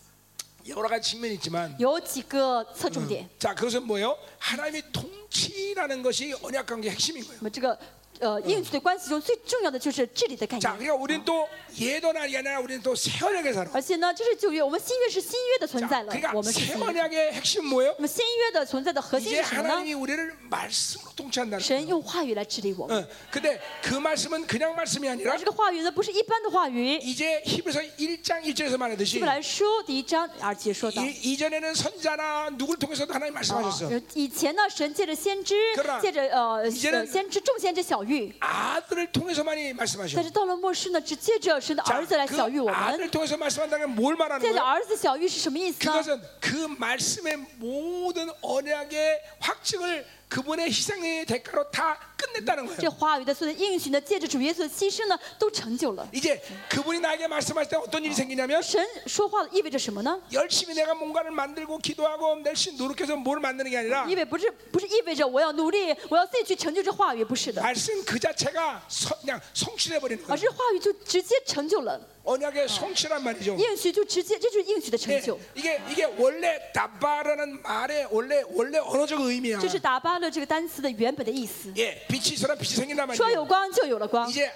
A: 여러 가지 측면이 있지만
B: 有几个侧重点。
A: 자, 그것은 뭐예요? 하나님의 통치라는 것이 언약 관계의 핵심인 거예요.
B: 那么这个呃应许的关系中最重要的就是治理的概
A: 자,
B: 念，
A: 그러니까 우리는 또 예도 날이 아니라 우리는 또 새 언약에 살아.
B: 而且呢，这是旧约，我们新约是新约的存
A: 자,
B: 在了，我
A: 그러니까
B: 们是
A: 새
B: 新约。
A: 언약의 핵심 뭐예요?
B: 那么新约的存在的核心
A: 이제
B: 是什么呢？
A: 하나님이 우리를 말씀으로 통치한다는
B: 神
A: 거예요.
B: 用话语来治理我们，
A: 어, 근데 그 말씀은 그냥 말씀이
B: 而
A: 아니라
B: 这个话语呢，不是一般的话语。希
A: 이제 히브리서 1장 1절에서 말하듯이
B: 伯来书第一章二节说到。
A: 이, 전에는 선자나 누굴 통해서도 하나님
B: 啊
A: 말씀하셨어.
B: 以前呢，神借着先知
A: 그러나，
B: 借着呃
A: 이제는
B: 呃先知众先知小玉，
A: 아들을 통해서만이
B: 但
A: 말씀하셔.
B: 是到了末世呢，只借着神的
A: 자,
B: 儿子来小玉
A: 그
B: 我们。
A: 아들을 통해서 말씀한다는 건 뭘 말하는
B: 借着
A: 거예요?
B: 儿子小玉是什么意思呢？
A: 그것은 그 말씀의 모든 언약의 확증을 그분의 희생의 대가로 다 끝냈다는
B: 这
A: 거예요.
B: 话语的所有的应许呢，借着主耶稣的牺牲呢，都成就了。
A: 이제 그분이 나에게 말씀할 때 어떤 일이 생기냐면
B: 神说话意味着什么呢？
A: 열심히 내가 뭔가를 만들고 기도하고 열심히 노력해서 뭘 만드는 게 아니라
B: 意味不是不是意味着我要努力，我要自己去成就这话语，不是的，
A: 말씀 그 자체가 서- 그냥 성취돼 버리는 거예요.
B: 而是话语就直接成就了。
A: 언약의 성취란 말이죠.
B: 应许就直接，这就是应许的成
A: 예,
B: 就，
A: 이게 이게 원래 다바라는 말의 원래 원래 언어적 의미야.
B: 这是打巴勒这个单词的原本的意思。
A: 예, 빛이 있어라 빛이 생긴단
B: 说
A: 말이에요.
B: 有光就有了光，
A: 이제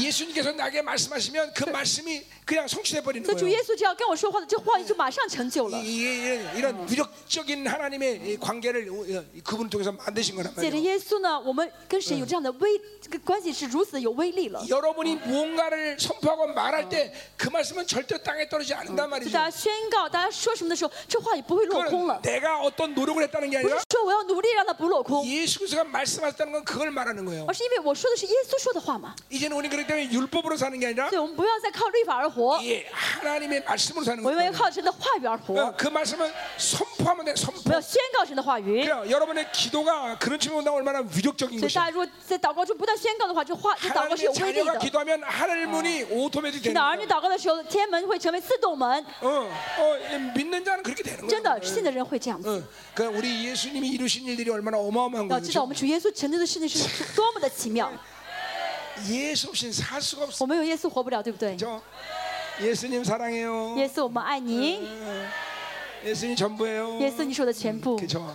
A: 예수님께서 나에게 말씀하시면 어. 그 말씀이 그냥 성취돼 버리는
B: 所以主耶
A: 거예요.
B: 稣只要跟我说话的，这话就马上成就了。
A: 이, 이, 이런, 이런 무력적인 하나님의 이 관계를 어, 이- 이 그분을 통해서 만드신 거란
B: 借着
A: 말이에요.
B: 耶稣呢，我们跟谁有这样的威，这个关系是如此的有威力了。
A: 여러분이 무언가를 선포하고 말할 때 그 말씀은 절대 땅에 떨어지지 않는단
B: 就
A: 말이죠.
B: 大家宣告，大家说什么的时候，这话也不会落空
A: 그건
B: 了。
A: 내가 어떤 노력을 했다는 게
B: 不是
A: 아니라
B: 说我要努力让它不落空，
A: 예수 그리스도가 말씀하셨다는 건 그걸 말하는 거예요.
B: 而是因为我说的是耶稣说的话嘛。
A: 이제는 우리 그렇기 때문에 율법으로 사는 게 아니라
B: 所以我们不要再靠律法而活，
A: 예, 하나님의 말씀으로 사는
B: 我们要
A: 거예요.
B: 靠神的话语而活，
A: 어,
B: 我
A: 그 말씀은 선포하면 돼. 선포.
B: 们要宣告神的话语。
A: 그래요. 여러분의 기도가 그런 측면 본다면 얼마나 위력적인
B: 所
A: 것이야.
B: 以大家如果在祷告中不断宣告的话，这话这祷告是
A: 하나님의
B: 有威力
A: 자녀가
B: 的。
A: 기도하면 어. 하늘문이 오토매틱
B: 你
A: 되는
B: 的儿
A: 거야.
B: 女祷告的时候，天门会成为自动门，
A: 어, 어, 예, 믿는 자는 그렇게 되는
B: 真
A: 거야.
B: 的，信的人会这样子。
A: 어, 그 우리 예수님이 이루신 일들이 얼마나 어마어마한
B: 要知道，
A: 거죠.
B: 我们主耶稣成就的事情是多么的奇妙，
A: 예수 없이는 살 수가 없어.
B: 我们有耶稣活不了，对不对？
A: 죠 예수님 사랑해요.
B: 耶稣，我们爱您，
A: 예수님 전부예요.
B: 耶稣，你是我的全部。
A: 그렇죠.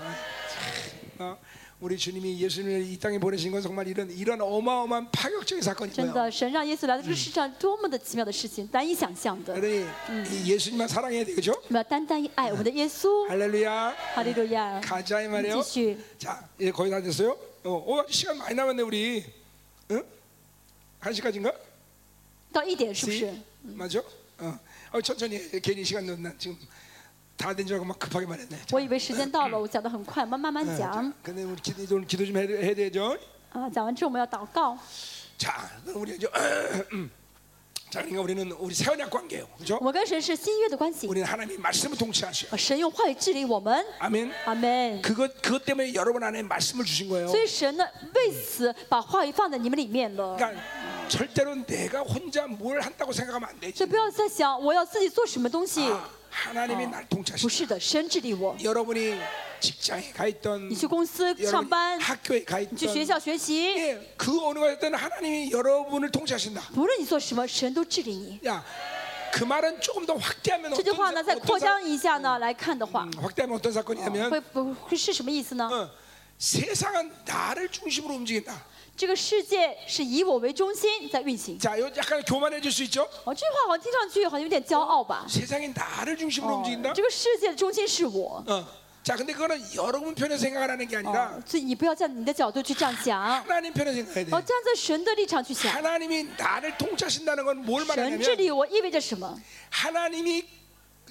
A: 어, 우리 주님이 예수님을 이 땅에 보내신 건 정말 이런 이런 어마어마한 파격적인
B: 真
A: 사건이고요.
B: 的，神让耶稣来到这个世上，多么的奇妙的事情，难以想象的。
A: 그러니 이 예수님만 사랑해야 되겠죠.
B: 我们要单单爱我们的耶稣，
A: 할렐루야.
B: 哈利路亚！
A: 가자 이
B: 我们
A: 말이에요.
B: 继续，
A: 자, 이제 거의 다 됐어요. 어, 어, 시간 많이 남았네 우리. 응? 한 시까지인가?
B: 到一点是不是？
A: 맞죠? 어. 어, 천천히 해. 괜히 시간 넣나 지금 다 된 줄 알고 막 급하게 말했네.
B: 我以为时间到了，我讲的很快，我们慢慢
A: 어,
B: 讲
A: 자, 。 근데 우리 기도, 오늘 기도 좀 해야, 돼- 해야 되죠.
B: 啊，讲完之后我们要祷告。
A: 자, 그럼 우리 이제 음. 자, 그러니까 우리는 우리 세원약 관계예요. 그렇죠?
B: 我们跟神是新约的关系，
A: 우리는 하나님의 말씀을 통치하셔.
B: 呃神用话语治理我们。
A: 아멘.
B: 阿门。
A: 그것 그것 때문에 여러분 안에 말씀을 주신 거예요.
B: 所以神呢，为此把话语放在你们里面了。
A: 그러니까 절대로 내가 혼자 뭘 한다고 생각하면 안 되지.
B: 所以不要再想我要自己做什么东西，
A: 아, 하나님이 날
B: 不
A: 통치하시고
B: 是的，神治理我。
A: 여러분이 직장에 가 있던
B: 你去公司上
A: 여러분이
B: 班，
A: 학교에 가
B: 你去学
A: 있던
B: 校学习，
A: 예, 그 어느 것든 하나님이 여러분을 통치하신다.
B: 不论你做什么，神都治理你。
A: 야, 그 말은 조금 더 확대하면
B: 这句
A: 어떤,
B: 话呢，再
A: 사-
B: 扩
A: 어떤 사,
B: 张一下呢来看的话
A: 음, ， 확대하면 어떤 사건이냐면
B: 会不会是什么意思呢？
A: 어, 세상은 나를 중심으로 움직인다.
B: 这个世界是以我为中心在运行。
A: 자, 요 약간 교만해질 수 있죠.
B: 哦，这句话好像听上去好像有点骄傲吧？
A: 세상이 나를 중심으로
B: 哦
A: 움직인다.
B: 这个世界的中心是我。
A: 어. 자, 근데 그거는 여러분 편에 서 생각하라는 게
B: 哦
A: 아니라 ，
B: 所以你不要站在你的角度去这样想，
A: 하나님 편에 생각해야 돼.
B: 哦，站在神的立场去想。
A: 하나님이 나를 통치하신다는 건 뭘
B: 神治
A: 말하냐면
B: 理我意味着什么？
A: 하나님이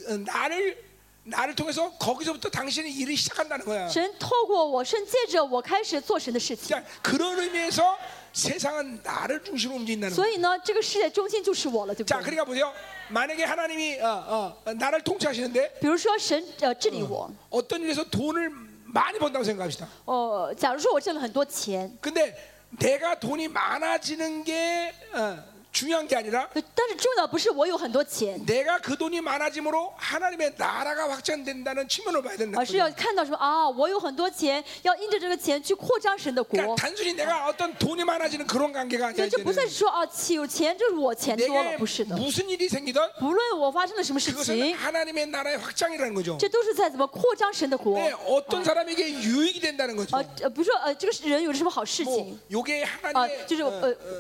A: 어, 나를 나를 통해서 거기서부터 당신의 일을 시작한다는 거야.
B: 神透过我，神借着我开始做神的事情。
A: 자, 그런 의미에서 세상은 나를 중심으로 움직인다는 거야.
B: 所以呢，这个世界中心就是我了，对不
A: 자,
B: 对？
A: 그러니까 보세요. 만약에 하나님이 어, 어, 나를 통치하시는데
B: 比如说神呃治理我，
A: 어떤 일에서 돈을 많이 번다고 생각합시다.
B: 哦，假如说我挣了很多钱，
A: 근데 내가 돈이 많아지는 게 어, 중요한 게 아니라
B: 但是重要的不是我有很多钱，
A: 내가 그 돈이 많아짐으로 하나님의 나라가 확장된다는 측면으로 봐야 된다.
B: 而是要看到什么啊？我有很多钱，要因着这个钱去扩张神的国
A: 그러니까 。 단순히 내가 어떤 돈이 많아지는 그런 관계가
B: 所
A: 아니야.
B: 以这不
A: 이제는.
B: 再是说啊，有钱就是我钱多了，
A: 내게
B: 不是的。
A: 무슨 일이 생기든
B: 不论我发生了什么事
A: 그것은
B: 情，
A: 하나님의 나라의 확장이라는 거죠.
B: 这都是在怎么扩张神的国。
A: 네, 어떤 사람에게 유익이 된다는 거죠.
B: 呃呃，不是说呃，这个人有什么好事
A: 뭐
B: 情
A: 요게
B: 啊、
A: 하나님의
B: 就是
A: 어,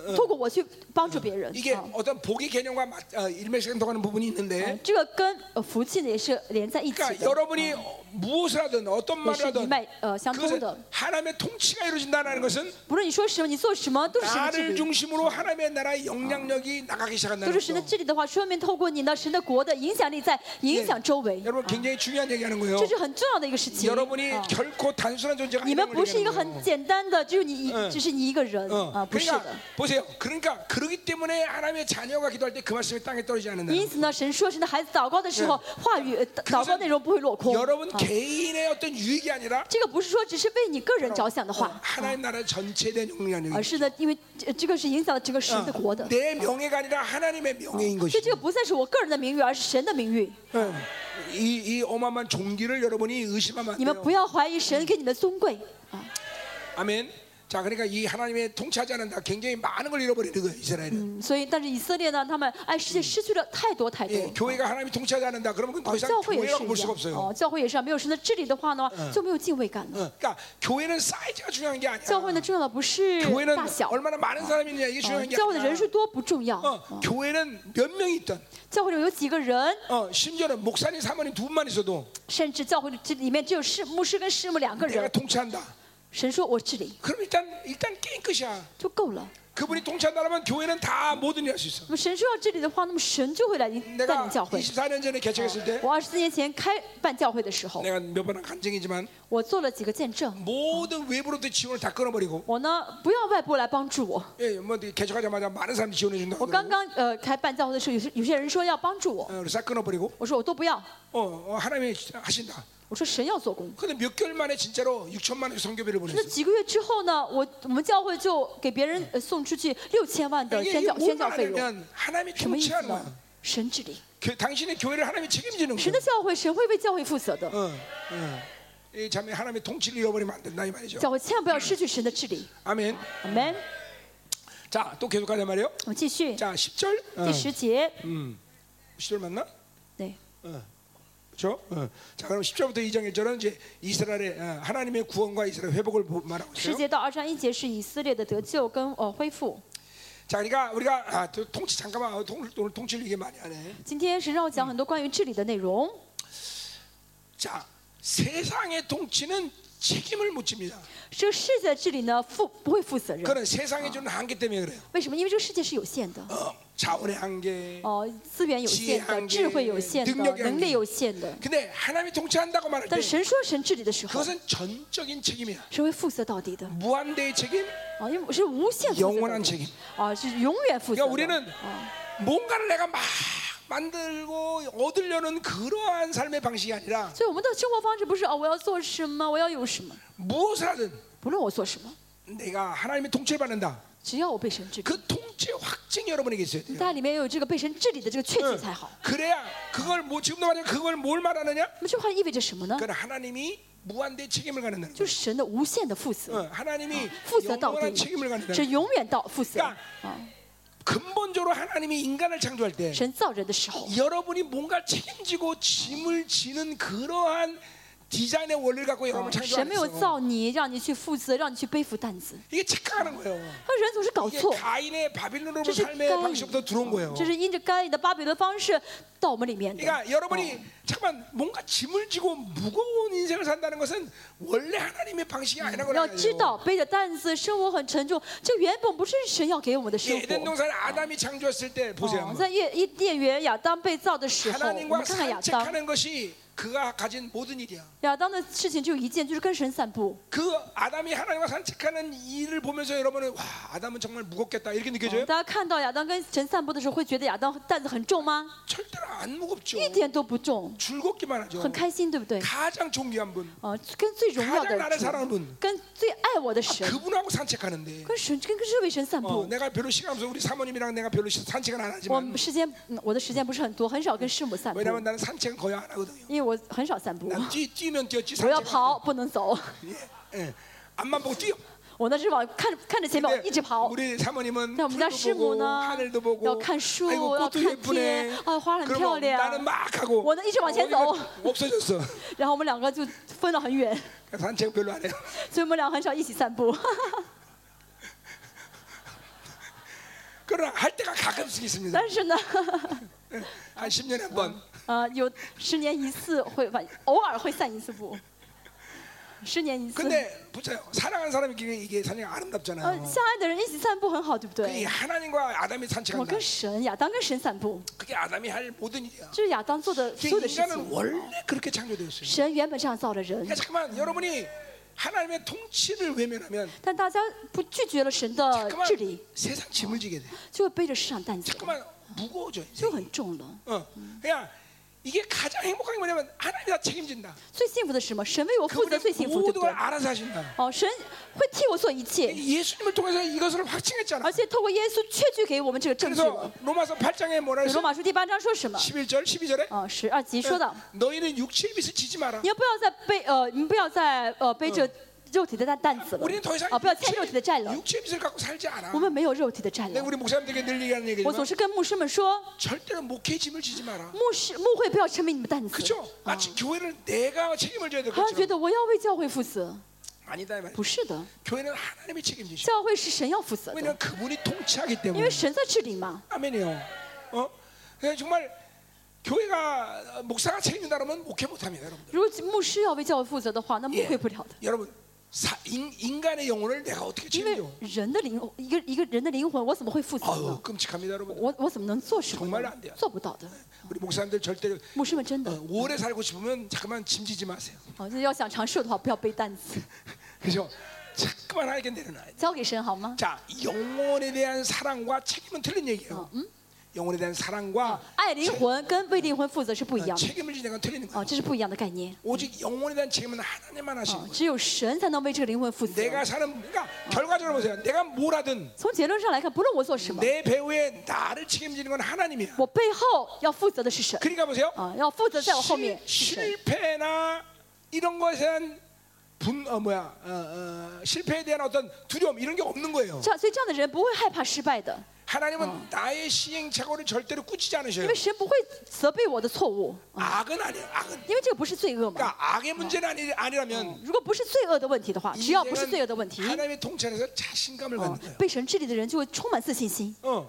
B: 呃，透过我去帮助别人。
A: 이게
B: 啊
A: 어떤 복의 개념과 맞- 어, 일맥상통하는 부분이
B: 呃
A: 있는데
B: 这个跟呃福气呢也是连在一起
A: 그러니까
B: 的，
A: 여러분이 어, 무엇을 하든 어떤
B: 也
A: 말을
B: 是一
A: 하든
B: 脉呃相通
A: 그것은
B: 的。
A: 하나님의 통치가 이루어진다는 것은
B: 不论你说什么，你做什么，都是神的治
A: 나를
B: 理。
A: 중심으로 하나님의 나라의 영향력이 나가기
B: 都
A: 시작한다는
B: 是神的
A: 거죠.
B: 治理的话，说明透过你呢，神的国的影响力在影响周围，
A: 네. 여러분 굉장히 중요한 얘기하는 거예요.
B: 这是很重要的一个事情。
A: 여러분이
B: 啊
A: 결코 단순한 존재가
B: 你
A: 아니라는
B: 们
A: 걸
B: 不是一个
A: 얘기하는
B: 很
A: 거예요.
B: 简单的，只有你一，
A: 嗯
B: 只是你一个人
A: 어,
B: 啊，不是
A: 그러니까
B: 的。
A: 보세요. 그러니까 그러기 때문에 하나님의 자녀가 기도할 때 그 말씀이 땅에 떨어지지 않는다.
B: 因此呢，神说神的孩子祷告的时候，话语呃祷告内容不会落空。
A: 여러분
B: 啊
A: 개인의 어떤 유익이 아니라 어,
B: 这个不是说只是为你个人着想的话，
A: 하나님 나라 전체에 대한 영향력이
B: 而是呢，因为呃这这个是影响了整个神的国的。
A: 내 명예가 아니라 하나님의 명예인
B: 所以
A: 것이죠.
B: 这个不再是我个人的名誉，而是神的名誉。
A: 예. 이, 이 어마어마한 종기를 여러분이 의심하면 안
B: 你们不
A: 돼요.
B: 要怀疑神给你们尊贵啊！
A: 아멘. 자, 그러니까 이 하나님의 통치하지 않는다. 굉장히 많은 걸 잃어버리는 거예요, 이스라엘은.
B: 嗯，所以但是以色列呢，他们爱世界失去了太多太多。
A: 예, 교회가 하나님이 통치하지 않는다. 그러면 그건 더
B: 教
A: 이상
B: 会也是嗯
A: 교회라고
B: 一
A: 볼 수가
B: 样，
A: 없어요.
B: 哦，教会也是啊，没有神的治理的话呢，就没有敬畏感
A: 어,
B: 的。
A: 그러니까 교회는 사이즈가 중요한 게 아니야.
B: 教会呢，重要的不是
A: 교회는
B: 大小，
A: 얼마나 많은 사람이 있냐 이게
B: 哦
A: 중요한 게
B: 教会的
A: 아니야.
B: 嗯人数多不重要，
A: 어, 교회는 몇 명이 있던,
B: 教会里有几个人，
A: 어, 심지어는 목사님, 사모님 두 분만 있어도
B: 甚至教会这里面只有师牧师跟师母两个
A: 내가
B: 人，
A: 통치한다.
B: 神说我治理
A: 그럼 일단 일단 게임 끝이야.
B: 就够了。
A: 그분이 통치한다면 교회는 다 뭐든지 할 수 있어.
B: 那么神说要治理的话，那么神就会来引带
A: 내가
B: 领教会。
A: 24년 전에 개척했을 때
B: 我二十四年前开办教会的时候，
A: 내가 몇 번 한 간증이지만
B: 我做了几个见证。
A: 모든 외부로부터 지원을 다 끊어버리고
B: 我呢，不要外部来帮助我。
A: 예, 뭐 개척하자마자 많은 사람들이 지원해 준다고
B: 我刚
A: 그러고
B: 刚呃开办教会的时候，有些有些人说要帮助我，
A: 어, 싹 끊어버리고
B: 我说我都不要，
A: 어, 어, 하나님이 하신다.
B: 我说神要做工。
A: 근데 몇 개월 만에 진짜로 6천만 원의 성교비를
B: 那
A: 보냈어.
B: 几个月之后呢，我我们教会就给别人呃送出去六千万的
A: 이게
B: 宣
A: 이게
B: 教宣
A: 뭔
B: 教费用，
A: 말이냐면 하나님이
B: 什么意思
A: 통치하나.
B: 呢？神治理，
A: 교- 당신의 교회를 하나님이 책임지는
B: 神
A: 거예요.
B: 的教会，神会为教会负责的。
A: 어, 어. 이 자매 하나님의 통치를 잃어버리면 안 된다 이 말이죠.
B: 教会千万不要失去神的治理。
A: 아멘.
B: a m
A: 자 또 계속 가자 말이에요.
B: 我们继续
A: 자 10절.
B: 第十节，
A: 음. 10절 맞나?
B: 对，
A: 그렇죠? 자 그럼 10절부터 2장 1절은 이제 이스라엘의 어, 하나님의 구원과 이스라엘 회복을 보- 말하고
B: 十
A: 있어요.
B: 节到二章一节是以色列的得救跟呃恢复。
A: 자 그러니까 우리가 아, 또 통치 잠깐만 어, 통, 오늘 통치를 얘기 많이 하네.
B: 今天神让我讲很多关于治理的内容。
A: 자 세상의 통치는 책임을 못 집니다.
B: 这个世界的治理呢，负不会负责任。
A: 그건 세상이 주는 한계 때문에 그래요.
B: 为什么？因为这个世界是有限的，
A: 어, 자원의 한계.
B: 哦，资源有嗯限的，智慧有限的，能力有限的。
A: 근데 하나님이 통치한다고 말할 때
B: 但是神说神治理的时候，
A: 그것은 전적인 책임이야.
B: 神会负责到底的，
A: 무한대의 책임,
B: 啊，因为是无限负责
A: 영원한
B: 的，
A: 책임.
B: 啊，是永远负责
A: 그러니까
B: 的。哦
A: 우리는 뭔가를 내가 막 만들고 얻으려는 그러한 삶의 방식이 아니라
B: 所以我们的生活方式不是哦，我要做什么，我要有什么，
A: 무엇을 하든
B: 不论我做什么，
A: 내가 하나님의 통치를 받는다.
B: 只要我被神治理，
A: 그 통치 확증이 여러분에게 있어야 돼요.
B: 大家里面有这个被神治理的这个确据才
A: 嗯
B: 好。
A: 그래야 그걸 뭐 지금도 말이야 그걸 뭘 말하느냐?
B: 那么这话意味着什么呢？
A: 그건 하나님이 무한대 의 책임을 갖는다는
B: 就
A: 거예요.
B: 是神的无限的负责，
A: 어, 하나님이
B: 负责到
A: 嗯 영원한
B: 底
A: 책임을 ， 갖는다는
B: 是
A: 거예요.
B: 永远到负责。
A: 干
B: 啊，
A: 근본적으로 하나님이 인간을 창조할 때
B: 神造人的时候，
A: 여러분이 뭔가 책임지고 짐을 지는 그러한 디자인의 원리를 갖고 여러분
B: 哦神没有
A: 창조했어요.
B: 造你，让你去负责，让你去背负担子。
A: 이게 착각하는 거예요.
B: 他人总是搞
A: 이게
B: 错，
A: 가인의 바빌론으로
B: 这是
A: 삶의
B: 该隐
A: 방식부터 들어온 거예요.
B: 这是因着该隐的巴比伦方式到我们里面的。
A: 그러니까 여러분이 잠깐 뭔가 짐을 지고 무거운 인생을 산다는 것은 원래 하나님의 방식이 아니라고
B: 要知
A: 그래요.
B: 道，背着担子，生活很沉重，这原本不是神要给我们的
A: 이
B: 生
A: 에덴
B: 活。
A: 동산 아담이 창조했을 때 보세요.
B: 哦
A: 한번.
B: 在夜伊甸园亚当被造的时候，我们
A: 하나님과
B: 看看亚当，
A: 산책하는 것이 그가 가진 모든 일이야.
B: 亚当的事情只有一件，就是跟神散步。
A: 그 아담이 하나님과 산책하는 일을 보면서 여러분은 와 아담은 정말 무겁겠다 이렇게
B: 哦
A: 느껴져요?
B: 大家看到亚当跟神散步的时候，会觉得亚当担子很重吗？
A: 절대로 안 무겁죠.
B: 一点都不重，
A: 즐겁기만 하죠.
B: 很开心，对不对？
A: 가장 존귀한 분,
B: 啊，跟最荣耀的
A: 가장나를사랑하는
B: 主
A: 분 ，
B: 跟最爱我的神，
A: 그분하고 산책하는데
B: 跟神跟跟这位神散
A: 어,
B: 步。
A: 내가 별로 시간 없어 우리 사모님이랑 내가 별로 시- 산책은 안
B: 我
A: 하지만
B: 们时间，嗯我的时间不是很多，很少跟师母散步，
A: 왜냐면 나는 산책은 거의 안 하거든요.
B: 因为我很少散步。
A: 난 뛰, 뛰면 뛰었지
B: 我要
A: 산책.
B: 跑，不能走。
A: 예, 앞만 보고 뛰어.
B: 我那是往看看着前面，我
A: 근데
B: 一直跑。
A: 우리 사모님은
B: 那我们家
A: 풀도
B: 师母
A: 보고
B: 呢
A: 하늘도 ，
B: 要
A: 보고
B: 看书，
A: 아이고
B: 要
A: 꽃도
B: 看
A: 예쁘네.
B: 天，啊，花很漂
A: 그러면
B: 亮
A: 나는 。막 하고
B: 我呢一直往前走
A: 어머니가 없어졌어.
B: 然后我们两个就分了很远，
A: 산책 별로 안 해요.
B: 所以我们俩很少一起散步。
A: 그러나 할 때가 가끔씩 있습니다.
B: 但是呢，
A: 한 10년에 한 번.
B: 呃，有十年一次会反，偶尔会散一次步。十年一次。
A: 근데 보세요. 사랑하는 사람에게 이게 사실 아름답잖아요.
B: 呃，相爱的人一起散步很好，对不
A: 이
B: 对？
A: 하나님과 아담이
B: 我
A: 산책한다.
B: 跟神亚当跟神散步，
A: 뭐, 그게 아담이 할 모든 일이야.
B: 这是亚当做的所有的事
A: 인간은
B: 情。
A: 원래 그렇게 창조되었어요.
B: 神原本这样造的人
A: 아, 그러니까 ， 잠깐만 여러분이 하나님의 통치를 외면하면
B: 但大家不拒绝了神的
A: 잠깐만
B: 治理，
A: 세상 짐을 지게 돼.
B: 就会背着市场担子，
A: 잠깐만 무거워져.
B: 就很重了。
A: 어, 그냥 이게 가장 행복한 게 뭐냐면 하나님이 다 책임진다.
B: 最幸福的是什么？神为我负责最
A: 그분이
B: 幸福，对
A: 모든
B: 不
A: 걸
B: 对？
A: 알아서 하신다.
B: 哦，神会替我做一切，
A: 예수님을 통해서 이것을 확증했잖아.
B: 而且透过耶稣确据给我们这个证据
A: 그래서
B: 了。
A: 로마서 아, 8장에 뭐라
B: 罗
A: 했어?
B: 马书第八章说什么？
A: 11절, 12절에
B: 啊，十二节说到，
A: 너희는 육체의 빚을 지지 마라.
B: 你要不要再背呃，你们不要再呃背着肉体的担担子了
A: 우리는 더 이상
B: 啊，不要欠肉体的债了。
A: 육체 빚을 갖고 살지 않아.
B: 我们没有肉体的债
A: 근데
B: 了。
A: 우리 목사님들에게 늘 얘기하는
B: 我总
A: 얘기지만
B: 是跟牧师们说，
A: 절대로 목회 짐을 지지 마라.
B: 牧师牧会不要成为你们担子，
A: 그죠?
B: 啊，
A: 마치 교회를 내가 책임을 져야 될
B: 好像觉
A: 것처럼
B: 得我要为教会负责，
A: 아니다 이 말이야.
B: 不是哦的，
A: 교회는 하나님이 책임지시오.
B: 教会是嗯神要负责的，
A: 왜냐하면 그분이 통치하기
B: 因
A: 때문에.
B: 为神在治理嘛。
A: 아멘이요. 어? 그냥 정말 교회가 어, 목사가 책임진다 그러면 목회 못합니다, 여러분들. 예.
B: 如果牧师要为教会负责的话，那牧会不了的，
A: 여러분 사, 인, 인간의 영혼을 내가 어떻게
B: 因为
A: 책임져?
B: 人的灵，一个一个人的灵魂，我怎么会负责
A: 아유
B: 呢？
A: 끔찍합니다, 여러분.
B: 我我怎么能做什么
A: 정말안돼요
B: 呢？做不到的。
A: 우리 목사님들 절대로
B: 牧师们真
A: 어,
B: 的，
A: 오래 살고 싶으면 잠깐만 짐지지 마세요.
B: 好，就是要想长寿的话，不要背担子，
A: 그죠? 자꾸만 하게 내려놔야 돼.
B: 交给神好吗？
A: 자, 영혼에 대한 사랑과 책임은 틀린 얘기예요. 영혼에 대한 사랑과
B: 爱灵魂跟为灵魂负责是不一
A: 어,
B: 样的，
A: 책임을 지는 건 틀리는 거예요.
B: 啊，这是不一样的概念。
A: 오직 영혼에 대한 책임은 하나님만 하시는
B: 啊，
A: 거예요.
B: 只有神才能为这个灵魂负责。
A: 내가 사는 그러니까 결과적으로 보세요. 내가 뭘 하든
B: 从结论上来看，不论我做什么，
A: 내 배우에 나를 책임지는 건 하나님이야.
B: 我背后要负责的是神
A: 그러니까 보세요.
B: 啊，要负责在我后面
A: 실-
B: 是神。
A: 실패나 이런 것에 대한 분, 어, 뭐야, 어, 어, 실패에 대한 어떤 두려움 이런 게 없는 거예요.
B: 这样，所以这样的人不会害怕失败的，
A: 하나님은 나의 시행착오를 절대로 꾸짖지
B: 因
A: 않으셔요.
B: 为神不会责备我的错误，
A: 악은 아니에요. 악은.
B: 因为这个不是罪恶嘛。
A: 그러니까 악의 문제는 아니, 아니라면
B: 如果不是罪恶的问题的话，只要不是罪恶的问题，
A: 하나님의 통치 안에서 자신감을
B: 哦
A: 갖는 거예요.
B: 被神治理的人就会充满自信心。
A: 어.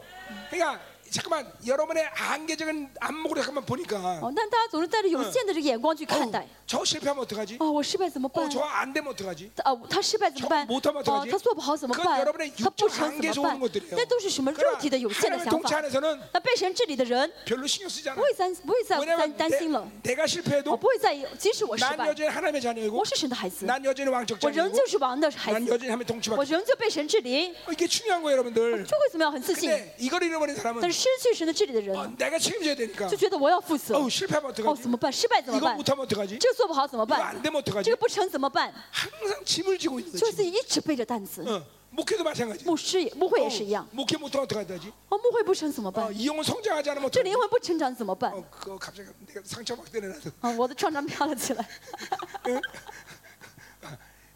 A: 그러니까 잠깐만 여러분의 한계적인 안목으로 잠깐만 보니까
B: 哦，但大家总是带着有限的这个眼光去看待。
A: 저 실패하면 어떡하지?
B: 嗯哦，我失败怎么办
A: 어 ？저 안 되면 어떡하지?
B: 啊，他失败怎么办？
A: 저못하면어떡하지
B: 哦，他做不好怎么
A: 그건
B: 办
A: 여러분의？
B: 他不成
A: 육적
B: 怎么
A: 한계에서오는
B: 办
A: 것들이에요 ？
B: 那都是什么肉体的有限的
A: 하나님의
B: 想
A: 통치
B: 法。
A: 안에서는
B: 那被神治理的人
A: 별로 신경 쓰지
B: 不
A: 않아.
B: 会担不会再担
A: 왜냐면
B: 担心了，
A: 내, 가
B: 我
A: 실패해도
B: 不会在意，即使我失
A: 난
B: 败，
A: 여전히 하나님의 자녀이고
B: 我是神的孩子，
A: 난 여전히 왕적
B: 我仍
A: 자녀이고
B: 旧是王的孩
A: 난
B: 子，
A: 여전히 하나님의 통치받고
B: 我仍旧被神治理，
A: 있어. 이게 중요한 거예요 여러분들
B: 就会怎么样？很自信。
A: 근데 이걸 잃어버린
B: 但
A: 사람은
B: 是失去神的治理的人，
A: 어, 내가 책임져야 되니까
B: 就觉得我要负责，
A: 어우 실패하면
B: 啊哦，
A: 어떡하지?
B: 怎么办？失败怎
A: 뭐
B: 么
A: 이거
B: 办？
A: 못하면 어떡하지?
B: 这个做不好怎么
A: 이거
B: 办
A: 안 ？ 되면
B: 这
A: 어떡하지?
B: 个不成怎么办？
A: 항상 짐을 지고 있는
B: 就是自
A: 거지
B: 己一直背着担子。
A: 어, 목회도 마찬가지
B: 牧师也牧会也是一样
A: 어우, ， 목회 못하면 어떡하지?
B: 哦，哦牧会不成怎么
A: 어,
B: 办？
A: 이 영혼 성장하지 않으면
B: 这
A: 어떡하지?
B: 灵魂不成长怎么办？
A: 어, 그거 갑자기 내가 상처 막 때려놔서
B: 啊，我的创伤飘了起来，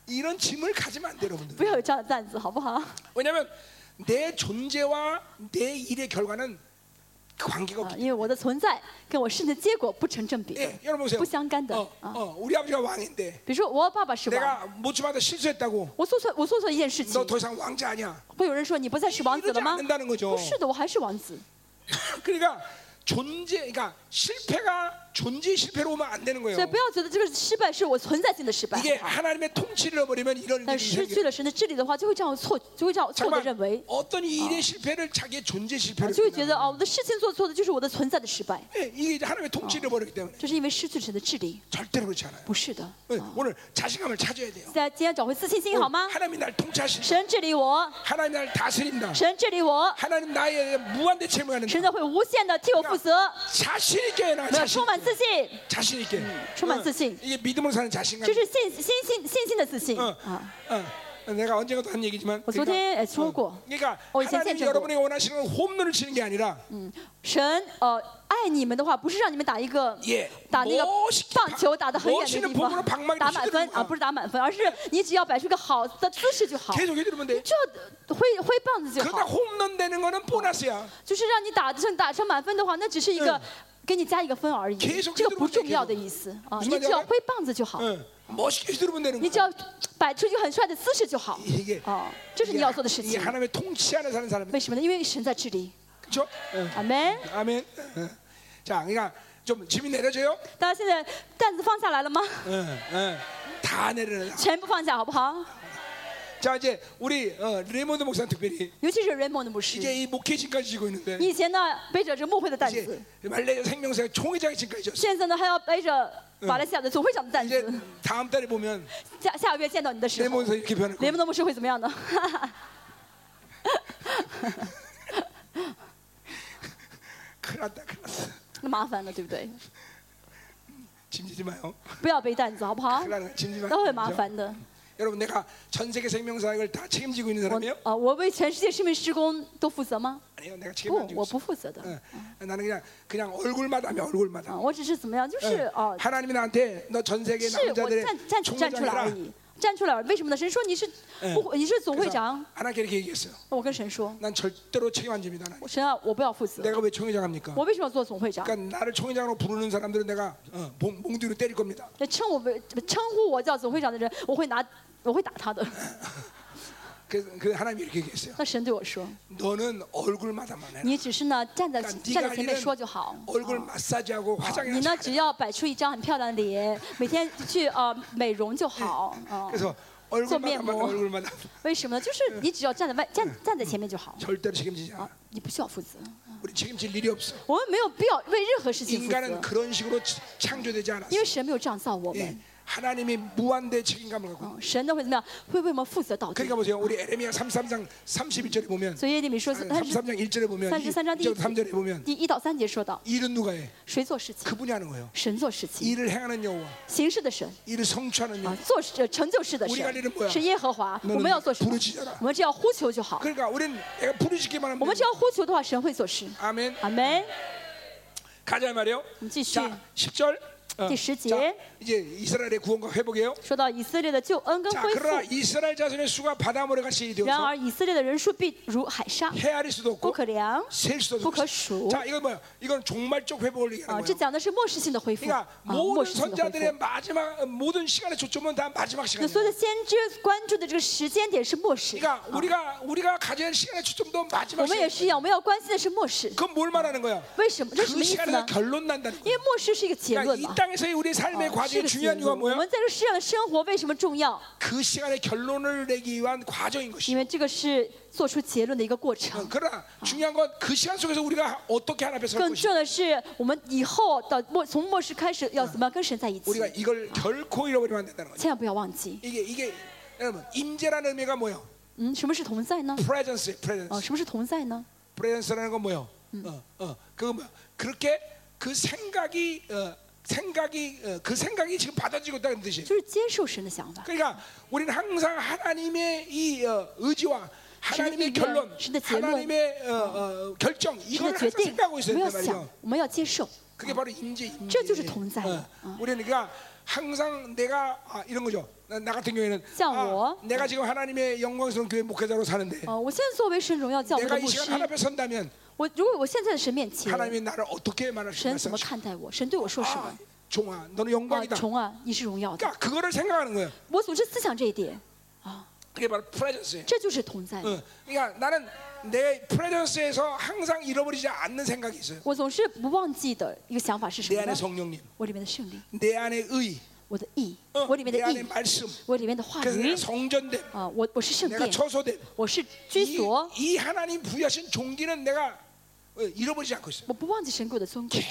A: 이런 짐을 가지면 안 돼요
B: 不
A: 여러분들
B: 要有这样的担子，好不好？
A: 왜냐면 내 존재와 내 일의 결과는 그 관계가
B: 啊，
A: 없기
B: 因为我的存在跟我生的结果不成正比的
A: 예, ， 여러분 보세요.
B: 不相干的
A: 어,
B: 啊。
A: 어, 우리 아버지가 그 왕인데
B: 比如说我爸爸是王，
A: 내가 모집하다 실수했다고
B: 我做错我做错一件事
A: 너
B: 情，
A: 더 이상 왕자 아니야.
B: 会有人说你不再是王子了
A: 이러지
B: 吗？
A: 않는다는 거죠.
B: 不是的，我还是王子。
A: 그러니까 존재, 그러니까 실패가 존재 실패로 오면 안 되는 거예요.
B: 所以不要觉得这个失败是我存在性的失败，
A: 이게
B: 好不好
A: 하나님의 통치를 잃어버리면 이런
B: 但
A: 일이
B: 失去
A: 생겨요.
B: 了神的治理的话，就会这样错，就会这样错的
A: 잠깐만
B: 认为，
A: 어떤 일의 실패를 자기의 존재
B: 啊
A: 실패로
B: 就会觉
A: 생각해요.
B: 得哦，我的事情做错的就是我的存在的失败，
A: 예, 이게 이제 하나님의 통치를 잃어버리기 때문에
B: 这是因为失去神的治理，
A: 절대로 그렇지 않아요.
B: 不是的。
A: 예, 오늘 자신감을 찾아야 돼요.
B: 大家今天找回自信心好吗？
A: 하나님이 날 통치하신다.
B: 神治理我，
A: 하나님이 날 다스린다.
B: 神治理我，
A: 하나님 나의 무한대 책임하는
B: 神就会无限的替我负责，
A: 자신 있게 해놔.
B: 没有
A: 자신
B: 充满自信，
A: 자신 있게.
B: 충만
A: 어,
B: 자신.
A: 이게 믿음으로 사는 자신감.
B: 这是信信心信心的自信
A: 어,
B: 啊。
A: 어, 내가 언젠가도 한 얘기지만.
B: 我昨天也说过，
A: 그러니까
B: 어, 이제
A: 하나님
B: 생각해보고.
A: 여러분이 원하시는 건 홈런을 치는 게 아니라
B: 神呃爱你们的话，不是让你们打一个
A: 예,
B: 打那个
A: 멋있게
B: 棒球打得很远
A: 멋있는
B: 的地
A: 폼으로
B: 方，
A: 방망이를
B: 打满
A: 휘두르는
B: 分
A: 거야.
B: 啊，不是打满分，而是你只要摆出一个好的姿势就好，
A: 계속 해주면 돼.
B: 你只要挥挥棒子就
A: 그러다
B: 好。
A: 홈런 되는 거는 보너스야.
B: 就是让你打成打成满分的话，那只是一个
A: 嗯
B: 给你加一个分而已，这个不重要的意思啊，你只要挥棒子就好。
A: 응. 어. 멋있게 휘두르면 되는
B: 你只
A: 거야.
B: 要摆出一个很帅的姿势就好
A: 이게 。
B: 哦，这是你要做的事
A: 이게
B: 情。
A: 하나님의 통치 안에 사는 사람.
B: 为什么呢？因为神在治理。
A: 그렇죠? 응.
B: 阿门。
A: 아멘. 응. 자, 그러니까 좀 짐이 내려져요. 어,
B: 大家现在担子放下来了吗？
A: 응, 응. 다 내려놔.
B: 全部放下好不好？
A: 자 이제 우리 어, 레몬드 목사 특별히
B: 尤其是 Raymond 的牧师，
A: 이제 이 목회 진까지 지고 있는데
B: 你以前呢背着这牧会的担
A: 이제
B: 子，
A: 말레이시아 생명사의 총회장의 진까지 졌어.
B: 现在呢还要背着马来西亚的总会长的担
A: 이제
B: 子。
A: 다음 달에 보면
B: 下下个月见到你的时候，
A: 어. 레몬드 이렇게 변할 거야.
B: 联盟的牧师会怎么样呢？
A: 큰일 났다, 큰일 났어.
B: 那麻烦了，对不对？
A: 짐 지지 마요.
B: 不要背担子好不好
A: 큰일 ？ 나요. 짐 지지 마요.
B: 都会麻烦的。
A: 여러분 내가 전 세계 생명사역을 다 책임지고 있는
B: 我
A: 사람이에요?
B: 啊、我为全世界市民施工都负责吗？
A: 아니에요. 내가
B: 不
A: 책임지고 ，
B: 我
A: 있어.
B: 不负责的。
A: 어, 나는 그냥 그냥 얼굴마다 예. 하면 嗯 어.
B: 哦
A: 뭐,
B: 啊、站出来了。为什么呢？神说你是
A: 嗯
B: 不，你是总会
A: 그래서
B: 长。
A: 하나님께 이렇게 얘기했어요.
B: 我跟神说，
A: 난 절대로 책임 안 집니다. 하나님.
B: 我神啊，我不要负责。
A: 내가 왜 총회장 합니까?
B: 我为什么要做总会长？
A: 그러니까 나를 총회장으로 부르는 사람들은 내가 어, 몽- 몽둥이로 때릴 겁니다.
B: 那称我为称呼我叫总会长的人，我会拿我会打他的。
A: 그래서 그 하나님이 이렇게 얘기했어요.
B: 那神对我说，
A: 너는 얼굴마다만 해라. 그러니까
B: 你只是呢站在
A: 干
B: 站在前面说就好。
A: 얼굴 마사지하고
B: 啊你
A: 화장이나
B: 呢，只要摆出一张很漂亮的脸，每天去呃美容就好。啊
A: 그래서 얼굴마다만
B: 좀 미워.
A: 얼굴마다
B: 为什么呢？就是你只要站在外站站在前面就好，
A: 절대로 책임지지
B: 啊
A: 않아. ，
B: 你不需要负责。
A: 우리 책임질 일이 없어.
B: 我们没有必要为任何事情负
A: 인간은
B: 责，
A: 그런 식으로 치- 창조되지 않았어.
B: 因为神没有这样造我
A: 예,
B: 们。
A: 하나님이 무한대 책임감을 갖고.
B: 嗯，神呢会怎么样？会为我们负责到底
A: 그러니까 。 보세요. 우리 에레미야 33장 31절에 보면
B: 所以耶利米说，他是
A: 33장 1절에 보면
B: 33장 第
A: 2절 3절에
B: 一
A: 보면
B: 第一到三节说到，
A: 일은 누가 해?
B: 谁做事情，
A: 그분이 하는 거예요.
B: 神做事情，
A: 일을 행하는 여호와,
B: 行事的神
A: 일을 성취하는
B: 啊
A: 여호와. ，
B: 做事呃成就事的
A: 우리가이름뭐야
B: 神是耶和华。
A: 너는
B: 我们要做什么
A: 부르짖어라 ？
B: 我们只要呼求就好。
A: 그러니까 우리는 내가 부르짖기만
B: 我
A: 하면
B: 们只要呼求的话，神会做事。
A: 아멘.
B: 阿门。
A: 가자 이 말이에요.
B: 我们继续
A: 자, 10절. 어.
B: 이제 10 음, 절.
A: 자, 이제 이스라엘의 구원과 회복이에요.
B: 说到以色列的救恩跟
A: 자,
B: 恢
A: 그러나
B: 复，
A: 이스라엘 자손의 수가 바다모래 같이
B: 然
A: 되어서
B: 而以色列的人数必如海沙，
A: 헤아릴 수도
B: 不
A: 없고
B: 可量。
A: 셀 수도
B: 북한
A: 없고.
B: 수.
A: 자, 이건 뭐야? 이건 종말적 회복을 얘기하는
B: 啊，这
A: 거예요.
B: 讲的是末世性的恢复，啊
A: 그러니까 ，
B: 末
A: 모든
B: 世性的恢
A: 선자들의
B: 复。
A: 마지막 어, 모든 시간의 초점은 다 마지막
B: 那
A: 시간이에요.
B: 所有的先知关注的这个时间点是末世，
A: 그러니까 우리가 우리가 가져야 할 시간의 초점도
B: 我
A: 마지막
B: 们也
A: 시간.
B: 是一样，我们要关心的是末世。
A: 그건 뭘 말하는 거야?
B: 为什么？这是什
A: 그
B: 么意思
A: 시간에서
B: 呢？
A: 결론 난다는
B: 因
A: 거야.
B: 为末世是一个结
A: 그러니까
B: 论
A: 이
B: 嘛，
A: 땅의 우리의 삶의
B: 啊是
A: 과정의
B: 个结
A: 중요한
B: 论。
A: 이유가
B: 我
A: 뭐야?
B: 们在这个世上的生活为什么重要？
A: 그 시간의 결론을 내기 위한 과정인
B: 因
A: 것이.
B: 为这个是做出结论的一个过程
A: 어, 。 그러나 중요한 건 그 시간 속에서 우리가 어떻게 하나 앞에 설
B: 更
A: 것이.
B: 重要的是，我们以后到末从末世开始要怎么样跟神在一起，
A: 우리가 이걸 결코 잃어버리면 안 된다는 거죠.
B: 千万不要忘记。
A: 이게 이게 여러분 임재라는 의미가 뭐예요?
B: 嗯，什么是同在呢？
A: presence,
B: 啊，
A: presence.
B: 什么是同在呢？
A: 프레젠스라는 건 뭐예요? 어, 어, 그거 뭐야? 그렇게 그 생각이 어, 생각이 어, 그 생각이 지금 받아지고 있다는 뜻이에요.
B: 就是接受神的想法，
A: 그러니까 우리는 항상 하나님의 이 어, 의지와 하나님의
B: 신의
A: 결론,
B: 신의 결론.
A: 하나님의 어, 어, 결정
B: 神
A: 이걸
B: 的决
A: 항상
B: 定，
A: 생각하고
B: 我
A: 있어야
B: 们要
A: 단
B: 想
A: 말이에요. ，
B: 我们要接受。
A: 그게 바로 임재, 임재.
B: 这就是同在。
A: 우리는 그러니까 항상 내가 아, 이런 거죠. 나, 나 같은 경우에는 아,
B: 像我。
A: 내가 지금 하나님의 영광스러운 교회 목회자로 사는데
B: 哦，我现在作为神荣耀教会
A: 내가 이
B: 的牧师
A: 시간 ， 예. 하나님 앞에 선다면
B: 我如果我现在的神面前，
A: 하나님이 나를 어떻게 말할 수
B: 神怎么
A: 있을까?
B: 看待我？神对我说什
A: 아
B: 么？
A: 뭐 종아, 너는
B: 啊，
A: 영광이다.
B: 虫啊，你是荣耀的。
A: 그러니까 그거를 생각하는 거예요.
B: 我总是思想这一点，
A: 그게 바로 프레젠스예요.
B: 这就是同在。
A: 응. 그러니까 나는 내 프레젠스에서 항상 잃어버리지 않는 생각이 있어요.
B: 我总是不忘记的一个想法是什
A: 내
B: 么
A: 안에
B: 呢？
A: 성령님,
B: 我里面的圣灵，
A: 내 안에 의,
B: 我的义，
A: 어,
B: 我里面
A: 내
B: 的
A: 안에
B: 义，
A: 말씀,
B: 我里面的话
A: 그래서
B: 语
A: 내가 。 성전됨,
B: 啊，我我是圣
A: 내가
B: 殿，
A: 처소됨.
B: 我是居
A: 이,
B: 所，
A: 이 하나님 부여하신 종기는 내가 어, 잃어버리지 않고 있어요.
B: 我不忘记神给我的尊贵，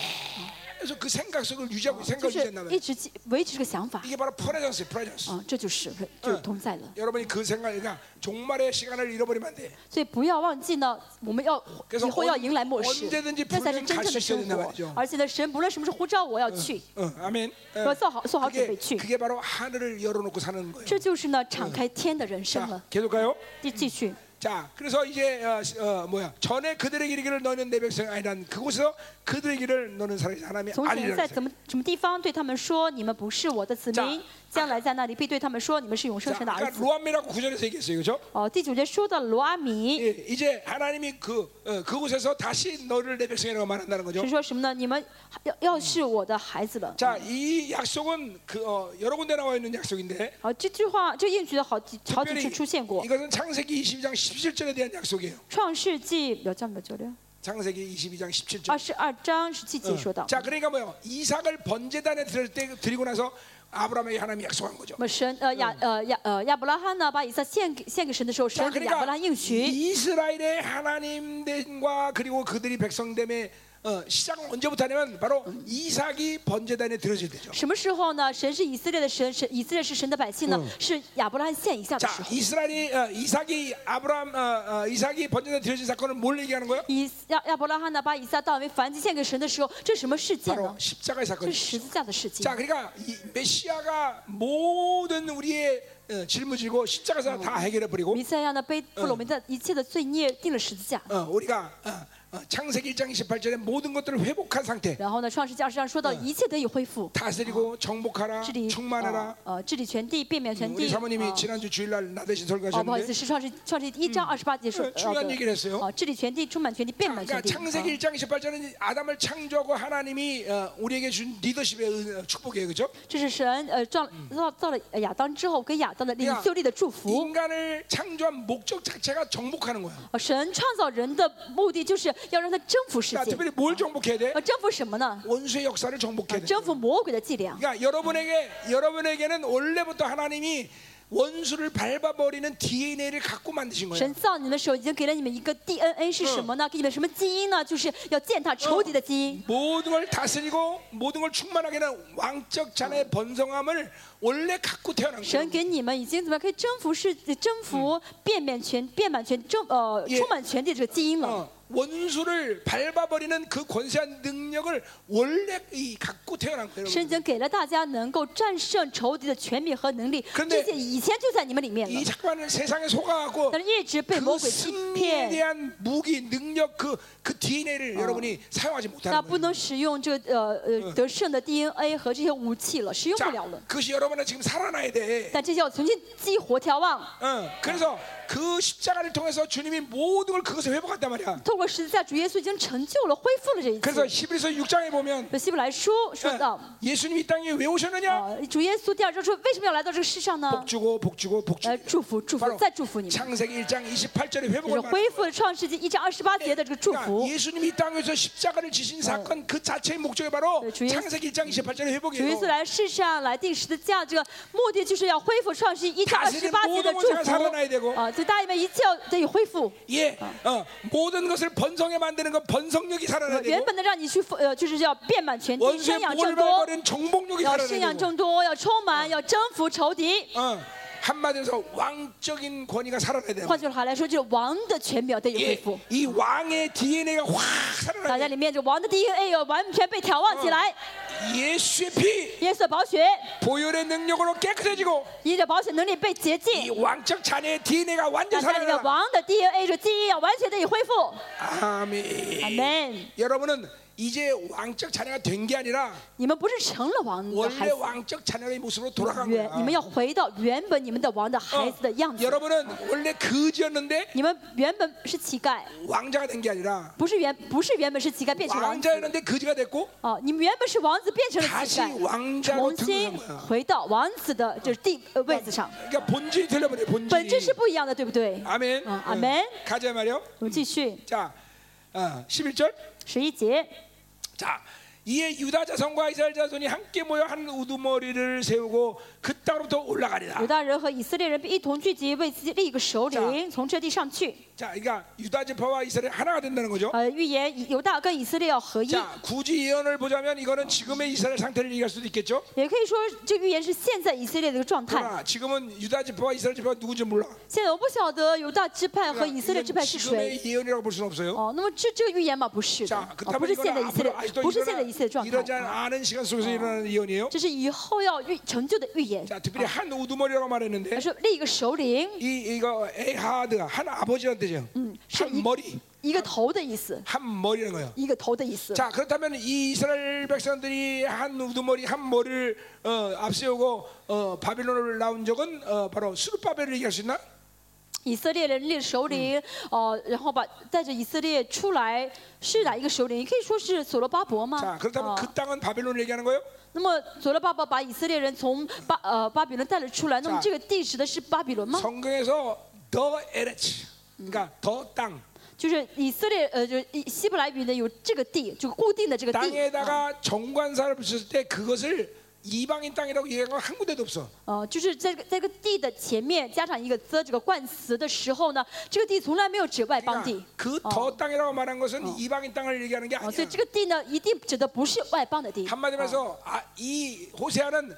A: 그래서 그 생각 속을 유지하고 이
B: 就
A: 생각을
B: 是
A: 유지했나 봐요.
B: 一直记维持这个想法。
A: 이게 바로 프레젠스예요. 프레젠스.
B: 啊，这就是就是同在了。
A: 여러분이 그 생각이니까 종말의 시간을 잃어버리면 안 돼.
B: 所以不要忘记呢，我们要
A: 그래서
B: 以后要迎来末世
A: 언제든지，
B: 那才嗯是真正的
A: 불면갈수있어야
B: 生
A: 된단말이죠
B: 活。而且呢，神不论什么时候呼召我要去，
A: 어, 아멘. 어,
B: 要做好做好准
A: 그게,
B: 备去。
A: 그게 바로 하늘을 열어놓고 사는 거예요.
B: 这就是呢，敞开天的人生
A: 자,
B: 了。
A: 계속 가요.
B: 继继续，
A: 자, 그래서 이제 어, 어, 뭐야? 전에 그들의 길을 너는 내 백성 아니란 그곳에서 그들의 길을 너는 사람이 사람이
B: 从前在
A: 아니라는
B: 怎么什么地方对他们说，你们不是我的子民，将来在那里必对他们说，你们是永生
A: 자,
B: 神的
A: 아까
B: 儿子。
A: 로암미라고 구절에서 얘기했어요, 그렇죠?
B: 哦，第九节说到罗阿米，
A: 예, 이제 하나님이 그 어, 그곳에서 다시 너를 내 백성이라고 말한다는 거죠.
B: 是说什么呢？你们要要是我的孩子了。
A: 자, 이 약속은 그 어, 여러 군데 나와 있는 약속인데
B: 好，哦这句话这应许的好几好几
A: 특별히
B: 处出现过，《
A: 이것은 창세기 22장 17절에 대한 약속이에요.
B: 创世纪》몇장몇절이요
A: 창세기 22장 17절.
B: 二十二章十七节说到，
A: 자, 그러니까 뭐요? 이삭을 번제단에 드릴 때 드리고 나서 아브라함에게 하나님이 약속한 거죠.
B: 我们神呃亚呃亚呃亚伯拉罕呢把以撒献给献给神的时候，
A: 자,
B: 神给亚伯拉
A: 그러니까
B: 罕应许，
A: 이스라엘의 하나님 된과 그리고 그들이 백성됨의 어, 시작은 언제부터냐면 바로 이삭이 번제단에 드려질 때죠.
B: 什么时候呢？神是以色列的神，神以色列是神的百姓呢，是亚伯拉罕献以撒的
A: 자,
B: 时候。
A: 이스라엘이 어, 이삭이 아브라함 어, 어, 이삭이 번제단에 드려진 사건은 뭘 얘기하는 거예요?
B: 以亚亚伯拉罕呢把以撒当为燔祭献给神的时候，这是什么事件
A: 바로
B: 呢？
A: 십자가의
B: 这是
A: 사건이죠.
B: 十字架的事件
A: 자, 。 그러니까 이 메시아가 모든 우리의 어, 짊어지고 십자가에서 다 해결해 버리고
B: 弥赛亚呢背
A: 嗯
B: 负了我们的一切的罪孽，定了十字架。
A: 어, 우리가 어, 어, 창세기 1장 28절에 모든 것들을 회복한 상태
B: 然后呢，《创世纪二十章》说到
A: 嗯
B: 一切得以恢复，
A: 다스리고 어. 정복하라
B: 治理呃
A: 충만하라
B: 呃治理全地，遍满全
A: 우리
B: 地。
A: 사모님이
B: 啊
A: 지난주 어. 뭐 주일날 나 대신
B: 哦，不好意思，
A: 설교하셨는데
B: 是《创世创世纪一章二十八节说
A: 呃중요한얘기를했어요
B: 哦，治理全地，充满全地，遍满
A: 그러니까
B: 全地。哦
A: 창세기 1장 28절은 아담을 창조하고 하나님이 어, 우리에게 준 리더십의 은- 축복이에요 그죠?
B: 啊这是神呃造造造了亚当之后给亚当的
A: 嗯
B: 领
A: 哎呀嗯
B: 袖力的
A: 그?
B: 祝福。
A: 인간을 창조한 목적 자체가 정복하는 거야
B: 哦神创造人的目的就是要让他征服世
A: 그러니까
B: 界，
A: 특별히 뭘 정복해야 돼?
B: 呃，征服什么呢？
A: 원수의 역사를 정복해야 돼
B: 征服魔鬼的伎俩。
A: 그러니까 여러분에게 여러분에게는 원래부터 하나님이 원수를 밟아버리는 DNA를 갖고 만드신 거예요.
B: 神造你们的时候，已经给了你们一个 DNA 是什么呢？给你们什么基因呢？就是要践踏仇敌的基因。
A: 모든 걸 다스리고 모든 걸 충만하게 하는 왕적 자녀의 번성함을 원래 갖고 태어난
B: 神
A: 거예요.
B: 给你们已经怎么样可以征服世、征服遍满全、遍满全、征呃
A: 也
B: 充满全地这个基因了。
A: 어, 원수를 밟아버리는 그 권세한 능력을 원래 이 갖고 태어난 거예요.
B: 神已
A: 여러분.
B: 经给了大家能够战胜仇敌的权柄和能力，
A: 근데
B: 这些以前就在你们里面
A: 이
B: 了，
A: 작가는 세상에 속아갖고
B: 但是一直被
A: 그
B: 魔鬼欺
A: 승리에
B: 骗。
A: 대한 무기, 능력, 그, 그 DNA를 여러분이 사용하지
B: 那
A: 못하는
B: 不
A: 거예요.
B: 能使用这个呃呃得胜的 DNA 和这些武器了，使用不
A: 자,
B: 了了。
A: 그것이 여러분은 지금 살아나야 돼.
B: 但这些要重新激活、眺望，
A: 어, 그래서 그 십자가를 통해서 주님이 모든 걸 그것을 회복했단 말이야.
B: 透过十字架，主耶稣已经成就了、恢复了这一
A: 그래서
B: 切。
A: 히브리서 6장에 보면
B: 有希伯来书说到，
A: 어, 예수님이 이 땅에 왜 오셨느냐?
B: 呃，主耶稣第二章说，为什么要来到这个世上呢
A: 복 ？ 주고 복 주고 복
B: 来
A: 주고.
B: 祝福、祝福、再祝福你们，
A: 창세기 1장 28절에
B: 就是
A: 회복을 말하는
B: 恢复了创世纪一章二十八节的这个祝
A: 거야.
B: 福
A: 그러니까 。 예수님이 이 땅에서 십자가를 지신 사건 그 자체의 목적이 바로
B: 네, 주 예수-
A: 창세기 1장 28절의
B: 主耶稣
A: 회복이에요.
B: 来世上来定十字架，这个目的就是要恢复创世纪一章
A: 大
B: 二
A: 神
B: 十
A: 的
B: 八节的
A: 모든
B: 祝
A: 것을살아나야되고
B: 福啊！所以大家里面一切要得以恢复。
A: 예, 어, 모든 것을 번성에 만드는 건 번성력이 살아나야
B: 原
A: 되고
B: 本的让你去复呃，就是要遍满全地，
A: 원수의
B: 生养
A: 목을
B: 众多，
A: 밟아버리는 정복력이
B: 要生
A: 살아나야
B: 养
A: 되고
B: 众多，要充满，要征服仇敌。
A: 어, 한마디에서 왕적인 권위가 살아나야 되고
B: 换句话来说，就是王的权柄得以恢
A: 예,
B: 复。
A: 이 왕의 DNA가 확
B: 大
A: 살아나게
B: 家里面这王的 DNA 要完全被眺望起来，
A: 嗯 예수의 피
B: 耶稣的宝血
A: 보혈의 능력으로 깨끗해지고
B: 依着保险能力被洁
A: 이
B: 净，
A: 왕적 예. 자녀의 DNA가 완전
B: 让家里的
A: 살아나
B: 王的 DNA 这基因要完全得以恢复。
A: 아멘.
B: 阿门。
A: 여러분은 이제 왕적 자녀가 된 게 아니라
B: 你们不是成了王的孩
A: 원래
B: 子，
A: 왕적 자녀의 모습으로 돌아간
B: 原
A: 거야.
B: 你们要回到原本你们的王的
A: 어,
B: 孩子的样子。
A: 여러분은 원래 그지였는데
B: 你们原本是乞丐，
A: 왕자가 된 게 아니라
B: 不是原不是原本是乞丐变成王子。
A: 예, 왕자였는데 그지가 됐고
B: 哦，你们原本是王子变成了乞
A: 다시
B: 丐，
A: 왕자로 등극한
B: 重新
A: 거야.
B: 回到王子的就是地呃位子上，
A: 그러니까 본질이 틀려버려
B: 本质是
A: 본질.
B: 不一样的，对不对？
A: 아멘.
B: 어, 아멘.
A: 응. 가자 말이요.
B: 我们继续
A: 자, 어, 11절.
B: 十一节，
A: 자, 이에 유다 자손과 이스라엘 자손이 함께 모여 한 우두머리를 세우고 그 땅으로부터 올라가리라.
B: 犹大人和以色列人必一同聚集，为自己立一个首
A: 是
B: 领，从这地上去。
A: 자, 그러니까 유다 지파와 이스라엘 하나가 된다는 거죠.
B: 呃，预言以犹大跟以色列要合一，
A: 자, 아, 굳이 예언을 보자면 이거는 지금의 이스라엘 상태를 얘기할 수도 있겠죠.
B: 也可以说这预言是现在以色列的一个状态。
A: 그러나 지금은 유다 지파와 이스라엘 지파가 누군지 몰라.
B: 现在我不晓得犹大支派和以色列支派是
A: 아, 이건
B: 谁。
A: 지금의 예언이라고 볼 수는 없어요.
B: 哦，那么这这个预言嘛，不是的，
A: 자,
B: 啊
A: 그렇다면
B: 不是现在
A: 이거는
B: 以色
A: 앞으로 아직도
B: 列，不是现在以色列状
A: 일어나,
B: 态，
A: 이러지 않은 시간 속에서 일어나는 예언이에요.
B: 这是以后要预成就的预言。
A: 자, 특별히 한 우두머리라고
B: 而
A: 말했는데
B: 是另一个首领，
A: 이 이거 에하드가 한 아버지란 뜻이에요.
B: 是
A: 음, 한
B: 一
A: 머리,
B: 一个头的意思，
A: 한 머리라는 거예요.
B: 一个头的意思。
A: 자 그렇다면 이 이스라엘 백성들이 한 우두머리 한 머리를 어, 앞세우고 어, 바빌론을 나온 적은 어, 바로 수르바벨을 얘기할 수 있나?
B: 以色列人立首领，哦，然后把带着以色列出来，是哪一个首领？也可以说是所罗巴伯吗？
A: 자 그렇다면
B: 啊
A: 그 땅은 바빌론을 얘기하는 거예요?
B: 那么佐勒巴伯把以色列人从巴呃巴比伦带了出来，那么
A: 자
B: 这个地指的是啊巴比伦吗？
A: 성경에서 더 에레츠 그러니까 더 땅,
B: 就是以色列呃，就是以希伯来语的有这个地，就固定的这个地。啊
A: 땅에다가 정관사를 붙였을 때 그것을 이방인 땅이라고 얘기한 건 한 군데도 없어.
B: 呃，就是在这个在这个地的前面加上一个 the 这个冠词的时候呢，这个地从来没有指外邦地
A: 그러니까 。그 더 땅이라고 말한 것은 이방인 땅을 얘기하는 게
B: 啊，所以
A: 아니야.
B: 这个地呢，一定指的不是外邦的地。
A: 한마디로 해서 아, 이 호세아는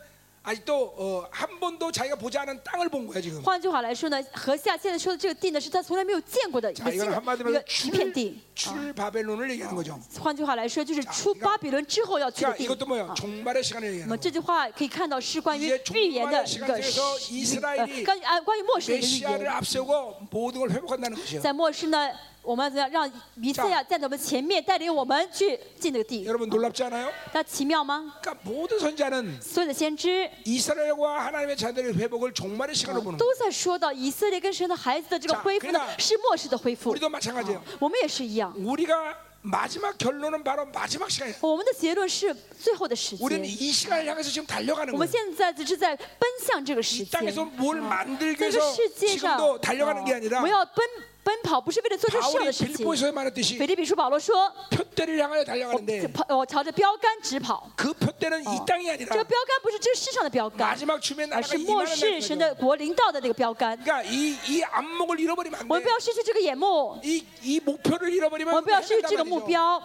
A: 아직도 어, 한 번도 자기가 보지 않은 땅을 본 거야 지금.
B: 换句话来说呢，何夏现在说的这个地呢，是他从来没有见过的一
A: 자
B: 个新
A: 이건
B: 的一
A: 한마디로 어.
B: 个一片地
A: 출 。
B: 啊
A: 출 바벨론을 얘기하는 거죠.
B: 换句话来说，就是出
A: 이거
B: 巴比伦之后要去的
A: 그러니까
B: 地。
A: 이것도 뭐예요?
B: 啊
A: 종말의 시간을
B: 那
A: 얘기하는
B: 么
A: 거예요.
B: 这句话可以看到是关于
A: 이제종말
B: 预言的
A: 의
B: 一
A: 시간속에
B: 个
A: 서이스라엘이
B: 呃关于啊关于末世的一个预
A: 메시아를
B: 言。
A: 앞세우고 모든 걸 회복한다는 것이에요.
B: 在末世呢，我们要怎么样让弥赛亚站在我们前面，带领我们去进这个地？
A: 여러분 놀랍지 않아요?
B: 那奇妙吗？
A: 그러니까 모든 선자는
B: 所有的先知
A: 이스라엘과 하나님의 자들의 회복을 종말의 시간으로 보는 거예요.
B: 都在说到以色列跟神的孩子的这个
A: 자
B: 恢复呢
A: 그러나
B: 是末世的恢复。
A: 우리도 마찬가지예요.
B: 我们也是一样，
A: 우리가 마지막 결론은 바로 마지막 시간이에요.
B: 我们的结论是最后的时
A: 우리는
B: 间。
A: 이 시간을 향해서 지금 달려가는
B: 我们
A: 거예요.
B: 现在只是在奔向这个时
A: 이
B: 间，
A: 땅에서 뭘 만들기
B: 在这
A: 위해서 어.
B: 世界上，哦
A: 지금도 달려가는 게
B: 我
A: 아니라
B: 们要奔奔跑，不是为了做出这样
A: 바울이
B: 的事情。
A: 빌보에서 말했듯이
B: 腓立比书保罗说：“
A: 표대를 향하여
B: 我
A: 달려가는데
B: 跑，我朝着标杆直跑。
A: 그 표대는 이 땅이
B: 这个
A: 아니라
B: 标杆不是这世上的标杆，
A: 그러니까 마지막 주면
B: 而
A: 나라가
B: 是末
A: 임하는
B: 世
A: 날인 거죠.
B: 神的国临到的那个标杆。
A: 그러니까 이, 이 안목을 잃어버리면 안
B: 我们
A: 돼.
B: 不要失去这个眼目，我
A: 이, 이 목표를
B: 们
A: 잃어버리면
B: 不要失去这个
A: 헤매단
B: 目
A: 말이죠.
B: 标。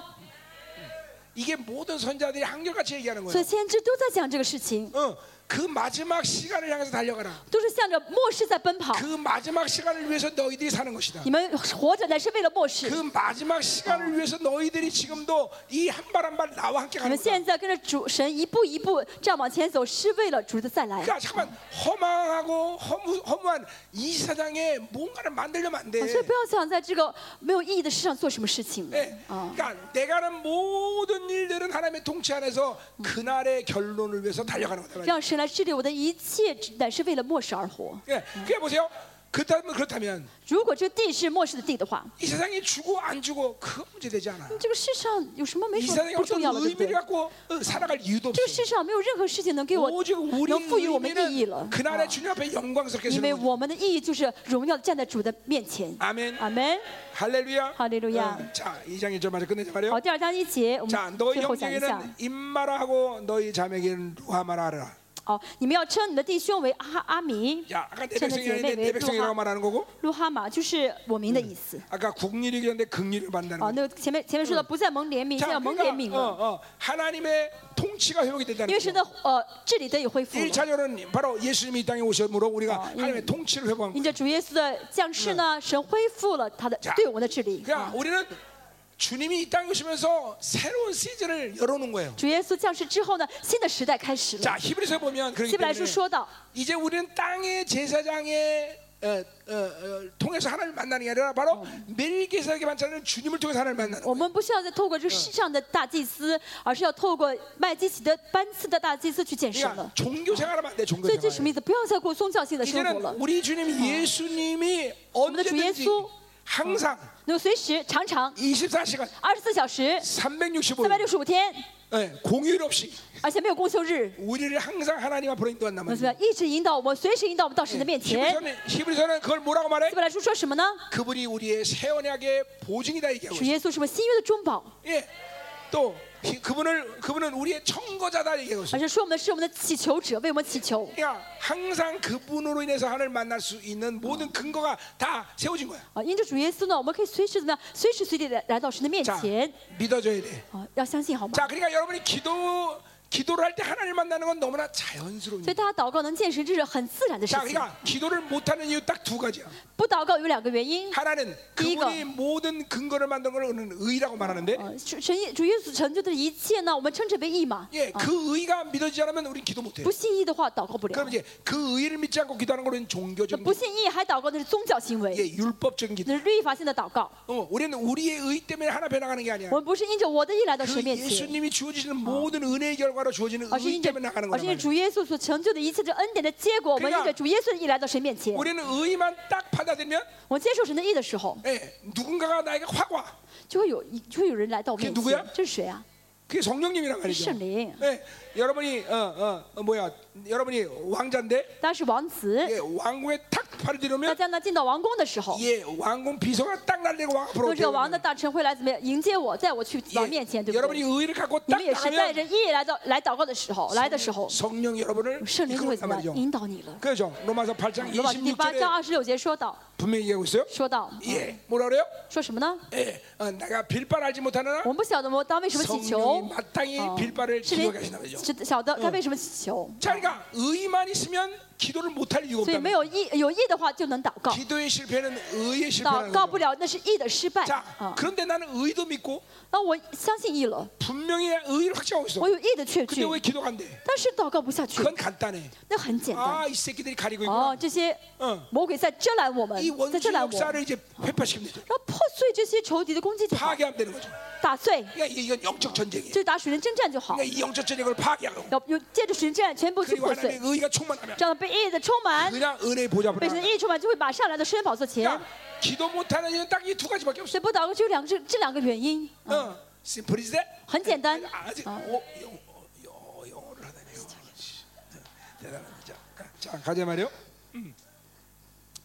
A: 이게 모든 선자들이 한결같이 얘기하는
B: 所以
A: 거예요.
B: 先知都在讲这个事情，
A: 어, 그 마지막 시간을 향해서 달려가라.
B: 都是向着末世在奔跑。
A: 그 마지막 시간을 위해서 너희들이 사는 것이다.
B: 你们活着乃是为了末世
A: 그 。” 마지막 시간을 위해서 너희들이 지금도 이 한 발 한 발 나와 함께
B: 你
A: 가는
B: 们
A: 거다.
B: 现在跟着主神一步一步这样往前走，是为了主的再来。
A: 그러니까 잠깐만 허망하고 허무, 허무한 이 세상에 뭔가를 만들려면 안 돼.
B: 所以不要想在这个没有意义的事上做什么事情
A: 네.
B: 啊！
A: 그러니까 내가 하는 모든 일들은 하나님의 통치 안에서 그날의 결론을 위해서 달려가는 거다.
B: 让神来治理我的一切，乃是为了末世而活。
A: 예, 그게 보세요. 그렇다면 그렇다면
B: 如果这地是末世的地的话，
A: 이 세상이 주고 안 주고 그 문제 되지 않아.
B: 这个世上有什么没
A: 이
B: 什么
A: 세상에
B: 不重
A: 어떤
B: 要了，对不对
A: 의미를 ？ 갖고 어, 살아갈 이유도
B: 这个
A: 없어.
B: 世上没有任何事情能给我
A: 오직
B: 能
A: 우리
B: 赋予我们意义了
A: 의미는 ， 그날의 주님 앞에 영광스럽게
B: 因为
A: 서는 거죠.
B: 我们的意义就是荣耀地站在主的面前。
A: 아멘.
B: 阿门。
A: 할렐루야.
B: 할렐루야.
A: 어, 자, 이장일절 말을 끝내자 말이요.
B: 好，第二章一节，我
A: 자,
B: 们
A: 너희
B: 最后讲一下。
A: 형제에게는 임마라하고 너희 자매에게는 루하마라 하라.
B: 哦，你们要称你的弟兄为阿阿米，
A: 야, 아까 내
B: 称你的
A: 백성이
B: 姐妹
A: 아닌데 내
B: 为
A: 백성이라고
B: 路哈
A: 말하는 거고
B: 路哈马，就是我民的意思。
A: 아까 국리를 얘기하는데 극리를 받는다는
B: 哦，
A: 거야.
B: 那个前面前面说到不再蒙怜悯，现在
A: 자,
B: 要蒙怜悯
A: 그러니까
B: 了，
A: 어, 어, 하나님의 통치가 회복이 된다는
B: 因为神
A: 거죠.
B: 的呃治理得以恢复了。
A: 1차적으로는 바로 예수님이 어, 이 땅에 오심으로 우리가 하나님의 통치를 회복한 거예요.
B: 因着主耶稣的降世呢，神恢复了他的
A: 자
B: 对我们的治理。
A: 그러니까 우리는 주님이 이 땅에 오시면서 새로운 시즌을 열어놓은 거예요.
B: 主耶稣降世之后呢，新的时代开始了。
A: 자, 히브리서 보면
B: 希
A: 그렇기
B: 伯
A: 때문에
B: 来书说到，
A: 이제 우리는 땅의 제사장의 어, 어, 어, 통해서 하나님을 만나는 게 아니라 바로 멜기세덱의 반찬을 주님을 통해서 하나님을 만나는 거예요.
B: 我们不需要再透过这世上的大祭司，而是要透过麦基洗德班次的大祭司去见神
A: 그러니까
B: 了。
A: 종교 생활하면 안 돼, 종교
B: 所以这什
A: 생활.
B: 么意思？不要再过宗教性的生活
A: 이제는
B: 了，
A: 우리 주님 어. 예수님이 언제든지
B: 예수.
A: 항상
B: 能够随时、常常、
A: 24시간
B: 二十四小时、三百
A: 365일 예,
B: 六十五天，
A: 공휴일 없이
B: 而且没有公休日。
A: 우리를 항상 하나님 앞으로 인도한단
B: 我们怎么
A: 말이에요.
B: 样一直引导我们，随时引导我们到神的面前。
A: 히브리서는, 히브리서는 그걸 뭐라고 말해?
B: 希伯来书说什么呢？
A: 그분이 우리의 새 언약의 보증이다 얘기하고
B: 主
A: 있어요.
B: 耶稣是我们新约的中保，
A: 예. 또 히- 그분을 그분은 우리의 청거자다 얘기하고 있어요.
B: 而且说我们是我们的祈求者，为我们祈求。
A: 그러니까 항상 그분으로 인해서 하나님을 만날 수 있는 모든 근거가 다 세워진 거야.
B: 啊，因着主耶稣呢，我们可以随时怎么样，随时随地的来到神的面
A: 자,
B: 前
A: 믿어줘야 돼.
B: 啊，要相信好吗？
A: 자, 그러니까 여러분이 기도 기도를 할 때 하나님을 만나는 건 너무나 자연스러운
B: 所以
A: 일.
B: 大家祷告能见神，这是很自然的事
A: 자,
B: 情。
A: 그러니까 기도를 못 하는 이유 딱 두 가지야.
B: 不祷告有两个原因，
A: 하나는 그분이 모든 근거를 만든 걸 우리는 의라고 말하는데
B: 呃，主神耶主耶稣成就的一切呢，我们称之为义嘛。
A: 예,
B: 啊，
A: 그 의가 믿어지지 않으면 우리는 기도 못 해요.
B: 不信义的话，祷告不
A: 그럼
B: 了。
A: 이제 그 의를 믿지 않고 기도하는 거는
B: 那
A: 종교적인
B: 不信义还祷告，那是宗教行
A: 예,
B: 为，
A: 율법적인 기도.
B: 那是律法性的祷告。
A: 어, 우리는 우리의 의 때문에 하나 변화가는 게 아니야.
B: 我们不是因着我的义来到
A: 그
B: 神面前，
A: 예수님이 주어지는 모든 은혜의 결과로 주어지는
B: 而是
A: 의
B: 因着
A: 때문에 나가는
B: 而是
A: 거란
B: 因着
A: 말이야.
B: 主耶稣所成就的一切这恩典的结果，我们
A: 그러니까
B: 因着主耶稣的义来到神面前。
A: 우리는 의만 딱 받아들면
B: 我们接受神的义的时候，
A: 예, 누군가가 나에게 확 와.
B: 就会有就会有人来到我面
A: 그게누구야
B: 前。这是谁啊？
A: 그게 성령님이란
B: 是
A: 말이죠.
B: 圣灵，
A: 예, 여러분이 어, 어, 어, 뭐야? 여러분이 왕자인데
B: 当然是王子。
A: 예, 왕궁에 탁 막파를
B: 大
A: 들으면
B: 家呢进到王宫的时候，
A: 예, 왕궁 비서가 딱 날리고 와
B: 那
A: 앞으로
B: 这个王
A: 들어오면
B: 的大臣会来怎么样迎接我，在我去
A: 예,
B: 王面前，对不
A: 여러분이
B: 对？
A: 의를 갖고
B: 你
A: 딱
B: 们也是带
A: 나가면
B: 着意来到来祷告的时候，来的时候，
A: 성령 여러분을
B: 圣灵就会
A: 이끌었단
B: 怎么样
A: 말이죠.
B: 引导你了。
A: 그렇죠. 로마서 8장
B: 罗马书第八章
A: 26절에
B: 二十六节说到
A: 분명히 얘기하고 있어요.
B: 说到
A: 예, 뭐라 그래요?
B: 说什么呢？
A: 예, 어, 내가 빌바를 알지 못하느라
B: 我们不晓得摩当为什么祈求
A: 성령이 ， 마땅히
B: 哦
A: 빌바를
B: 是
A: 기억하시나 보죠.
B: 连晓得该为什么祈求，
A: 자, 그러니까 의만 있으면 기도를 못할 이유가
B: 所以
A: 없다.
B: 没有意有意的话就能祷告，
A: 기도의 실패는 의의
B: 祷
A: 실패라는
B: 告不
A: 거죠.
B: 了那是意的失败
A: 자
B: 啊。
A: 그런데 나는 의도 믿고
B: 那我相信意了，
A: 분명히 의를 확정하고 있어.
B: 我有意的确
A: 근데
B: 据，
A: 왜 기도가 안 돼?
B: 但是祷告不下去，
A: 그건 간단해.
B: 那很简单。
A: 아이 새끼들이 가리고 있구나.
B: 哦，这些
A: 嗯
B: 魔鬼在遮拦我们
A: 이 ，
B: 在
A: 원수
B: 遮拦我，然
A: 역사를 이제 회파시키면 되죠.
B: 后破碎这些仇敌的攻击就好，
A: 파괴하면 되는 거죠.
B: 打碎，
A: 그러니까 이게- 이건 영적 전쟁이에요.
B: 就是打水灵征战就好，
A: 그러니까 이 영적 전쟁을 파괴하고
B: 要用借着水灵征战全部去
A: 그리고
B: 破
A: 하나님의
B: 碎，
A: 의가 충만하면
B: 这样被意的充满，
A: 그냥 은혜 보좌 앞으로
B: 被神的
A: 나가.
B: 意充满就会马上来到施恩宝座前。
A: 그러니까 기도 못하는 이유는 딱 이 두 가지밖에 없어.
B: 所以不祷告只有两个这这两个原因，
A: 어, 심플이지?
B: 很简单。
A: 아직 어, 영어, 영어, 영어를 하다니. 영어. 씨. 대단하네. 자, 가- 자 가자 말이요. 음.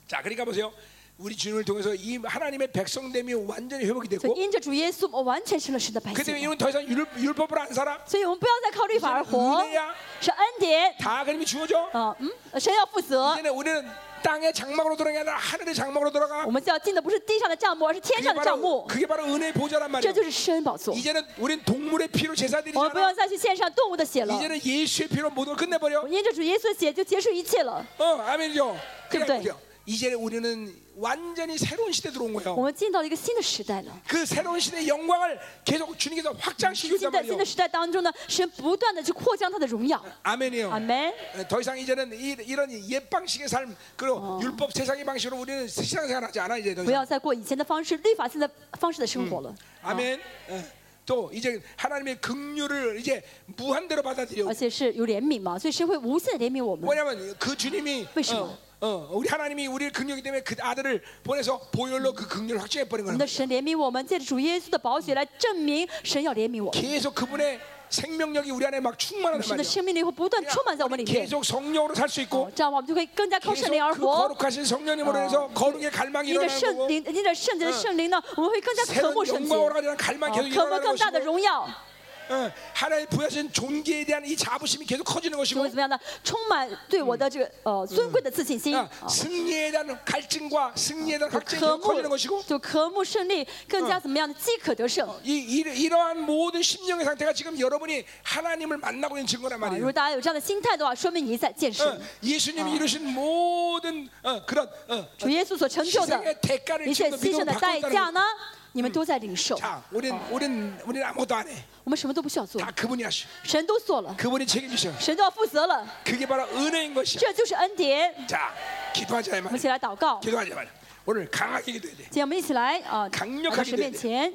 A: 자, 그러니까 보세요. 우리 주님을 통해서 이 하나님의 백성됨이 완전히 회복이
B: 所
A: 됐고
B: 以因着主耶稣，我们完全成了神的百
A: 그 때문에
B: 姓。
A: 이건 더 이상 율, 율법을 안 살아.
B: 所以我们不要再靠律法而活
A: 은혜야 ，
B: 是恩典
A: 다 그림이 주어져.
B: 啊，嗯，神要负责。
A: 이제는 우리는 땅의 장막으로 들어가야 아니라 하늘의 장막으로 들어가.
B: 我们就要进的不是地上的账目，而是天
A: 그게
B: 上的账
A: 바로,
B: 目，
A: 그게 바로 어, 은혜의 보좌란
B: 这
A: 말이야.
B: 就是施恩宝座。
A: 이제는 우린 동물의 피로 제사드리지
B: 我们不
A: 않아.
B: 要再去献上动物的血了，
A: 이제는 예수의 피로 모든 걸 끝내버려.
B: 因着主耶稣的血就结束一切了。
A: 어, 아멘이죠. 그냥
B: 그때.
A: 그죠. 이제 우리는 완전히 새로운 시대 들어온
B: 我
A: 거예요.
B: 们进到了一个新的时代了。
A: 그 새로운 시대의 영광을 계속 주님께서
B: 新
A: 확장시키단
B: 的新
A: 말이에요.
B: 的时代当中呢，神不断的去扩张他的荣耀。
A: 아멘이요.
B: 阿门。
A: 에, 더 이상 이제는 이, 이런 옛 방식의 삶 그리고 율법 세상의 방식으로 우리는 세상생활하지 않아 이제 더
B: 不
A: 이상.
B: 要再过以前的方式、律法性的方式的生活了。啊
A: 아멘. 예. 또 이제 하나님의 긍휼을 이제 무한대로 받아들여.
B: 而且是有怜悯嘛，所以神会无限地怜嗯悯我们。
A: 왜냐하면 그 주님이
B: 왜 싫어?
A: 어, 어, 우리 하나님이 우리를 긍휼이기 때문에 그 아들을 보내서 보혈로 그 긍휼을 확증해 버린
B: 我们
A: 거예요.
B: 的神怜悯我们，借着主耶稣的宝血来证明神要怜悯我们。
A: 계속 그분의 생명력이 우리 안에 막 충만하는
B: 神的
A: 말이에요.
B: 生命力会不断充满在我们里
A: 우리
B: 面，
A: 계속 성령으로 살 수
B: 哦
A: 있고
B: 这样我们就可以更加靠圣
A: 계속
B: 灵而
A: 그
B: 活。
A: 거룩하신 성령님으로
B: 어.
A: 해서 거룩의 갈망이
B: 因着
A: 일어나는
B: 圣
A: 거고
B: 灵，因着圣洁的圣灵呢，我们会更加渴
A: 새로운
B: 慕圣洁，
A: 영광으로
B: 哦
A: 가는 갈망이 계속
B: 渴慕
A: 그 일어나는
B: 更大的
A: 것이고
B: 荣耀，
A: 어, 하나님 부여하신 존귀에 대한 이 자부심이 계속 커지는
B: 就
A: 것이고
B: 会怎么样呢？充满对我的这个呃尊贵的自信心，
A: 어, 그
B: 啊
A: 승리에 대한 갈증과 승리에 대한
B: 就
A: 확증이 계속
B: 渴
A: 커지는
B: 慕
A: 것이고
B: 就渴慕胜利，更加怎么样呢？饥渴得胜。
A: 이, 이, 러한 모든 심령의 상태가 지금 여러분이 하나님을 만나고 있는 증거란
B: 啊如
A: 말이에요
B: 果大家有这样的心态的话，说明你在健
A: 아, 어,
B: 身。
A: 예수님이 이루신 모든 어, 그런 어,
B: 主耶稣所成就的
A: 희생의 대가를
B: 一切
A: 지금도
B: 牺牲
A: 믿음으로
B: 的
A: 받고
B: 代
A: 있다는
B: 价
A: 거예요
B: 呢，你们都在领受。
A: 자, 우린, 우린, 우린 아무것도 안해
B: 我们什么都不需要做
A: 다 ， 그분이 하셔.
B: 神都做了，
A: 그분이 책임지셔.
B: 神都要负责了，
A: 그게 바로 은혜인 것이야.
B: 这就是恩典。
A: 자, 기도하자 이
B: 我们
A: 말이야.
B: 一起来祷告，今
A: 기도하자 이 말이야. 오늘 강하게 기도해야 돼.
B: 天我们一起来啊，
A: 강력하게
B: 来到神面前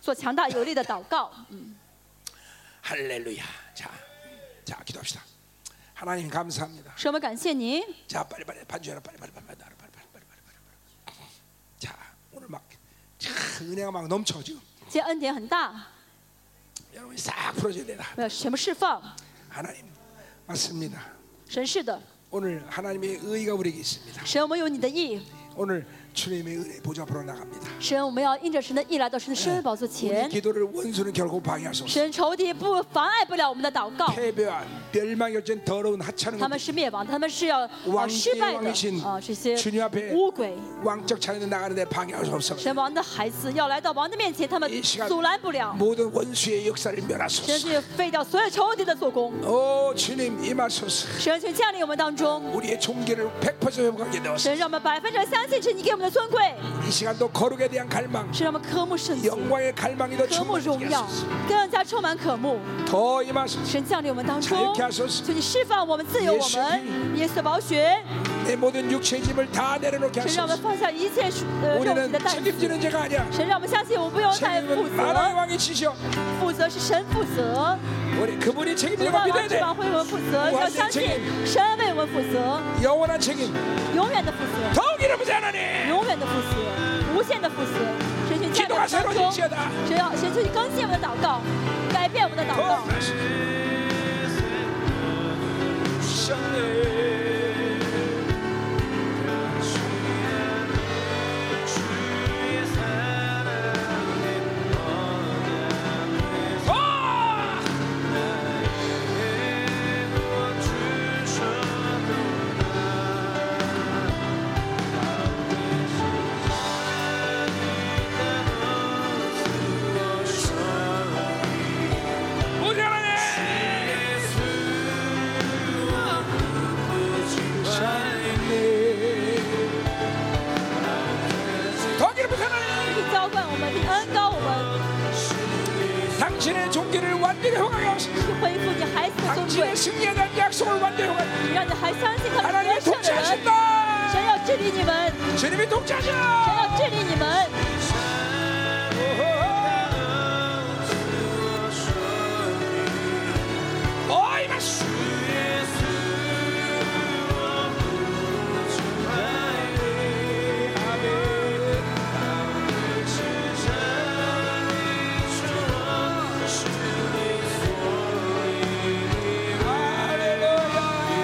B: 做强大有力的祷告。嗯
A: 할렐루야. 자, 자 기도합시다. 하나님 감사합니다.
B: 神，我们感谢您，
A: 자, 빨리 빨리 반주해라. 빨리 빨리 빨리 빨리 빨리 빨리 빨리 빨리 빨리. 빨리. 자, 오늘 막 자, 은혜가 막 넘쳐 지금.
B: 今天恩典很大，
A: 여러분이 싹 풀어줘야 되나.
B: 我们要全部释放。
A: 하나님 맞습니다.
B: 神是的，
A: 오늘 하나님의 의가 우리에게 있습니다.
B: 神，我们有你的意，
A: 오늘 주님의 은혜 보좌 앞으로 나갑니다.
B: 神，我们要因着神的意来到神的圣恩宝座
A: 우리
B: 前。
A: 기도를 원수는 결코 방해할 수 없어.
B: 神仇敌不妨碍不了我们的祷告，
A: 패배와 멸망이 어쩐 더러운 하찮은
B: 他们
A: 것들
B: 是灭亡，他们是要啊
A: 왕
B: 失败
A: 왕신
B: 的啊这些
A: 주님앞에
B: 乌鬼。
A: 왕적 차례는 나가는데 방해할 수 없어
B: 神王的孩子要来到王的面前，他们
A: 이 시간
B: 阻拦不了。
A: 모든 원수의 역사를
B: 神
A: 멸하소서
B: 去废掉所有仇敌的做工，
A: 오 주님 임하소서
B: 神去降临我们当中，
A: 우리의 종기를 100% 회복하게 되었어
B: 神让我们百分之相信是你给我们的尊贵，
A: 이 시간도 거룩에 대한 갈망
B: 神让我们渴慕圣洁，
A: 영광의 갈망이 더
B: 渴慕荣
A: 충만하게
B: 耀
A: 하소서 ，
B: 更加充满渴慕。
A: 더 임하소서
B: 神降临我们当
A: 자유
B: 中
A: 케，하소서
B: 求你释放我们、自由我们，耶稣的宝血，
A: 내 모든 육체의 짐을 다 내려놓게
B: 神让我们
A: 하소서
B: 放下一切呃肉体
A: 우리는
B: 的担子，
A: 책임지는 죄가 아니야
B: 神让我们相信我们不用再负
A: 책임은 만왕의
B: 责，
A: 왕이 지셔
B: 负责是神负责，
A: 우리 그분이
B: 不要
A: 책임지고
B: 让
A: 믿어야
B: 指
A: 돼
B: 望为我们负责，要相信神为我们负责，
A: 영원한 책임
B: 永远的负责。
A: 더욱 이름을 하나님
B: 永远的复习，无限的复习。神寻
A: 基
B: 价
A: 督
B: 值
A: 啊
B: 当
A: 神
B: 中
A: 啊谢谢的，
B: 神要神去更新我们的祷告，改变我们的祷告。
A: 주셨네. 당신의 종기를 완전히 허가하옵소서
B: 去恢复你孩子的尊
A: 당신의
B: 贵，
A: 승리에 대한 약속을 완전히 허가하옵소서
B: 你让你还相信他们
A: 하나님이
B: 得胜的人。
A: 통치하신다
B: 神要治理你们，神
A: 주님이 통치하셔
B: 要治理你们。
A: 어이 마수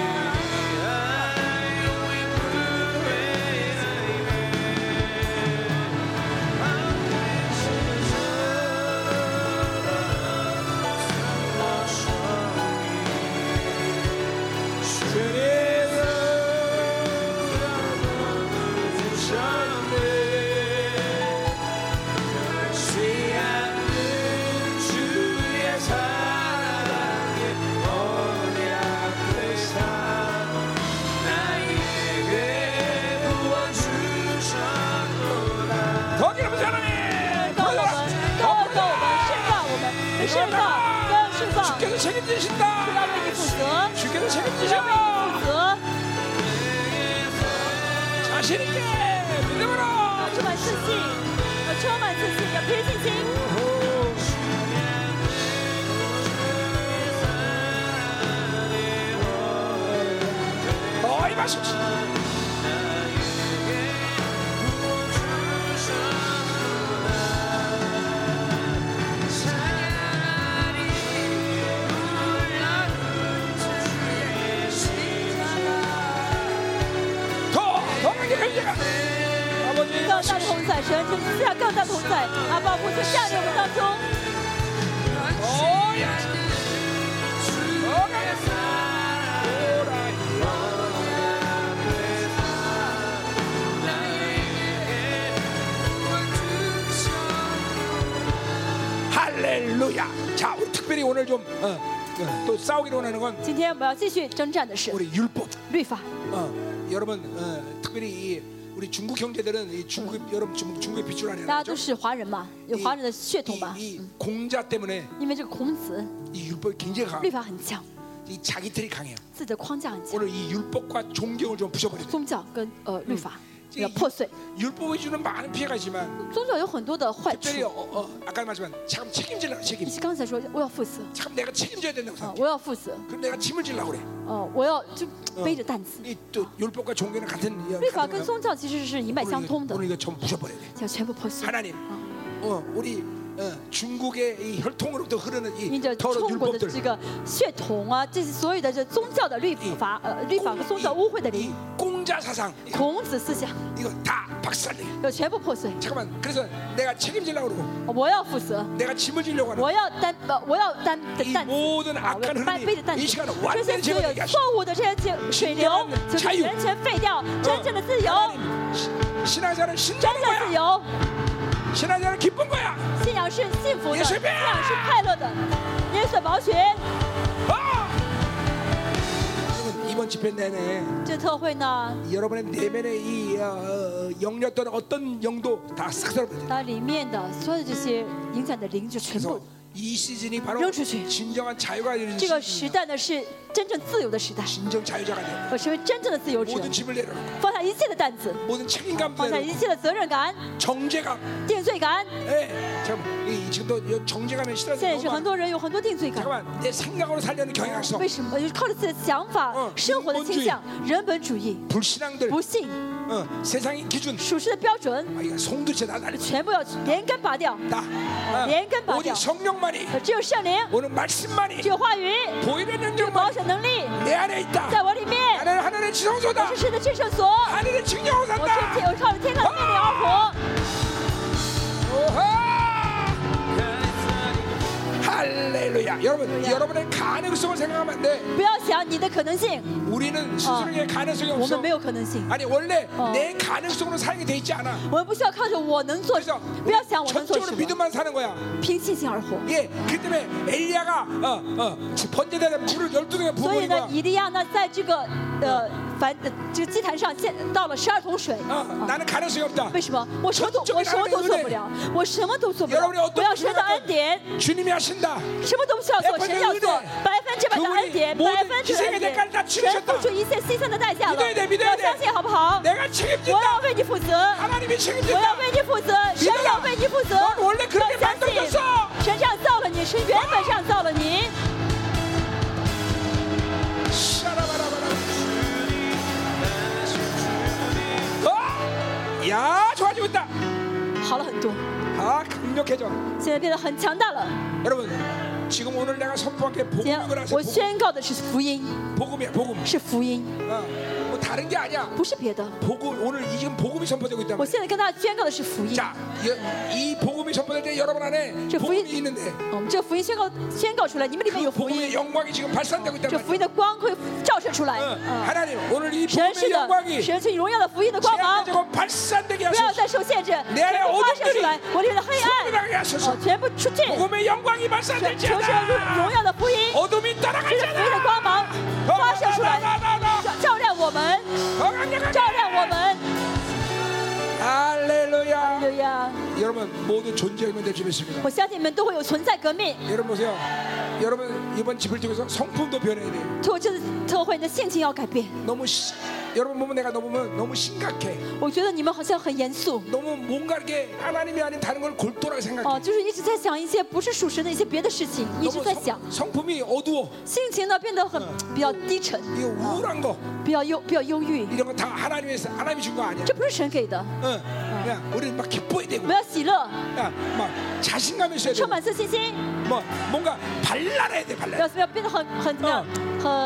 A: 할렐루야 더 기름 사랑해
B: 告我们，告我们，释放我们，释放，要释放，
A: 주께서
B: 不
A: 네,
B: 要为
A: 책임지신다
B: 你负责，
A: 주께서
B: 不要为你
A: 책임지셔
B: 负责，
A: 자신 있게 믿음으로
B: 要充满自信，要充满自信，要凭信心。
A: 더이 마십시오 더 더는 게 현재가 아버지
B: 更大的同在，神就赐下更大的同在。阿爸父就下在我们当中，
A: 오야 더가야 오라 哈利路亚！자 우리 특별히 오늘 좀 어, 또 싸우기로 원하는 건
B: 今天我们要继续征战的是
A: 우리 율법.
B: 律法。
A: 어, 여러분 어, 특별히 이 우리 중국 형제들은 이 중국 여러분 중국 중국의 빛줄
B: 大家
A: 아니라죠?
B: 都是华人嘛，有华人的血统吧？
A: 이 공자 때문에
B: 因为这个孔子
A: 이 율법이 굉장히 강,
B: 律法很强，
A: 이 자기 틀이 강해요.
B: 自己的框架很强，
A: 오늘 이 율법과 존경을 좀 부셔버리고
B: 宗教跟呃律法
A: 这
B: 要破碎。
A: 율법이 주는 많은 피해가 있지만
B: 宗教有很多的坏
A: 특별히
B: 处，
A: 어, 어, 아까 말씀한 참 책임질라 책임.
B: 你是刚才说我要负责
A: 참 내가 책임져야 된다고
B: 啊、
A: 생각.
B: 我要负责，
A: 그럼 내가 짐을 질라 그래.
B: 哦、我要就背着担子。
A: 이 또 율법과 종교는 같은
B: 律
A: 같은
B: 法跟
A: 거야.
B: 宗教其实是一脉相
A: 오늘,
B: 通
A: 그 이거-
B: 的，
A: 오늘 이거 좀 부셔버려야 돼.
B: 要全部破碎。啊
A: 하나님, 어, 우리 어, 중국의 이 혈통으로부터 흐르는
B: 因
A: 이
B: 着
A: 더러운
B: 中国的
A: 율법들,
B: 这个血统啊，这些所有的这宗教的律法呃律
A: 그
B: 法和宗教污秽的
A: 이, 이
B: 灵，
A: 공자 사상
B: 孔子思想
A: 이거 다 박살내.
B: 要全部破碎。
A: 잠깐만, 그래서 내가 책임지려고 그러고
B: 我要负责，
A: 내가 짐을 지려고 하는
B: 我要担呃我要担的
A: 이
B: 担子。
A: 모든
B: 啊我
A: 악한
B: 要担背着
A: 흐름이
B: 担子
A: 이 시간에 ，
B: 这
A: 완전히
B: 些所有
A: 제거되게 하시고
B: 错误的这些水水
A: 신，
B: 流
A: 령
B: 就是
A: 자유
B: 完全废掉，真正的自由，
A: 신앙생활은 신자는
B: 真正的自
A: 거야.
B: 由。
A: 신앙생활은 기쁜 거야.
B: 信仰是幸福
A: 耶
B: 的，
A: 稣
B: 信
A: 变
B: 仰是快乐的。耶稣宝血，
A: 어! 여러분, 이번 집회 내내
B: 这特会呢，
A: 여러분의 내면의 이 어, 어, 영렸던 어떤 영도 다 싹쓸어버려.
B: 它里面的所有这些影响的灵就全
A: 그래서
B: 部。
A: 이 시즌이 바로
B: 영주주의.
A: 진정한 자유가 되는
B: 这个
A: 시즌.
B: 时代呢是真正自由的时代，
A: 진정 자유자가 돼.
B: 我成为真正的自由者，
A: 모든 짐을 내려놓고
B: 放下一切的担子，
A: 모든 책임감
B: 放下一
A: 내려놓고
B: 切的责任感、
A: 정죄감.
B: 定罪感。
A: 예. 잠깐 이 지금도 이 네, 정죄감에
B: 现在
A: 시달리는
B: 是
A: 너무
B: 很
A: 많아.
B: 多人有很多定罪感，
A: 잠깐만 내 생각으로 살려는 경향성,
B: 为什么？就是靠着自己的想法
A: 嗯、
B: 生活的倾向、人本主义、
A: 불신앙들,
B: 不信、
A: 어, 세상의 기준.
B: 属实的标准，
A: 아, 이거 송두체 다 날려.
B: 全部要连根拔掉。
A: 다.
B: 랭크
A: 어,
B: 받아.
A: 오직 성령만이
B: 只有圣灵，
A: 오는 말씀만이
B: 只有话语，
A: 보이는
B: 只有保
A: 능력만
B: 险能力
A: 내 안에
B: 在
A: 있다.
B: 我里面。
A: 나는 하늘의 지성소다.
B: 是神的至圣所，
A: 하늘의 증명으로
B: 我是
A: 산다.
B: 天，我靠着天堂的命令而活。
A: 아! 오호! 할렐루야. 여러분,
B: 할렐루야.
A: 여러분의 가능성을 생각하면 안 돼.
B: 不要想你的可能性，
A: 우리는 스스로의 가능성이
B: 我
A: 없어.
B: 们没有可能性，
A: 아니, 원래
B: 어.
A: 내 가능성으로 살게 돼 있지 않아.
B: 我们不需要靠着我能做
A: 그래서 ，
B: 不要想我能做什
A: 전적으로
B: 么，
A: 믿음만 사는 거야.
B: 凭信心而活。
A: 예, 그 때문에 엘리야가 어, 어, 번제단에 물을 열두 개가
B: 所以
A: 부어버린
B: 呢，
A: 거야.
B: 以利亚呢，在这个呃凡呃这个祭坛上见到了十二桶水。啊
A: 어, 나는 가는 수이 없다.
B: 为什么我什么都我什么都做不了，我什么都做哎不了
A: 여러분이어떤，
B: 我要神的恩典，
A: 주님이 하신다.
B: 什么都不需要做，
A: 백
B: 神
A: 분
B: 要
A: 의
B: 做
A: 은혜
B: 百分之百的恩典，
A: 그분이모든
B: 百分之百的恩
A: 희생의대가를다
B: 典，
A: 치르
B: 神
A: 셨다
B: 付出一切牺牲的代价了，
A: 믿어야 돼,
B: 你
A: 믿어야
B: 要相信
A: 돼.
B: 好不好？
A: 내가
B: 我要
A: 책임진다.
B: 为你负责，
A: 하나님이
B: 我要
A: 책임진다.
B: 为你负责，神
A: 믿어라
B: 要为你负责，
A: 넌원래
B: 要
A: 그렇게
B: 相
A: 만들어졌
B: 信
A: 어
B: 神这样造了你，神原本这样造了你。
A: 샤라바라바라. 어? 야 좋아지고 있다.
B: 好了很多，
A: 아 강력해져.
B: 现在变得很强大了。
A: 여러분 지금 오늘 내가 선포한 게
B: 今天
A: 복음을 하세요.
B: 我宣告的是福音，
A: 복음이야 복음.
B: 是福音，
A: 어, 뭐 다른 게 아니야.
B: 不是别的。
A: 복음 오늘 이- 지금 복음이 선포되고 있다.
B: 我现在跟大家宣告的是福音。
A: 자, 여- 이 복음이 선포될 때 여러분 안에
B: 저
A: 복음이
B: 부인-
A: 있는데
B: 我们这个福音宣告宣告出来，你们里面
A: 그
B: 有福音
A: 복음의 ， 영광이 지금 발산되고
B: 这
A: 있단
B: 福
A: 말이야.
B: 音的光会照射出来。
A: 어,
B: 嗯，
A: 하나님 오늘 이
B: 神是
A: 복음의
B: 的，
A: 영광이
B: 神是荣耀的福音的光芒，不
A: 제한되고 발산되게
B: 要
A: 하소서.
B: 再受限制，
A: 내 안에
B: 全部发射出来
A: 어둠들이 ，
B: 我里面的黑
A: 소멸하게
B: 暗，
A: 하소서.
B: 哦，全部出去，
A: 복음의 영광이
B: 全
A: 발산되지
B: 求神荣
A: 않아.
B: 荣耀的福音，
A: 어둠이
B: 这个福音的
A: 따라가잖아.
B: 光芒发射出来，照照亮我们，照亮我们。
A: 할렐루야.
B: 对呀，
A: 여러분 모두 존재하면 될수 있습니다.
B: 我相信你们都会有存在革命，
A: 여러분 보세요. 여러분 이번 집을 통해서 성품도 변해야 돼요.
B: 透过这次特会，你的性情要改变。
A: 너무 시- 여러분 보면 내가 너 보면 너무 심각해.
B: 我觉得你们好像很严肃。
A: 너무 뭔가 이게 하나님이 아닌 다른 걸 골똘하게
B: 哦，
A: 생각해.
B: 就是一直在想一些不是属实的一些别的事情，一直
A: 너무
B: 在想，
A: 성, 성품이 어두워.
B: 心情呢变得很比较低沉，
A: 이거 우울한 거
B: 比较忧比较忧郁。
A: 이런 거 다 하나님이 하나님이 준 거 아니야.
B: 这不是神给的，
A: 응. 그냥 우리 막 기뻐야 되고,
B: 我们要喜乐，
A: 그냥 막 자신감 있어야 되고,
B: 充满自信心，
A: 뭐 뭔가 발랄해야 돼 발랄.
B: 要要变得很很怎么样，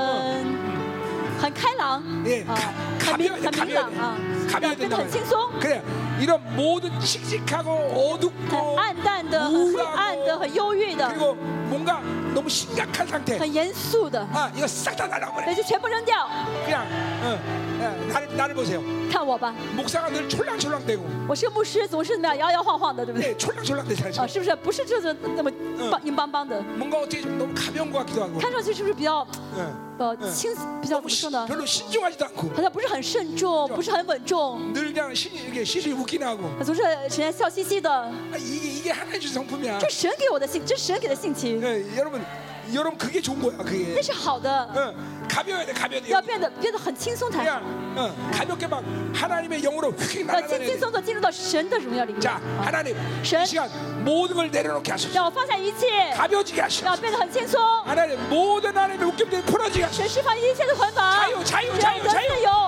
B: 很很开朗
A: 예 ，
B: 啊
A: 가, ，
B: 很明
A: 가벼워야 돼,
B: 很明
A: 가벼워야 돼,
B: 朗啊，要
A: 어. 가벼워야
B: 变
A: 된다
B: 得很轻松
A: 말이야. ， 그래, 이런 모든 칙칙하고
B: 很
A: 어둡고
B: 暗淡的、很
A: 啊
B: 黑暗的、
A: 어,
B: 很忧郁的、
A: 그리고 뭔가 너무 심각한 상태.
B: 很严肃的，
A: 아 이거 싹 다
B: 那
A: 날라버려.
B: 就全部扔掉。
A: 그냥, 응, 응, 나를 나를 보세요.
B: 看我吧，
A: 목사가 늘 촐랑촐랑대고.
B: 我是个牧师，总是怎么样摇摇晃晃的，对不对？
A: 네, 촐랑촐랑 대사죠.
B: 啊，是不是？不是这种那么棒硬邦邦的，
A: 뭔가 어떻게 좀 너무 가벼운 것 같기도 하고.
B: 看上去是不是比较
A: 예.
B: 呃
A: 嗯
B: 轻，比
A: 너무
B: 较怎么
A: 시-
B: 说呢？
A: 별로 신중하지도 않고
B: 好像不是很慎重，不是很稳重，
A: 늘 그냥 시, 이렇게 시시 웃기나 하고.
B: 总是人家笑嘻嘻的。
A: 아, 이게 이게 하나님 주신 성품이야.
B: 这神给我的性，这神给的性情，
A: 예, 여러분, 여러분 그게 좋은 거야 그게.
B: 那是好的，
A: 예, 가벼워야 돼, 가벼워야 돼.
B: 要变得变得很轻松才好，
A: 그냥 어, 가볍게 막 하나님의 영으로 휙
B: 要轻
A: 날아다녀야
B: 轻
A: 돼.
B: 松松进入到神的荣耀里面。
A: 자,
B: 啊
A: 하나님
B: 신.
A: 이 시간 모든 걸 내려놓게 하소서.
B: 让我放下一切，
A: 가벼워지게 하소서.
B: 要变得很轻松，
A: 하나님 모든 하나님의 웃김들이 풀어지게 하소서.
B: 神释放一切的捆绑，
A: 자유, 자유,
B: 让我
A: 자유,
B: 得自
A: 자유.
B: 由，